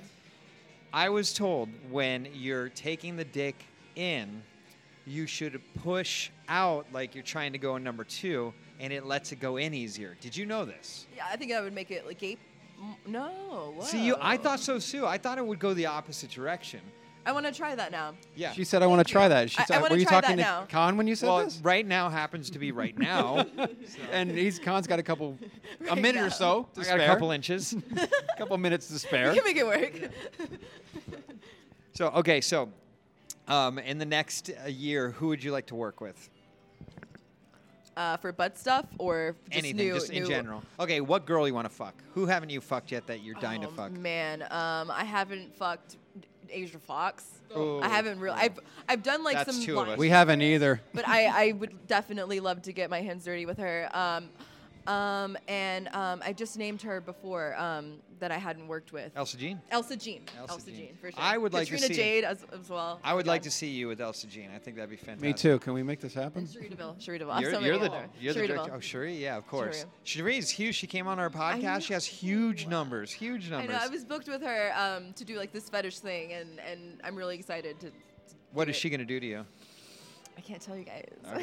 Speaker 20: I was told when you're taking the dick in, you should push out like you're trying to go in number two and it lets it go in easier. Did you know this?
Speaker 21: Yeah, I think that would make it like gape. m- No. Whoa.
Speaker 20: See, you, I thought so too. I thought it would go the opposite direction.
Speaker 21: I want to try that now.
Speaker 20: Yeah.
Speaker 3: She said, "I want to try that." She
Speaker 21: I- I
Speaker 3: said,
Speaker 21: wanna
Speaker 3: "Were you
Speaker 21: try
Speaker 3: talking
Speaker 21: that
Speaker 3: to
Speaker 21: now.
Speaker 3: Con when you said
Speaker 20: Well,
Speaker 3: this?"
Speaker 20: right now happens to be right now,
Speaker 3: and he's Con's got a couple, a
Speaker 21: Right
Speaker 3: minute
Speaker 21: now.
Speaker 3: or so.
Speaker 20: I
Speaker 3: to
Speaker 20: got a
Speaker 3: spare.
Speaker 20: couple inches,
Speaker 3: a couple minutes to spare.
Speaker 21: We can make it work.
Speaker 20: So okay, so um, in the next uh, year, who would you like to work with?
Speaker 21: Uh, for butt stuff or just
Speaker 20: Anything,
Speaker 21: new,
Speaker 20: just in
Speaker 21: new-
Speaker 20: general. Okay, what girl you want to fuck? Who haven't you fucked yet that you're dying
Speaker 21: Oh,
Speaker 20: to fuck?
Speaker 21: Man, um, I haven't fucked Asia Fox.
Speaker 20: Oh.
Speaker 21: I haven't really. I've I've done like
Speaker 20: That's
Speaker 21: some.
Speaker 20: two of
Speaker 21: blind-
Speaker 3: We haven't either.
Speaker 21: but I, I would definitely love to get my hands dirty with her. Um, um, and um, I just named her before um, that I hadn't worked with.
Speaker 20: Elsa Jean.
Speaker 21: Elsa Jean.
Speaker 20: Elsa
Speaker 21: Elsa,
Speaker 20: Jean.
Speaker 21: Jean. for sure.
Speaker 20: I would like to
Speaker 21: Katrina
Speaker 20: see-
Speaker 21: Jade as, as well.
Speaker 20: I would like to see you with Elsa Jean. I think that'd be fantastic.
Speaker 3: Me too. Can we make this happen?
Speaker 21: Sheree Deville. Sheree Deville. I'm
Speaker 20: You're,
Speaker 21: so
Speaker 20: you're
Speaker 21: many
Speaker 20: the
Speaker 21: of her.
Speaker 20: you're the
Speaker 21: Sheree
Speaker 20: director. Oh,
Speaker 21: Deville.
Speaker 20: Sheree, yeah, of course.
Speaker 21: Sheree.
Speaker 20: Sheree is huge. She came on our podcast. She has huge numbers, huge
Speaker 21: I
Speaker 20: numbers.
Speaker 21: know. I was booked with her um, to do like this fetish thing, and, and I'm really excited to.
Speaker 20: what is she gonna do to you?
Speaker 21: I can't tell you guys.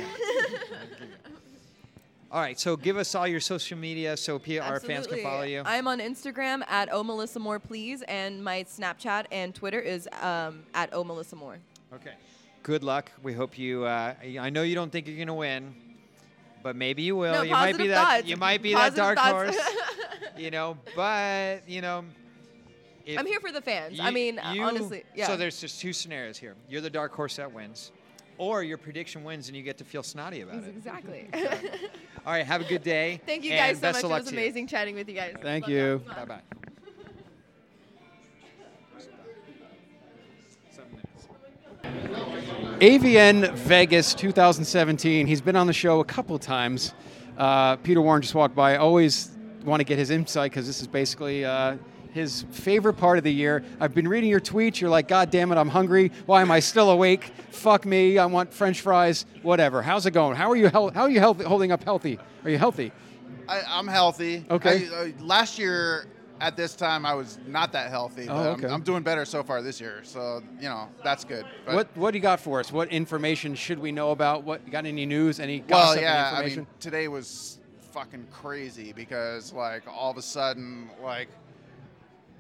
Speaker 20: All right, so give us all your social media so P- our fans can
Speaker 21: Absolutely.
Speaker 20: follow you.
Speaker 21: I'm on Instagram at O Melissa Moore, please, and my Snapchat and Twitter is um, at O Melissa Moore.
Speaker 20: Okay. Good luck. We hope you. Uh, I know you don't think you're gonna win, but maybe you will.
Speaker 21: No,
Speaker 20: you might be
Speaker 21: positive
Speaker 20: that.
Speaker 21: thoughts.
Speaker 20: You might be that
Speaker 21: Positive
Speaker 20: dark
Speaker 21: thoughts.
Speaker 20: horse. you know, but you know. if
Speaker 21: I'm here for the fans. I
Speaker 20: you-
Speaker 21: mean, uh,
Speaker 20: you-
Speaker 21: honestly, yeah.
Speaker 20: So there's just two scenarios here. You're the dark horse that wins, or your prediction wins and you get to feel snotty about it.
Speaker 21: exactly.
Speaker 20: All right. Have a good day.
Speaker 21: Thank you
Speaker 20: and
Speaker 21: guys so
Speaker 20: best
Speaker 21: much. It
Speaker 20: Of luck
Speaker 21: was
Speaker 20: to you.
Speaker 21: amazing chatting with you guys.
Speaker 3: Thank
Speaker 21: Love
Speaker 3: you.
Speaker 20: Bye
Speaker 21: y'all.
Speaker 20: bye.
Speaker 3: AVN Vegas 2017. He's been on the show a couple times. Uh, Peter Warren just walked by. I always want to get his insight because this is basically uh, his favorite part of the year. I've been reading your tweets. You're like, God damn it, I'm hungry. Why am I still awake? Fuck me. I want French fries. Whatever. How's it going? How are you? Hel- how are you health- holding up healthy? Are you healthy?
Speaker 23: I, I'm healthy.
Speaker 3: Okay.
Speaker 23: I, I, last year at this time, I was not that healthy. But
Speaker 3: Oh, okay.
Speaker 23: I'm, I'm doing better so far this year. So you know that's good. But,
Speaker 3: What What do you got for us? What information should we know about? What got any news? Any gossip?
Speaker 23: Well,
Speaker 3: any
Speaker 23: yeah. I
Speaker 3: information?
Speaker 23: mean, today was fucking crazy because like all of a sudden like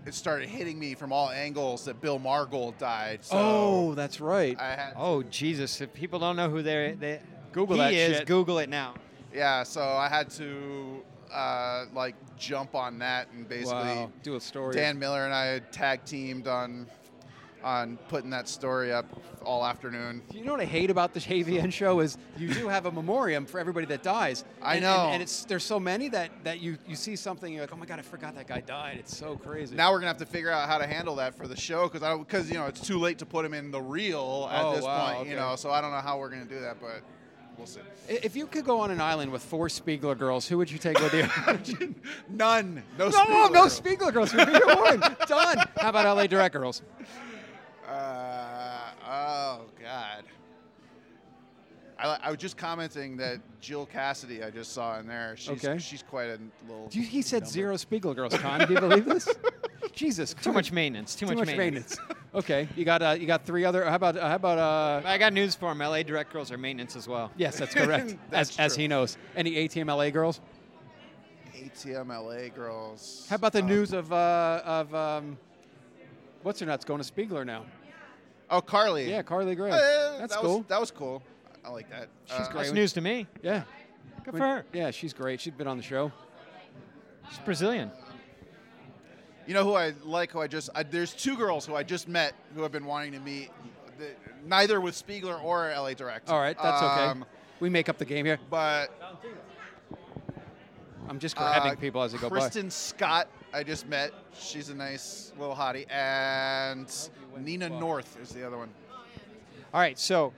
Speaker 23: it started hitting me from all angles that Bill Margold died. So
Speaker 3: oh, that's right.
Speaker 23: I had
Speaker 20: Oh Jesus! If people don't know who they they
Speaker 3: Google
Speaker 20: he
Speaker 3: that
Speaker 20: is,
Speaker 3: shit.
Speaker 20: Google it now.
Speaker 23: yeah, so I had to uh, like jump on that and basically
Speaker 3: Wow, do a story.
Speaker 23: Dan Miller and I had tag teamed on on putting that story up all afternoon.
Speaker 3: You know what I hate about the AVN show is you do have a memoriam for everybody that dies.
Speaker 23: I
Speaker 3: And-
Speaker 23: know.
Speaker 3: and, and it's there's so many that that you you see something you're like, oh my god, I forgot that guy died. It's so crazy.
Speaker 23: Now we're gonna have to figure out how to handle that for the show because I because you know it's too late to put him in the reel at
Speaker 3: Oh,
Speaker 23: this
Speaker 3: wow,
Speaker 23: point. You
Speaker 3: okay.
Speaker 23: know, so I don't know how we're gonna do that, but we'll see.
Speaker 3: I- if you could go on an island with four Spiegler girls, who would you take with you?
Speaker 23: None. No.
Speaker 3: no,
Speaker 23: Spiegler
Speaker 3: no
Speaker 23: girls.
Speaker 3: Spiegler girls. We're Peter Warren. Done. How about LA Direct girls?
Speaker 23: Uh, oh God. I, I was just commenting that Jill Cassidy I just saw in there. She's,
Speaker 3: Okay.
Speaker 23: She's quite a little.
Speaker 3: Do you- he said zero Spiegel girls, Con. Do you believe this? Jesus. Too
Speaker 20: much maintenance, too much maintenance.
Speaker 3: okay, you got uh, you got three other. How about uh, how about uh?
Speaker 20: I got news for him. LA direct girls are maintenance as well.
Speaker 3: Yes, that's correct. as, as he knows. Any ATM LA girls?
Speaker 23: ATMLA girls.
Speaker 3: How about the news of uh, of um, what's her nuts going to Spiegler now?
Speaker 23: Oh, Carly.
Speaker 3: Yeah, Carly Gray.
Speaker 23: Uh,
Speaker 3: That's
Speaker 23: that was-
Speaker 3: cool.
Speaker 23: that was cool. Uh, I I like that.
Speaker 3: She's great.
Speaker 20: That's news to me.
Speaker 3: Yeah.
Speaker 20: Good
Speaker 3: I
Speaker 20: for her.
Speaker 3: Yeah, she's great. She's been on the show.
Speaker 20: She's Brazilian.
Speaker 23: You know who I like? Who I just I, there's two girls who I just met who I've been wanting to meet. The- neither with Spiegler or LA Direct.
Speaker 3: All right, that's
Speaker 23: Um,
Speaker 3: okay. We make up the game here.
Speaker 23: But
Speaker 3: I'm just grabbing
Speaker 23: uh,
Speaker 3: people as they go by.
Speaker 23: Kristen Scott, I just met. She's a nice little hottie, and Nina North is the other one.
Speaker 20: All right, so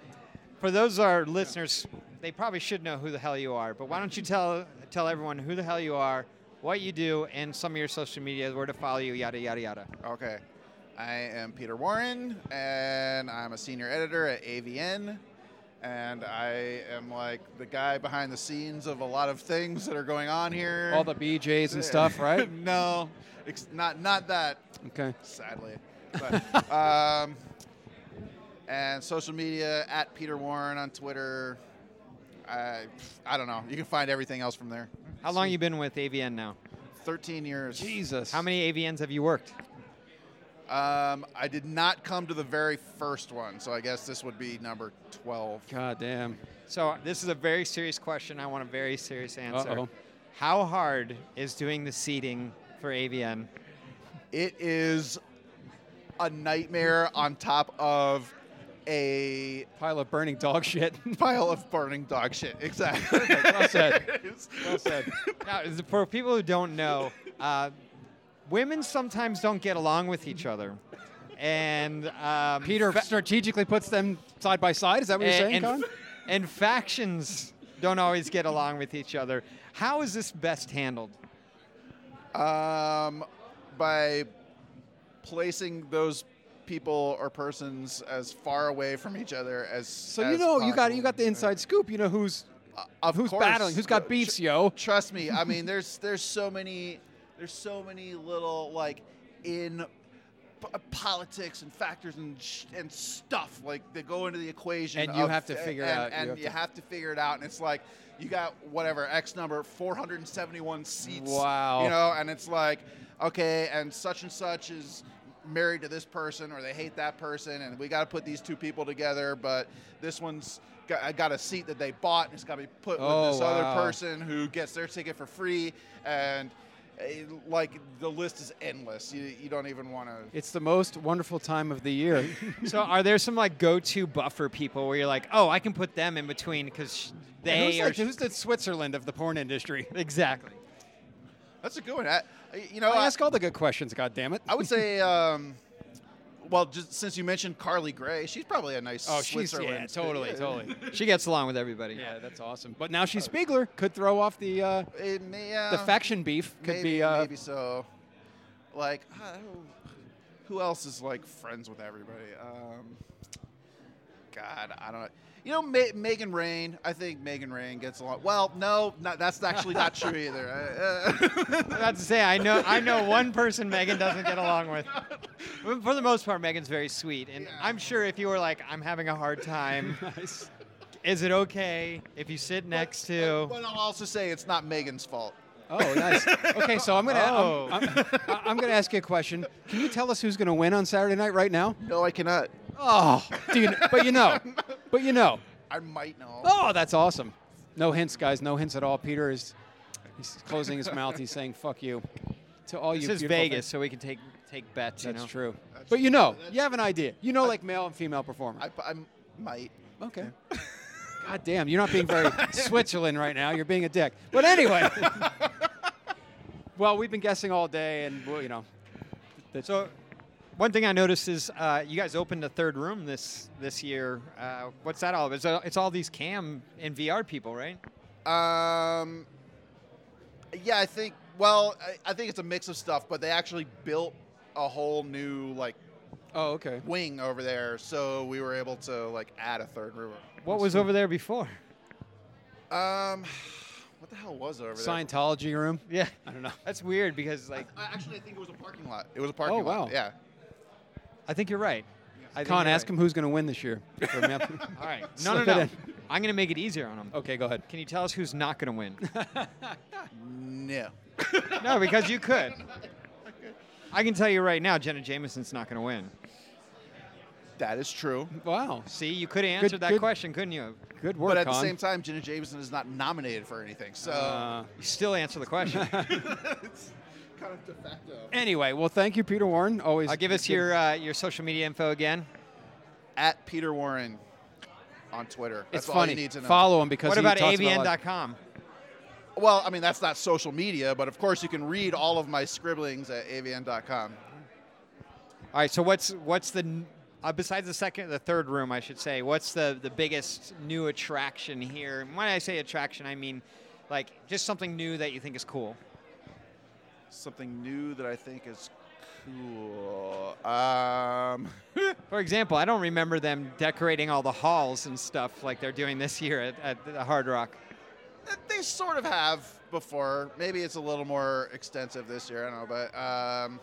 Speaker 20: for those of our listeners, they probably should know who the hell you are, but why don't you tell tell everyone who the hell you are, what you do, and some of your social media, where to follow you, yada yada yada.
Speaker 23: Okay. I am Peter Warren, and I'm a senior editor at AVN. And I am like the guy behind the scenes of a lot of things that are going on here.
Speaker 3: All the BJs and stuff, right?
Speaker 23: no, ex- not not that.
Speaker 3: Okay.
Speaker 23: Sadly, but um, and social media at Peter Warren on Twitter. I I don't know. You can find everything else from there.
Speaker 20: How long you been with AVN now?
Speaker 23: 13 years.
Speaker 3: Jesus.
Speaker 20: How many AVNs have you worked?
Speaker 23: Um, I did not come to the very first one, so I guess this would be number 12.
Speaker 3: God damn.
Speaker 20: So this is a very serious question. I want a very serious answer.
Speaker 3: Uh-oh.
Speaker 20: How hard is doing the seating for AVN?
Speaker 23: It is a nightmare on top of a
Speaker 3: pile of burning dog shit.
Speaker 23: Pile of burning dog shit. Exactly.
Speaker 20: well said.
Speaker 23: Well
Speaker 3: said.
Speaker 20: Now, is- for people who don't know, uh, women sometimes don't get along with each other, and um,
Speaker 3: Peter strategically puts them side by side. Is that what you're
Speaker 20: and-
Speaker 3: saying,
Speaker 20: and,
Speaker 3: Con?
Speaker 20: and factions don't always get along with each other. How is this best handled?
Speaker 23: Um, by placing those people or persons as far away from each other as
Speaker 3: So you know you got you got the inside scoop. You know who's
Speaker 23: of
Speaker 3: who's
Speaker 23: course. Oh.
Speaker 3: battling, who's got
Speaker 23: Tr-
Speaker 3: beats, yo.
Speaker 23: Trust me. I mean, there's there's so many there's so many little like in p- politics and factors and sh- and stuff like they go into the equation.
Speaker 3: And you
Speaker 23: of-
Speaker 3: have to figure it
Speaker 23: and-
Speaker 3: out. You
Speaker 23: and
Speaker 3: have
Speaker 23: you,
Speaker 3: to-
Speaker 23: have, to. figure it out. And it's like you got whatever X number 471 seats.
Speaker 3: Wow.
Speaker 23: You know, and it's like okay, and such and such is married to this person or they hate that person and we got to put these two people together but this one's got, got a seat that they bought and it's got to be put
Speaker 3: Oh,
Speaker 23: with this other
Speaker 3: wow.
Speaker 23: person who gets their ticket for free and uh, like the list is endless you, you don't even want to
Speaker 3: It's the most wonderful time of the year.
Speaker 20: So are there some like go-to buffer people where you're like, oh, I can put them in between because
Speaker 3: And
Speaker 20: they
Speaker 3: who's,
Speaker 20: are.
Speaker 3: like, who's the Switzerland of the porn industry?
Speaker 20: Exactly.
Speaker 23: that's a good one I, you know
Speaker 3: I
Speaker 23: I,
Speaker 3: ask all the good questions. God damn it!
Speaker 23: I would say um, well, just since you mentioned Carly Gray, she's probably a nice
Speaker 20: Oh, she's yeah,
Speaker 23: Switzerland.
Speaker 20: totally, totally. She gets along with everybody.
Speaker 3: Yeah, that's awesome. But now she's Spiegler could throw off the uh,
Speaker 23: It may- yeah,
Speaker 3: the faction beef. Could
Speaker 23: maybe,
Speaker 3: be uh,
Speaker 23: maybe so. Like, I don't- who else is like friends with everybody? Um, God, I don't know. You know, Ma- Megan Rain. I think Megan Rain gets along. Well, no, not, that's actually not true either. I- uh,
Speaker 20: about to say I know I know one person Megan doesn't get along with. But For the most part, Megan's very sweet, and I'm sure if you were like, I'm having a hard time. Is it okay if you sit next to?
Speaker 23: but I'll also say it's not Megan's fault.
Speaker 3: Oh, nice. Okay, so I'm gonna
Speaker 20: Oh.
Speaker 3: I'm, I'm, I- I'm gonna ask you a question. Can you tell us who's gonna win on Saturday night right now?
Speaker 23: No, I cannot.
Speaker 3: Oh, do you, but you know, but you know.
Speaker 23: I might know.
Speaker 3: Oh, that's awesome. No hints, guys. No hints at all. Peter is he's closing his mouth. He's saying "fuck you" to all
Speaker 20: this
Speaker 3: you.
Speaker 20: is
Speaker 3: beautiful
Speaker 20: Vegas,
Speaker 3: things.
Speaker 20: so we can take take bets. you
Speaker 3: That's
Speaker 20: know?
Speaker 3: true. but you know, you have an idea. You know, like male and female performer. I,
Speaker 23: I might.
Speaker 3: Okay. God damn, you're not being very Switzerland right now. You're being a dick. But anyway, well, we've been guessing all day, and well, you know,
Speaker 20: so One thing I noticed is uh, you guys opened a third room this this year. Uh, what's that all about? It's, all- it's all these cam and VR people, right?
Speaker 23: Um, yeah, I think. Well, I, I think it's a mix of stuff, but they actually built a whole new like.
Speaker 3: Oh, okay.
Speaker 23: Wing over there, so we were able to like add a third room.
Speaker 20: What was over there before?
Speaker 23: Um, what the hell was over there?
Speaker 3: Scientology room.
Speaker 20: Yeah,
Speaker 3: I don't know.
Speaker 20: That's weird because like
Speaker 23: I, actually, I think it was a parking lot. It was a parking
Speaker 3: Oh,
Speaker 23: lot.
Speaker 3: wow.
Speaker 23: Yeah.
Speaker 20: I think you're right. I think
Speaker 3: Con,
Speaker 20: you're
Speaker 3: ask
Speaker 20: right.
Speaker 3: him who's going to win this year. For male-
Speaker 20: All right. No, no,
Speaker 3: Slip it
Speaker 20: no.
Speaker 3: in.
Speaker 20: I'm going to make it easier on him.
Speaker 3: Okay, go ahead.
Speaker 20: Can you tell us who's not going to win?
Speaker 23: no.
Speaker 20: no, because you could. I can tell you right now, Jenna Jameson's not going to win.
Speaker 23: That is true.
Speaker 3: Wow.
Speaker 20: See, you could have answered that
Speaker 23: good-
Speaker 20: question, couldn't you?
Speaker 3: Good
Speaker 23: but at the same time, Jenna Jameson is not nominated for anything, so
Speaker 3: Uh,
Speaker 20: you still answer the question.
Speaker 23: it's kind of de facto.
Speaker 3: anyway, well, thank you, Peter Warren. Always.
Speaker 20: Uh, give us
Speaker 3: good-
Speaker 20: your uh, your social media info again.
Speaker 23: At Peter Warren on Twitter. That's
Speaker 3: It's
Speaker 23: all
Speaker 3: funny.
Speaker 23: you need to know.
Speaker 3: Follow him because
Speaker 20: What
Speaker 3: he
Speaker 20: about
Speaker 3: talks about a lot-
Speaker 20: avn.com?
Speaker 23: Well, I mean, that's not social media, but of course you can read all of my scribblings at avn.com.
Speaker 20: All right. So what's what's the n- uh, besides the second, the third room, I should say. What's the the biggest new attraction here? And when I say attraction, I mean like just something new that you think is cool.
Speaker 23: Something new that I think is cool. Um,
Speaker 20: For example, I don't remember them decorating all the halls and stuff like they're doing this year at, at the Hard Rock.
Speaker 23: They sort of have before. Maybe it's a little more extensive this year. I don't know, but um,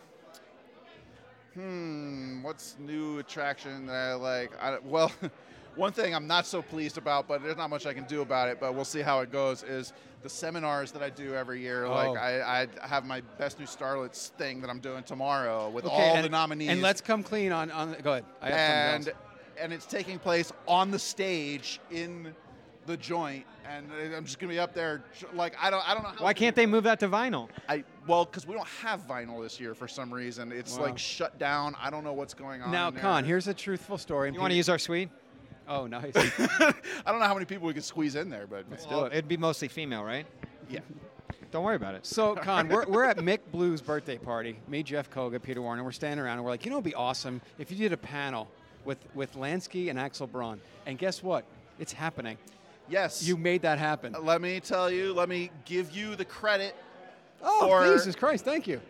Speaker 23: hmm, what's new attraction that I like? I, don't- well, one thing I'm not so pleased about, but there's not much I can do about it. But we'll see how it goes. Is the seminars that I do every year.
Speaker 3: Oh.
Speaker 23: Like I, I have my best new starlets thing that I'm doing tomorrow with
Speaker 3: Okay,
Speaker 23: all
Speaker 3: and-
Speaker 23: the nominees.
Speaker 3: And let's come clean on. on go ahead. I have something else.
Speaker 23: and and it's taking place on the stage in the joint, and I'm just gonna be up there like I don't I don't know how.
Speaker 20: Why can't they move that to vinyl?
Speaker 23: I well, because we don't have vinyl this year for some reason. It's
Speaker 3: Wow.
Speaker 23: like shut down. I don't know what's going on.
Speaker 3: now,
Speaker 23: in there.
Speaker 3: Con, here's a truthful story.
Speaker 23: You wanna use
Speaker 20: our suite?
Speaker 3: Oh, nice.
Speaker 23: I don't know how many people we could squeeze in there, but
Speaker 20: Let's do it. It'd be mostly female, right?
Speaker 23: Yeah.
Speaker 20: Don't worry about it.
Speaker 3: So, Con, we're, we're at Mick Blue's birthday party. Me, Jeff Koga, Peter Warren, and we're standing around and we're like, you know, it'd be awesome if you did a panel with with Lansky and Axel Braun. And guess what? It's happening.
Speaker 23: Yes.
Speaker 3: You made that happen.
Speaker 23: Let me tell you. Let me give you the credit.
Speaker 3: Oh,
Speaker 23: for,
Speaker 3: Jesus Christ! Thank you.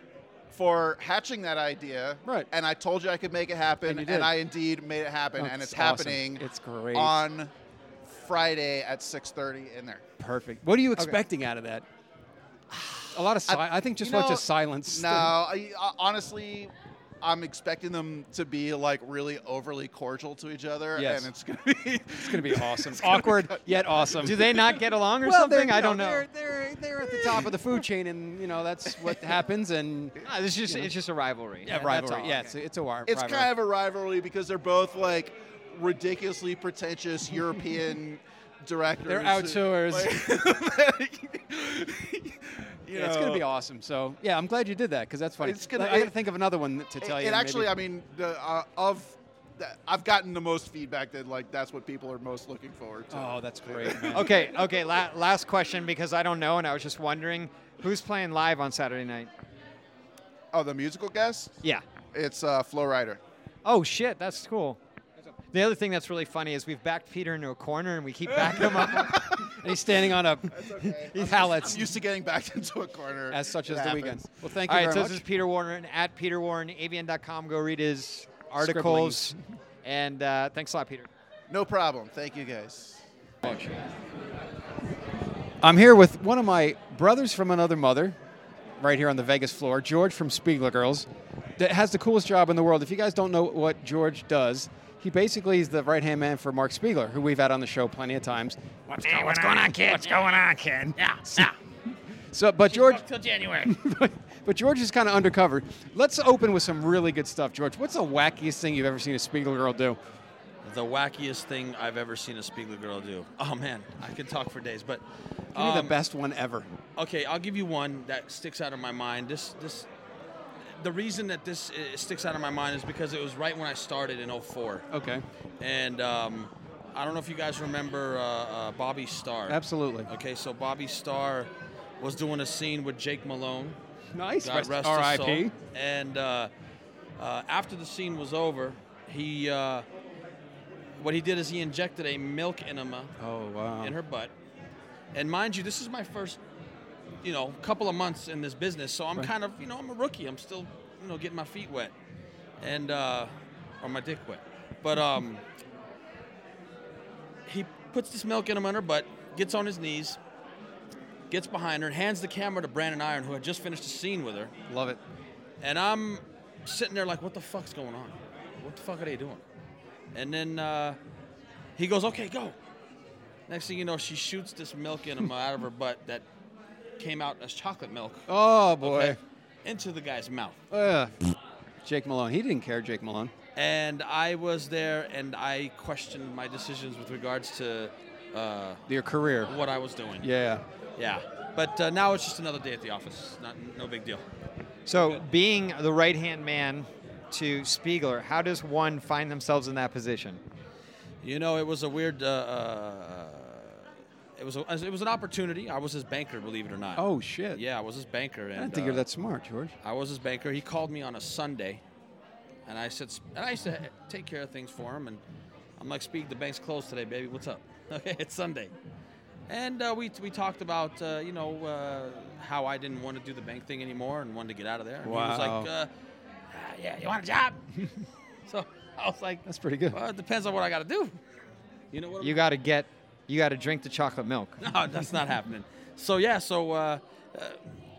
Speaker 23: For hatching that idea. Right. And I told you I could make it happen,
Speaker 3: And you
Speaker 23: and,
Speaker 3: did.
Speaker 23: I indeed made it happen, and
Speaker 3: That's
Speaker 23: it's
Speaker 3: awesome.
Speaker 23: happening.
Speaker 3: It's great.
Speaker 23: On Friday at 6:30 in there.
Speaker 3: Perfect. What are you
Speaker 23: Okay.
Speaker 3: expecting out of that? A lot of si- I, think just
Speaker 23: you
Speaker 3: a bunch
Speaker 23: know,
Speaker 3: of silence.
Speaker 23: No, I, I- honestly, I'm expecting them to be like really overly cordial to each other,
Speaker 3: Yes.
Speaker 23: and it's gonna be
Speaker 3: it's gonna be awesome.
Speaker 23: gonna
Speaker 3: Awkward yet awesome.
Speaker 20: Do they not get along or
Speaker 3: Well, they're-
Speaker 20: something? I
Speaker 3: no,
Speaker 20: don't know.
Speaker 3: They're, they're, they're at the top of the food chain, and you know that's what happens. And
Speaker 20: Ah, this is just-
Speaker 3: you know.
Speaker 20: it's just a rivalry.
Speaker 3: Yeah,
Speaker 20: That's
Speaker 3: rivalry.
Speaker 20: all.
Speaker 3: Yeah, it's, it's a war-
Speaker 23: It's
Speaker 3: rivalry.
Speaker 23: kind of a rivalry because they're both like ridiculously pretentious European directors.
Speaker 3: They're outdoors.
Speaker 23: you
Speaker 3: It's gonna
Speaker 23: know.
Speaker 3: be awesome. So yeah, I'm glad you did that because that's funny.
Speaker 23: It's gonna-
Speaker 3: I gotta
Speaker 23: it-
Speaker 3: think of another one to
Speaker 23: It,
Speaker 3: tell you.
Speaker 23: it
Speaker 3: maybe.
Speaker 23: actually, I mean, the, uh, of that, I've gotten the most feedback that like that's what people are most looking forward to.
Speaker 3: Oh, that's great, man.
Speaker 20: okay, okay. La- last question because I don't know, and I was just wondering who's playing live on Saturday night.
Speaker 23: Oh, the musical guest?
Speaker 20: Yeah.
Speaker 23: It's uh, Flow Rider.
Speaker 20: Oh shit, that's cool. The other thing that's really funny is we've backed Peter into a corner and we keep backing him up. and he's standing on a he's
Speaker 23: I'm used to getting backed into a corner.
Speaker 3: As such
Speaker 23: It
Speaker 3: as the
Speaker 23: happens.
Speaker 3: weekend. Well, thank you
Speaker 20: All
Speaker 3: very
Speaker 20: right, so
Speaker 3: much.
Speaker 20: this is Peter Warren at Peter Warren, avn.com. Go read his articles. And uh, thanks a lot, Peter.
Speaker 23: No problem. Thank you guys.
Speaker 3: I'm here with one of my brothers from another mother, right here on the Vegas floor, George from Spiegler Girls, that has the coolest job in the world. If you guys don't know what George does, he basically is the right hand man for Mark Spiegler, who we've had on the show plenty of times.
Speaker 2: What's going, on, kid? What's going on, kid? Yeah, yeah.
Speaker 3: So, but George,
Speaker 2: Till January.
Speaker 3: but George is kind of undercover. Let's open with some really good stuff, George. What's the wackiest thing you've ever seen a Spiegler girl do?
Speaker 22: The wackiest thing I've ever seen a Spiegler girl do. Oh man, I could talk for days, but
Speaker 3: Give
Speaker 22: Um,
Speaker 3: me the best one ever.
Speaker 22: Okay, I'll give you one that sticks out of my mind. This this the reason that this uh, sticks out of my mind is because it was right when I started in 04.
Speaker 3: Okay.
Speaker 22: And um, I don't know if you guys remember uh, uh, Bobby Starr.
Speaker 3: Absolutely.
Speaker 22: Okay, so Bobby Starr was doing a scene with Jake Malone.
Speaker 3: Nice.
Speaker 22: God
Speaker 3: Rest-
Speaker 22: rest his
Speaker 3: R.I.P..
Speaker 22: soul. And uh, uh, after the scene was over, he uh, what he did is he injected a milk enema
Speaker 3: Oh wow.
Speaker 22: in her butt. And mind you, this is my first, you know, couple of months in this business, so I'm
Speaker 3: Right.
Speaker 22: kind of, you know, I'm a rookie. I'm still, you know, getting my feet wet, and uh, or my dick wet. But um, he puts this milk in him on her butt, gets on his knees, gets behind her, and hands the camera to Brandon Iron, who had just finished a scene with her.
Speaker 3: Love it.
Speaker 22: And I'm sitting there like, what the fuck's going on? What the fuck are they doing? And then uh, he goes, okay, go. Next thing you know, she shoots this milk in him out of her butt that came out as chocolate milk
Speaker 3: Oh boy.
Speaker 22: Okay. into the guy's mouth.
Speaker 3: Ugh. Jake Malone. He didn't care, Jake Malone.
Speaker 22: And I was there and I questioned my decisions with regards to uh,
Speaker 3: Your career.
Speaker 22: what I was doing.
Speaker 3: Yeah.
Speaker 22: Yeah. But uh, now it's just another day at the office. Not, no big deal.
Speaker 20: So, being the right hand man to Spiegler, how does one find themselves in that position?
Speaker 22: You know, it was a weird. Uh, uh, it was a, it was an opportunity. I was his banker, believe it or not.
Speaker 3: Oh, shit.
Speaker 22: Yeah, I was his banker. And,
Speaker 3: I didn't think you're
Speaker 22: uh,
Speaker 3: that smart, George.
Speaker 22: I was his banker. He called me on a Sunday, and I said, and I used to ha- take care of things for him. And I'm like, "Speak, the bank's closed today, baby. What's up? Okay, it's Sunday." And uh, we we talked about uh, you know uh, how I didn't want to do the bank thing anymore and wanted to get out of there. And He was
Speaker 3: Wow.
Speaker 22: like, uh, "Ah, "Yeah, you want a job?" so I was like,
Speaker 3: "That's pretty good."
Speaker 22: Well, it depends on what I got to do. You know what?
Speaker 20: You got to get, you got to drink the chocolate milk.
Speaker 22: No, that's not happening. So yeah, so uh, uh,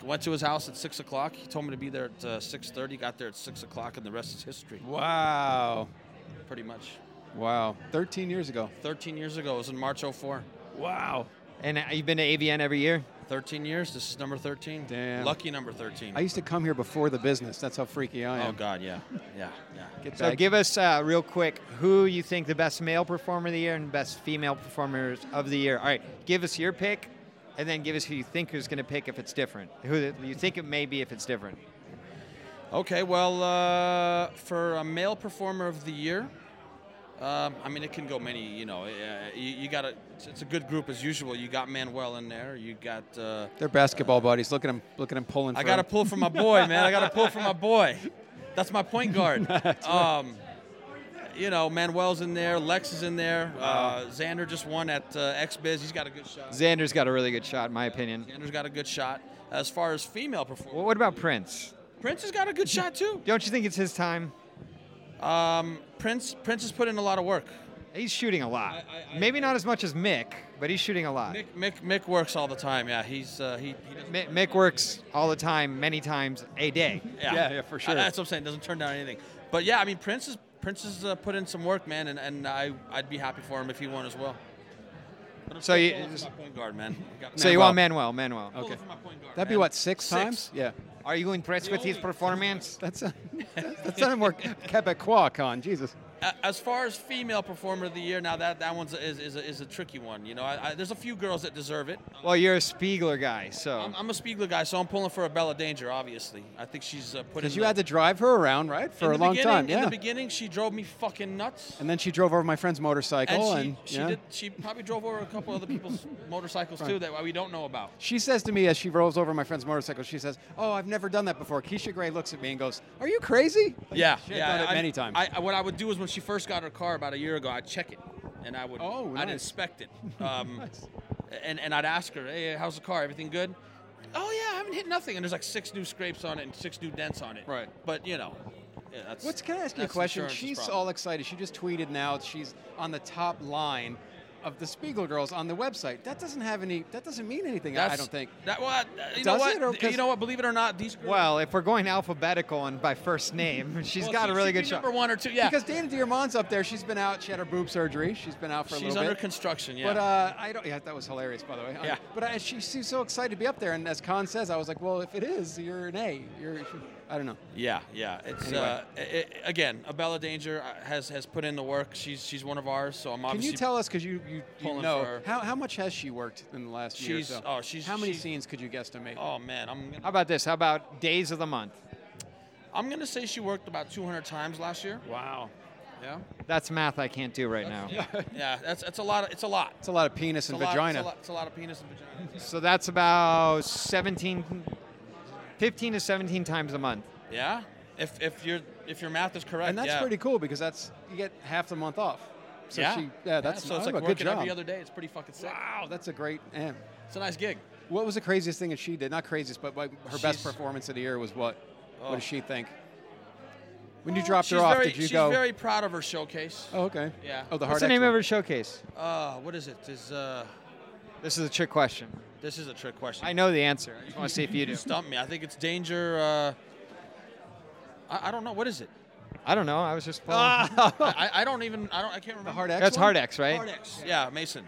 Speaker 22: went to his house at six o'clock. He told me to be there at uh, six thirty. Got there at six o'clock, and the rest is history.
Speaker 3: Wow.
Speaker 22: Pretty much.
Speaker 3: Wow. 13 years ago.
Speaker 22: Thirteen years ago, it was in March 04.
Speaker 20: Wow. And uh, you've been to AVN every year?
Speaker 22: Thirteen years. This is number thirteen.
Speaker 3: Damn.
Speaker 22: Lucky number thirteen.
Speaker 3: I used to come here before the business. That's how freaky I am.
Speaker 22: Oh God, yeah, yeah, yeah.
Speaker 3: Get
Speaker 20: So
Speaker 3: back.
Speaker 20: give us uh, real quick who you think the best male performer of the year and best female performers of the year. All right, give us your pick, and then give us who you think is going to pick if it's different. Who you think it may be if it's different.
Speaker 22: Okay, well, uh, for a male performer of the year, um, I mean, it can go many. You know, uh, you, you got a, it's a good group as usual. You got Manuel in there. You got. Uh,
Speaker 3: They're basketball buddies. Look at him. Look at him pulling.
Speaker 22: I
Speaker 3: for
Speaker 22: got to
Speaker 3: him.
Speaker 22: pull from my boy, man. I got to pull from my boy. That's my point guard. um, you know, Manuel's in there. Lex is in there. Uh, Xander just won at uh, XBiz. He's got a good shot.
Speaker 20: Xander's got a really good shot, in my opinion.
Speaker 22: Xander's got a good shot. As far as female performers,
Speaker 20: Well, what about Prince?
Speaker 22: Prince has got a good shot too.
Speaker 20: Don't you think it's his time?
Speaker 22: Um, Prince Prince has put in a lot of work.
Speaker 20: He's shooting a lot. Maybe not as much as Mick, but he's shooting a lot.
Speaker 22: Mick, Mick, Mick works all the time. Yeah, he's uh, he. he doesn't-
Speaker 20: Mi- Mick works all the time, many times a day.
Speaker 22: Uh, that's what I'm saying. Doesn't turn down anything. But yeah, I mean, Prince is Prince has uh, put in some work, man, and, and I I'd be happy for him if he won as well. But I'm
Speaker 20: So
Speaker 22: still
Speaker 20: you-
Speaker 22: pulling for my point guard, man. Got-
Speaker 20: So you want Manuel? Manuel.
Speaker 22: Pulling
Speaker 20: Okay.
Speaker 22: for my point guard,
Speaker 3: That'd be
Speaker 22: man.
Speaker 3: what six,
Speaker 22: Six.
Speaker 3: times? Yeah.
Speaker 20: Are you impressed with his performance?
Speaker 3: That's a, that's not more Quebecois con. Jesus.
Speaker 22: A- As far as female performer of the year, now that that one's a- is, is, a, is a tricky one. You know, I, I, there's a few girls that deserve it.
Speaker 20: Well, you're a Spiegler guy, so
Speaker 22: I'm, I'm a Spiegler guy, so I'm pulling for a Bella Danger, obviously. I think she's uh, put in
Speaker 3: Because you
Speaker 22: the-
Speaker 3: had to drive her around, right, for
Speaker 22: in
Speaker 3: a
Speaker 22: the
Speaker 3: long
Speaker 22: beginning-
Speaker 3: time.
Speaker 22: In
Speaker 3: Yeah.
Speaker 22: the beginning, she drove me fucking nuts.
Speaker 3: And then she drove over my friend's motorcycle, and,
Speaker 22: and she, she,
Speaker 3: yeah.
Speaker 22: did, she probably drove over a couple other people's motorcycles
Speaker 3: Right.
Speaker 22: too that we don't know about.
Speaker 3: She says to me as she rolls over my friend's motorcycle, she says, "Oh, I've never done that before." Keisha Gray looks at me and goes, "Are you crazy?" Like,
Speaker 22: Yeah,
Speaker 3: she had
Speaker 22: yeah.
Speaker 3: done it
Speaker 22: I-
Speaker 3: many times.
Speaker 22: I, I- what I would do is when she first got her car about a year ago, I'd check it, and I would,
Speaker 3: Oh,
Speaker 22: I'd
Speaker 3: nice.
Speaker 22: inspect it, um, and and I'd ask her, hey, how's the car? Everything good? Oh yeah, I haven't hit nothing, and there's like six new scrapes on it and six new dents on it. Right. But you know, yeah, that's.
Speaker 3: What's can I ask you a
Speaker 22: that's
Speaker 3: question?
Speaker 22: insurance's
Speaker 3: She's
Speaker 22: problem.
Speaker 3: all excited. She just tweeted now. She's on the top line of the Spiegel Girls on the website. That doesn't have any. That doesn't mean anything. I- I
Speaker 22: That's-
Speaker 3: don't think.
Speaker 22: That well, uh, you know
Speaker 3: Does
Speaker 22: what?
Speaker 3: it, or
Speaker 22: Th-
Speaker 3: 'cause-
Speaker 22: you know what? Believe it or not, these. Girls,
Speaker 20: Well, if we're going alphabetical and by first name, she's
Speaker 22: Well,
Speaker 20: got
Speaker 22: she-
Speaker 20: a really
Speaker 22: she'd
Speaker 20: good
Speaker 22: be
Speaker 20: shot.
Speaker 22: number one or two, yeah.
Speaker 3: Because Dana Diarmond's up there. She's been out. She had her boob surgery. She's been out for a
Speaker 22: She's
Speaker 3: little bit.
Speaker 22: under construction, yeah.
Speaker 3: But uh, I don't. Yeah, that was hilarious, by the way.
Speaker 22: Yeah.
Speaker 3: but I, she seems so excited to be up there. And as Khan says, I was like, well, if it is, you're an A. You're. I don't know.
Speaker 22: Yeah, yeah. It's
Speaker 3: Anyway.
Speaker 22: uh, i i again, Abella Danger uh, has has put in the work. She's she's one of ours, so I'm
Speaker 3: Can
Speaker 22: obviously.
Speaker 3: you tell us because you you, you
Speaker 22: pulling
Speaker 3: know
Speaker 22: for her.
Speaker 3: how, how much has she worked in the last year? or
Speaker 22: She's-
Speaker 3: so?
Speaker 22: oh, she's-
Speaker 3: how many
Speaker 22: she's-
Speaker 3: scenes could you guesstimate?
Speaker 22: Oh man, I'm
Speaker 20: How about this? How about days of the month?
Speaker 22: I'm gonna say she worked about 200 times last year. Wow. Yeah.
Speaker 20: That's math I can't do right now.
Speaker 22: Yeah, yeah. That's that's a lot. Of, it's a lot.
Speaker 3: It's a lot of penis
Speaker 22: It's a
Speaker 20: and
Speaker 22: lot-
Speaker 20: vagina.
Speaker 22: it's, a lot, it's a lot of penis and vagina.
Speaker 20: So that's about 17, 15 to 17 times a month.
Speaker 22: Yeah. If if your if your math is correct.
Speaker 3: and that's
Speaker 22: yeah.
Speaker 3: pretty cool because that's oh, you get half the month off. So
Speaker 22: yeah.
Speaker 3: She, yeah, that's
Speaker 22: so it's
Speaker 3: oh,
Speaker 22: like
Speaker 3: a good
Speaker 22: working
Speaker 3: job.
Speaker 22: every other day. It's pretty fucking sick.
Speaker 3: Wow, Oh, that's a great. Yeah.
Speaker 22: It's a nice gig.
Speaker 3: What was the craziest thing that she did? Not craziest, but like her best
Speaker 22: She's-
Speaker 3: performance of the year was what?
Speaker 22: Oh.
Speaker 3: What does she think? When you dropped her
Speaker 22: she's
Speaker 3: off,
Speaker 22: very,
Speaker 3: did you
Speaker 22: she's
Speaker 3: go?
Speaker 22: very proud of her showcase.
Speaker 3: oh, okay.
Speaker 22: Yeah.
Speaker 3: Oh, the
Speaker 20: What's
Speaker 3: hard.
Speaker 20: the name
Speaker 3: X
Speaker 20: of her showcase?
Speaker 22: Uh, what is it? Is uh,
Speaker 20: This is a trick question.
Speaker 22: this is a trick question.
Speaker 20: I know the answer. I just want to see if you do.
Speaker 22: Stump me. I think it's danger. Uh, I, I don't know. What is it?
Speaker 20: I don't know. I was just. pulling-
Speaker 22: I, I- I don't even. I don't. I can't remember.
Speaker 20: Hard X That's one? Hard X, right?
Speaker 22: Hard X. Yeah, Mason.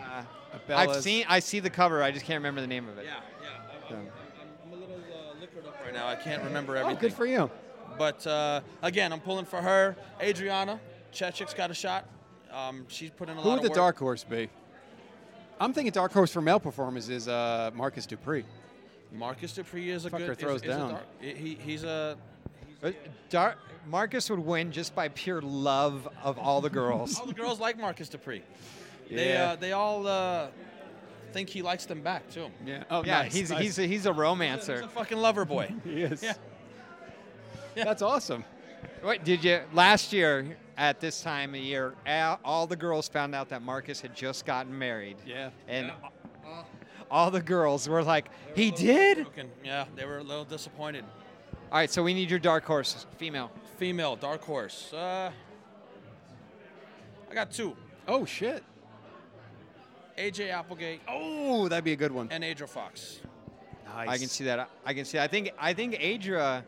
Speaker 3: Uh,
Speaker 20: I've seen. I see the cover. I just can't remember the name of it.
Speaker 22: Yeah, yeah. I'm, I'm a little uh, liquored up right now. I can't remember everything.
Speaker 3: Oh, good for you.
Speaker 22: But uh, again, I'm pulling for her. Adriana Chechik's got a shot. Um, she's put in a
Speaker 3: Who
Speaker 22: lot
Speaker 3: would
Speaker 22: of
Speaker 3: the
Speaker 22: work.
Speaker 3: dark horse be? I'm thinking dark horse for male performers is uh, Marcus Dupree.
Speaker 22: Marcus Dupree is a
Speaker 3: Fucker
Speaker 22: good. is-
Speaker 3: throws
Speaker 22: is a
Speaker 3: down.
Speaker 22: dark- he, he's a.
Speaker 20: Uh, Dar- Marcus would win just by pure love of all the girls.
Speaker 22: All the girls like Marcus Dupree. They
Speaker 20: Yeah.
Speaker 22: uh, they all uh, think he likes them back too.
Speaker 20: Yeah. Oh, Yeah, nice, he's- nice. he's a- he's a romancer.
Speaker 22: He's a fucking lover boy.
Speaker 3: he is.
Speaker 22: Yeah.
Speaker 3: That's awesome.
Speaker 20: What did you last year at this time of year? a- All the girls found out that Marcus had just gotten married.
Speaker 3: Yeah.
Speaker 20: And a- all the girls were like, "He did."
Speaker 22: Broken. Yeah, they were a little disappointed.
Speaker 20: All right, so we need your dark horse, female.
Speaker 22: Female dark horse. Uh, I got two.
Speaker 3: Oh shit.
Speaker 22: AJ Applegate
Speaker 3: Oh, that'd be a good one.
Speaker 22: and Adriel Fox.
Speaker 20: I can see that. I- I can see. That. I think. I think Adra.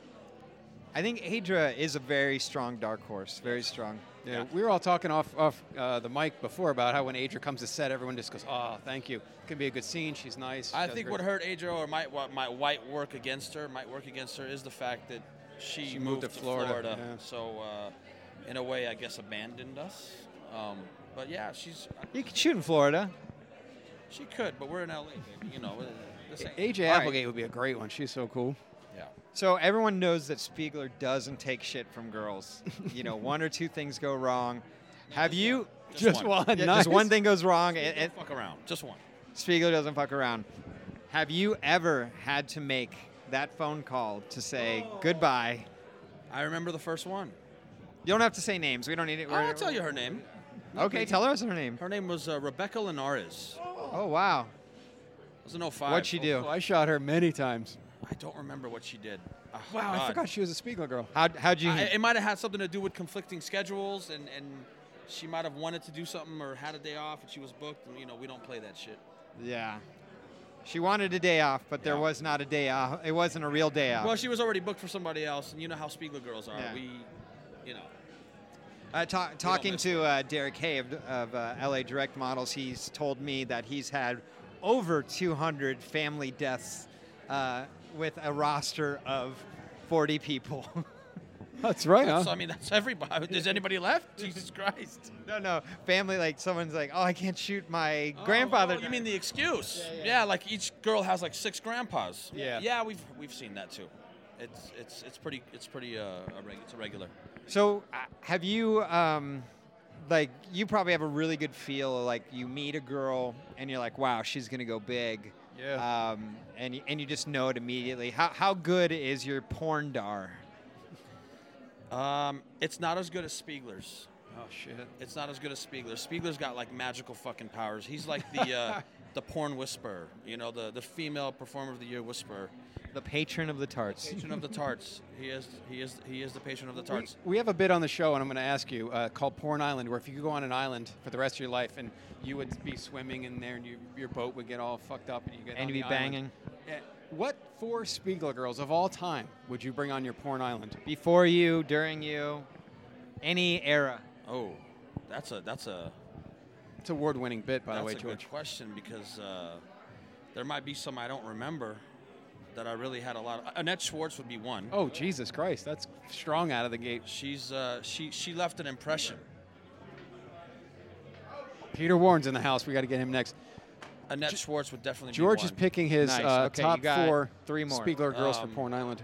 Speaker 20: I think Adra is a very strong dark horse. Very strong.
Speaker 3: Yeah, we were all talking off off uh, the mic before about how when Adra comes to set, everyone just goes, "Oh, thank you. Could be a good scene. She's nice."
Speaker 22: I
Speaker 3: She does
Speaker 22: think
Speaker 3: great."
Speaker 22: what hurt Adriel or might what might white work against her might work against her is the fact that she,
Speaker 3: She moved to Florida, yeah.
Speaker 22: So uh, in a way, I guess abandoned us. Um, but yeah, she's
Speaker 20: You can shoot in Florida.
Speaker 22: she could, but we're in LA, baby, you know. uh, This ain't-
Speaker 3: AJ Applegate would be a great one. She's so cool.
Speaker 22: Yeah.
Speaker 20: So everyone knows that Spiegler doesn't take shit from girls. you know, one or two things go wrong. Have you
Speaker 3: Just one. Just one,
Speaker 20: Yeah,
Speaker 3: nice.
Speaker 20: Just one thing goes wrong.
Speaker 22: Spiegler
Speaker 20: And, and
Speaker 22: fuck around. Just one.
Speaker 20: Spiegler doesn't fuck around. Have you ever had to make that phone call to say goodbye?
Speaker 22: Oh. I remember the first one.
Speaker 20: You don't have to say names. We don't need it.
Speaker 22: Oh,
Speaker 20: We're-
Speaker 22: I'll tell you her name.
Speaker 20: Okay, tell us her name.
Speaker 22: Her name was uh, Rebecca Linares.
Speaker 20: Oh wow.
Speaker 22: It was an 05.
Speaker 20: What'd she do?
Speaker 3: I shot her many times.
Speaker 22: I don't remember what she did. Oh,
Speaker 3: Wow, I
Speaker 22: God.
Speaker 3: forgot she was a Spiegler girl.
Speaker 20: How how'd you?
Speaker 22: I- it might have had something to do with conflicting schedules, and, and she might have wanted to do something or had a day off, and she was booked, and you know we don't play that shit.
Speaker 20: yeah. She wanted a day off, but there was not a day off. It wasn't a real day off.
Speaker 22: Well, she was already booked for somebody else, and you know how Spiegel girls are.
Speaker 20: Yeah.
Speaker 22: We, you know,
Speaker 20: Uh, ta- talking to uh, Derek Hay of, of uh, LA Direct Models, he's told me that he's had over 200 family deaths uh, with a roster of 40 people.
Speaker 3: That's right,
Speaker 22: That's-
Speaker 3: huh?
Speaker 22: I mean, that's everybody. Is anybody left? Jesus Christ.
Speaker 20: No, no. Family, like someone's like, oh, I can't shoot my grandfather.
Speaker 22: Oh, you mean the excuse? Yeah, like each girl has like six grandpas.
Speaker 20: Yeah.
Speaker 22: Yeah, we've we've seen that too. It's it's it's pretty it's pretty uh a reg- it's a regular.
Speaker 20: So, uh, have you, um, like, you probably have a really good feel. Like, you meet a girl and you're like, wow, she's gonna go big. Yeah. Um, and y- and you just know it immediately. How how good is your porn dar?
Speaker 22: Um, it's not as good as Spiegler's.
Speaker 3: Oh shit.
Speaker 22: It's not as good as Spiegler. Spiegler's got like magical fucking powers. He's like the uh, the porn whisperer, you know, the the female performer of the year whisperer.
Speaker 20: The patron of the tarts.
Speaker 22: Patron of the tarts. He is he is he is the patron of the
Speaker 3: We,
Speaker 22: tarts.
Speaker 3: we have a bit on the show, and I'm going to ask you uh, called Porn Island, where if you could go on an island for the rest of your life, and you would be swimming in there, and you, your boat would get all fucked up, and you get
Speaker 20: And
Speaker 3: on
Speaker 20: you'd
Speaker 3: the
Speaker 20: be
Speaker 3: island.
Speaker 20: banging.
Speaker 3: Yeah. What four Spiegel girls of all time would you bring on your Porn Island?
Speaker 20: Before you, during you, any era.
Speaker 22: Oh, that's a that's a
Speaker 3: It's award-winning bit, by
Speaker 22: that's
Speaker 3: the way,
Speaker 22: a
Speaker 3: George.
Speaker 22: good question because uh, there might be some I don't remember that I really had a lot. Of. Annette Schwartz would be one.
Speaker 3: Oh Jesus Christ, that's strong out of the gate.
Speaker 22: She's uh, she she left an impression.
Speaker 3: Peter Warren's in the house. We got to get him next.
Speaker 22: Annette Schwartz would definitely.
Speaker 3: George
Speaker 22: be
Speaker 3: is
Speaker 22: one.
Speaker 3: picking his
Speaker 20: Nice.
Speaker 3: uh,
Speaker 20: Okay,
Speaker 3: top
Speaker 20: you got
Speaker 3: four
Speaker 20: three more.
Speaker 3: Spiegler girls for
Speaker 22: Um,
Speaker 3: Porn Island.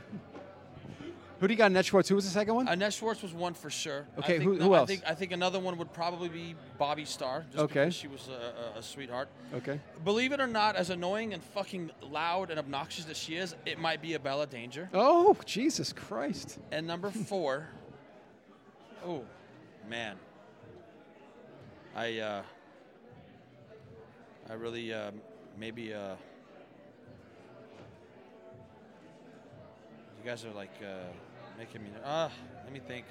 Speaker 3: Who do you got? Net Schwartz. Who was the second one?
Speaker 22: Annette Schwartz was one for sure. I
Speaker 3: Okay,
Speaker 22: think
Speaker 3: who-
Speaker 22: no-
Speaker 3: who
Speaker 22: I
Speaker 3: else?
Speaker 22: think, I think another one would probably be Bobby Starr. Just
Speaker 3: Okay.
Speaker 22: because she was a, a- a sweetheart.
Speaker 3: Okay.
Speaker 22: Believe it or not, as annoying and fucking loud and obnoxious that she is, it might be a Bella Danger.
Speaker 3: Oh Jesus Christ.
Speaker 22: And number four, oh man, I uh, I really uh, maybe uh, you guys are like uh, making me ah. let me think.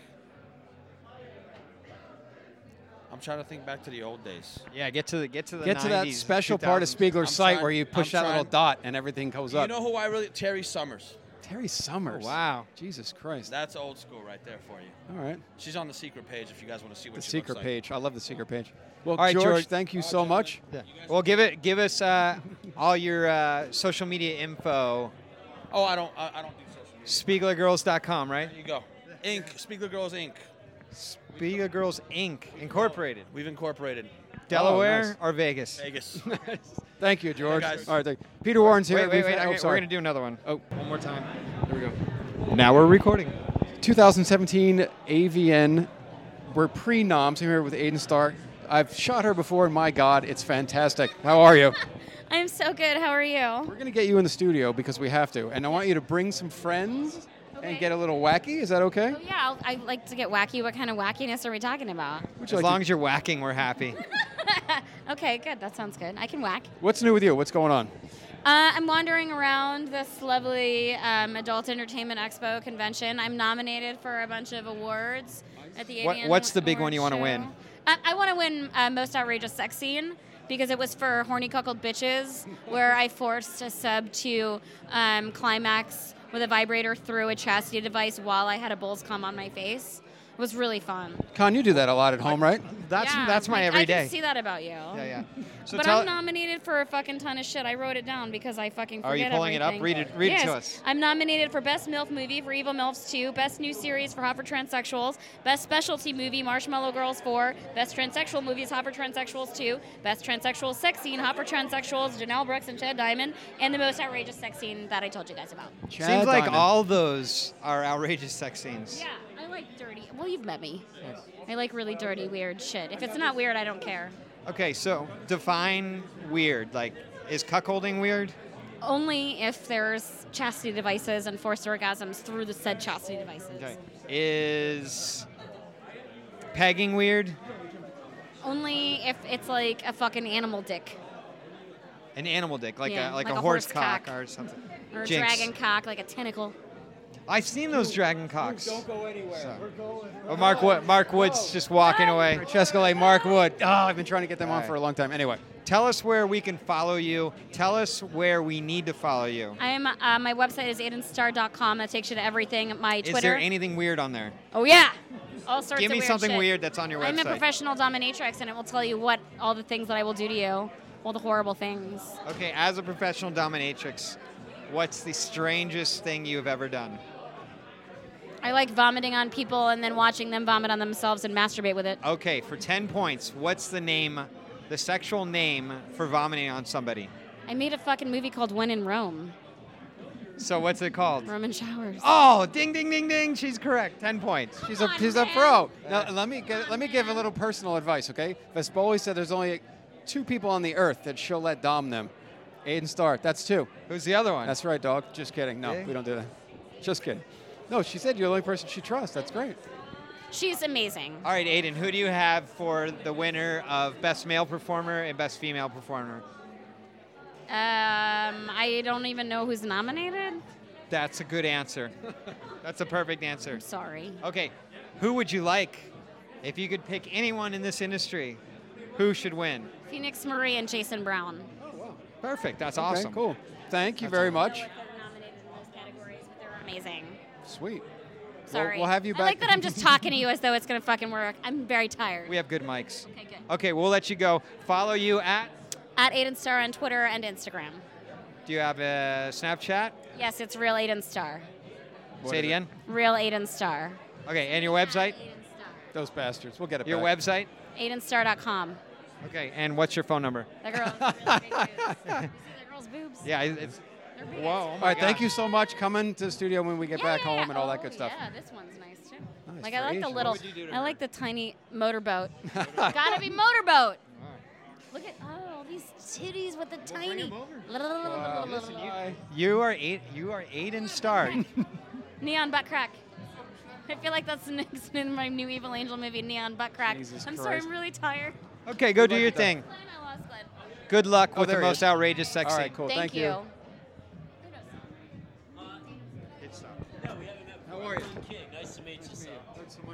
Speaker 22: I'm trying to think back to the old days.
Speaker 20: Yeah, get to the get to the
Speaker 3: Get to that
Speaker 20: 90s,
Speaker 3: special part of
Speaker 22: 2000s.
Speaker 3: Spiegler's
Speaker 22: I'm
Speaker 3: site
Speaker 22: trying-
Speaker 3: where you push
Speaker 22: I'm
Speaker 3: that little
Speaker 22: trying.
Speaker 3: dot and everything goes
Speaker 22: You
Speaker 3: up.
Speaker 22: know who I really Terry Summers.
Speaker 3: Terry Summers.
Speaker 22: Oh, wow.
Speaker 3: Jesus Christ.
Speaker 22: That's old school right there for you.
Speaker 3: All right.
Speaker 22: She's on the secret page if you guys want to see what
Speaker 3: The
Speaker 22: she
Speaker 3: secret
Speaker 22: looks like.
Speaker 3: page. I love the secret page. Well,
Speaker 20: All right,
Speaker 3: George,
Speaker 20: George.
Speaker 3: thank you so much.
Speaker 20: Well, give it give us uh, all your uh, social media info.
Speaker 22: Oh, I don't I, I don't do social media.
Speaker 20: SpieglerGirls.com, right?
Speaker 22: There you go. Inc. Spiegler Girls Inc.
Speaker 20: Spiegler Girls Inc. Incorporated.
Speaker 22: Oh, We've incorporated. Oh,
Speaker 20: Delaware
Speaker 3: nice.
Speaker 20: or Vegas?
Speaker 22: Vegas.
Speaker 3: Thank you, George.
Speaker 20: guys.
Speaker 3: All right. Thank Peter Warren's here.
Speaker 20: Wait, wait,
Speaker 3: We've-
Speaker 20: wait.
Speaker 3: oh,
Speaker 20: okay, we're
Speaker 3: sorry.
Speaker 20: going to do another one.
Speaker 3: Oh,
Speaker 20: one more time.
Speaker 3: There we go.
Speaker 20: Now we're recording.
Speaker 3: 2017 AVN. We're pre noms. I'm here with Aiden Stark. I've shot her before, and my God, it's fantastic. How are you?
Speaker 24: I'm so good. How are you?
Speaker 3: We're going to get you in the studio because we have to. And I want you to bring some friends and get a little wacky. Is that okay?
Speaker 24: Yeah, I'll, I like to get wacky. What kind of wackiness are we talking about?
Speaker 3: Would
Speaker 20: As
Speaker 3: you like
Speaker 20: long
Speaker 3: to-
Speaker 20: as you're whacking, we're happy.
Speaker 24: Okay, good. That sounds good. I can whack.
Speaker 3: What's new with you? What's going on?
Speaker 24: Uh, I'm wandering around this lovely um, Adult Entertainment Expo convention. I'm nominated for a bunch of awards at the
Speaker 20: What,
Speaker 24: AVN
Speaker 20: what's the big one you want
Speaker 24: Awards
Speaker 20: to win?
Speaker 24: show. I, I want to win uh, Most Outrageous Sex Scene because it was for Horny Cuckold Bitches, where I forced a sub to um, climax with a vibrator through a chastity device while I had a bull's cum on my face. It was really fun.
Speaker 3: Con, you do that a lot at home, right?
Speaker 20: That's
Speaker 24: Yeah,
Speaker 20: that's my
Speaker 24: like, I
Speaker 20: everyday.
Speaker 24: can see that about you.
Speaker 20: Yeah, yeah. So
Speaker 24: but
Speaker 20: tell-
Speaker 24: I'm nominated for a fucking ton of shit. I wrote it down because I fucking forget
Speaker 20: Are you pulling it up?
Speaker 24: everything.
Speaker 20: Read it- read it
Speaker 24: yes.
Speaker 20: to us.
Speaker 24: I'm nominated for Best MILF Movie for Evil MILFs 2, Best New Series for Hot for Transsexuals, Best Specialty Movie Marshmallow Girls 4, Best Transsexual Movies Hot for Transsexuals 2, Best Transsexual Sex Scene Hot for Transsexuals, Janelle Brooks and Chad Diamond, and the most outrageous sex scene that I told you guys about.
Speaker 20: Seems like all those are outrageous sex scenes.
Speaker 24: Yeah, I like dirty. Well, you've met me. I like really dirty, weird shit. If it's not weird, I don't care.
Speaker 20: Okay, so define weird. Like, is cuckolding weird?
Speaker 24: Only if there's chastity devices and forced orgasms through the said chastity devices.
Speaker 20: Okay. Is pegging weird?
Speaker 24: Only if it's like a fucking animal dick
Speaker 20: An animal dick, like
Speaker 24: Yeah,
Speaker 20: a like, a, horse, cock, or something.
Speaker 24: or a
Speaker 20: Jinx.
Speaker 24: dragon cock, like a tentacle.
Speaker 20: I've seen those dragon cocks.
Speaker 24: go anywhere.
Speaker 20: We're going. Oh, Mark Wood, Mark Wood's just walking away.
Speaker 3: Francesco Lay, Mark Wood. Oh, I've been trying to get them on
Speaker 20: Alright.
Speaker 3: for a long time. Anyway,
Speaker 20: Tell us where we can follow you. Tell us where we need to follow you.
Speaker 24: I'm uh, my website is aidenstar.com. That takes you to everything. My Twitter.
Speaker 20: Is there anything weird on there?
Speaker 24: oh yeah, all sorts.
Speaker 20: Give
Speaker 24: of
Speaker 20: me
Speaker 24: weird
Speaker 20: something
Speaker 24: shit.
Speaker 20: weird that's on your
Speaker 24: I'm a
Speaker 20: website.
Speaker 24: professional dominatrix, and it will tell you what all the things that I will do to you, all the horrible things.
Speaker 20: Okay, as a professional dominatrix, what's the strangest thing you've ever done?
Speaker 24: I like vomiting on people and then watching them vomit on themselves and masturbate with it.
Speaker 20: Okay, for 10 points, what's the name, the sexual name for vomiting on somebody?
Speaker 24: I made a fucking movie called When in Rome.
Speaker 20: So what's it called?
Speaker 24: Roman showers.
Speaker 20: Oh, ding, ding, ding, ding. She's correct. 10 points.
Speaker 3: She's a she's a pro. Now let me get, let me give a little personal advice, okay? Vespoli said there's only two people on the earth that she'll let dom them. Aiden Starr, that's two.
Speaker 20: Who's the other one?
Speaker 3: That's right, dog. Just kidding. No,
Speaker 24: Yeah.
Speaker 3: we don't do that. Just kidding. No, she said you're the only person she trusts. That's great.
Speaker 24: She's amazing.
Speaker 20: All right, Aiden, who do you have for the winner of Best Male Performer and Best Female Performer?
Speaker 24: Um, I don't even know who's nominated.
Speaker 20: That's a good answer. That's a perfect answer.
Speaker 24: sorry.
Speaker 20: Okay, who would you like if you could pick anyone in this industry? Who should win?
Speaker 24: Phoenix Marie and Jason Brown.
Speaker 20: Perfect. That's
Speaker 3: Okay,
Speaker 20: awesome.
Speaker 3: cool. Thank you
Speaker 20: That's
Speaker 3: very
Speaker 20: awesome.
Speaker 3: much.
Speaker 24: They're amazing.
Speaker 3: Sweet. We'll-
Speaker 24: Sorry.
Speaker 3: We'll, have you back.
Speaker 24: I like that I'm just talking to you as though it's gonna fucking work. I'm very tired.
Speaker 20: We have good mics.
Speaker 24: Okay, good.
Speaker 20: Okay, we'll let you go. Follow you at.
Speaker 24: At Aiden Star on Twitter and Instagram.
Speaker 20: Do you have a Snapchat?
Speaker 24: Yes, it's real Aiden Star.
Speaker 3: What
Speaker 20: Say
Speaker 3: is
Speaker 20: it
Speaker 3: it?
Speaker 20: again.
Speaker 24: Real Aiden Star.
Speaker 20: Okay, and your website?
Speaker 3: Those bastards. We'll get it
Speaker 20: Your
Speaker 3: back.
Speaker 20: website?
Speaker 24: AidenStar.com.
Speaker 20: Okay, and what's your phone number?
Speaker 24: The girl. the girl's boobs.
Speaker 20: Yeah, it- it's.
Speaker 24: They're big.
Speaker 20: Whoa. oh
Speaker 3: all right, thank you so much. Coming to the studio when we get back home and
Speaker 20: Oh,
Speaker 3: all that
Speaker 6: Oh,
Speaker 3: good stuff.
Speaker 24: Yeah, this one's nice too.
Speaker 3: Nice,
Speaker 24: like I
Speaker 3: very
Speaker 24: like the
Speaker 3: Asian.
Speaker 24: little.
Speaker 3: What would you do to
Speaker 24: I
Speaker 3: her?
Speaker 24: like the tiny motorboat. Gotta be motorboat. Look at oh these titties with the tiny.
Speaker 3: Uh,
Speaker 20: You are eight. You are Aiden Star.
Speaker 24: Neon butt crack. I feel like that's the next in my new Evil Angel movie, Neon Butt Crack.
Speaker 20: Jesus
Speaker 24: I'm sorry,
Speaker 20: Christ.
Speaker 24: I'm really tired.
Speaker 20: okay, go do your thing. Good luck
Speaker 3: Oh,
Speaker 20: with
Speaker 3: there
Speaker 20: the
Speaker 3: he
Speaker 20: most
Speaker 3: is.
Speaker 20: outrageous sex
Speaker 3: All
Speaker 20: scene.
Speaker 3: right, cool. Thank, you. uh,
Speaker 2: It's How are you? Nice to meet you, sir. Thanks so much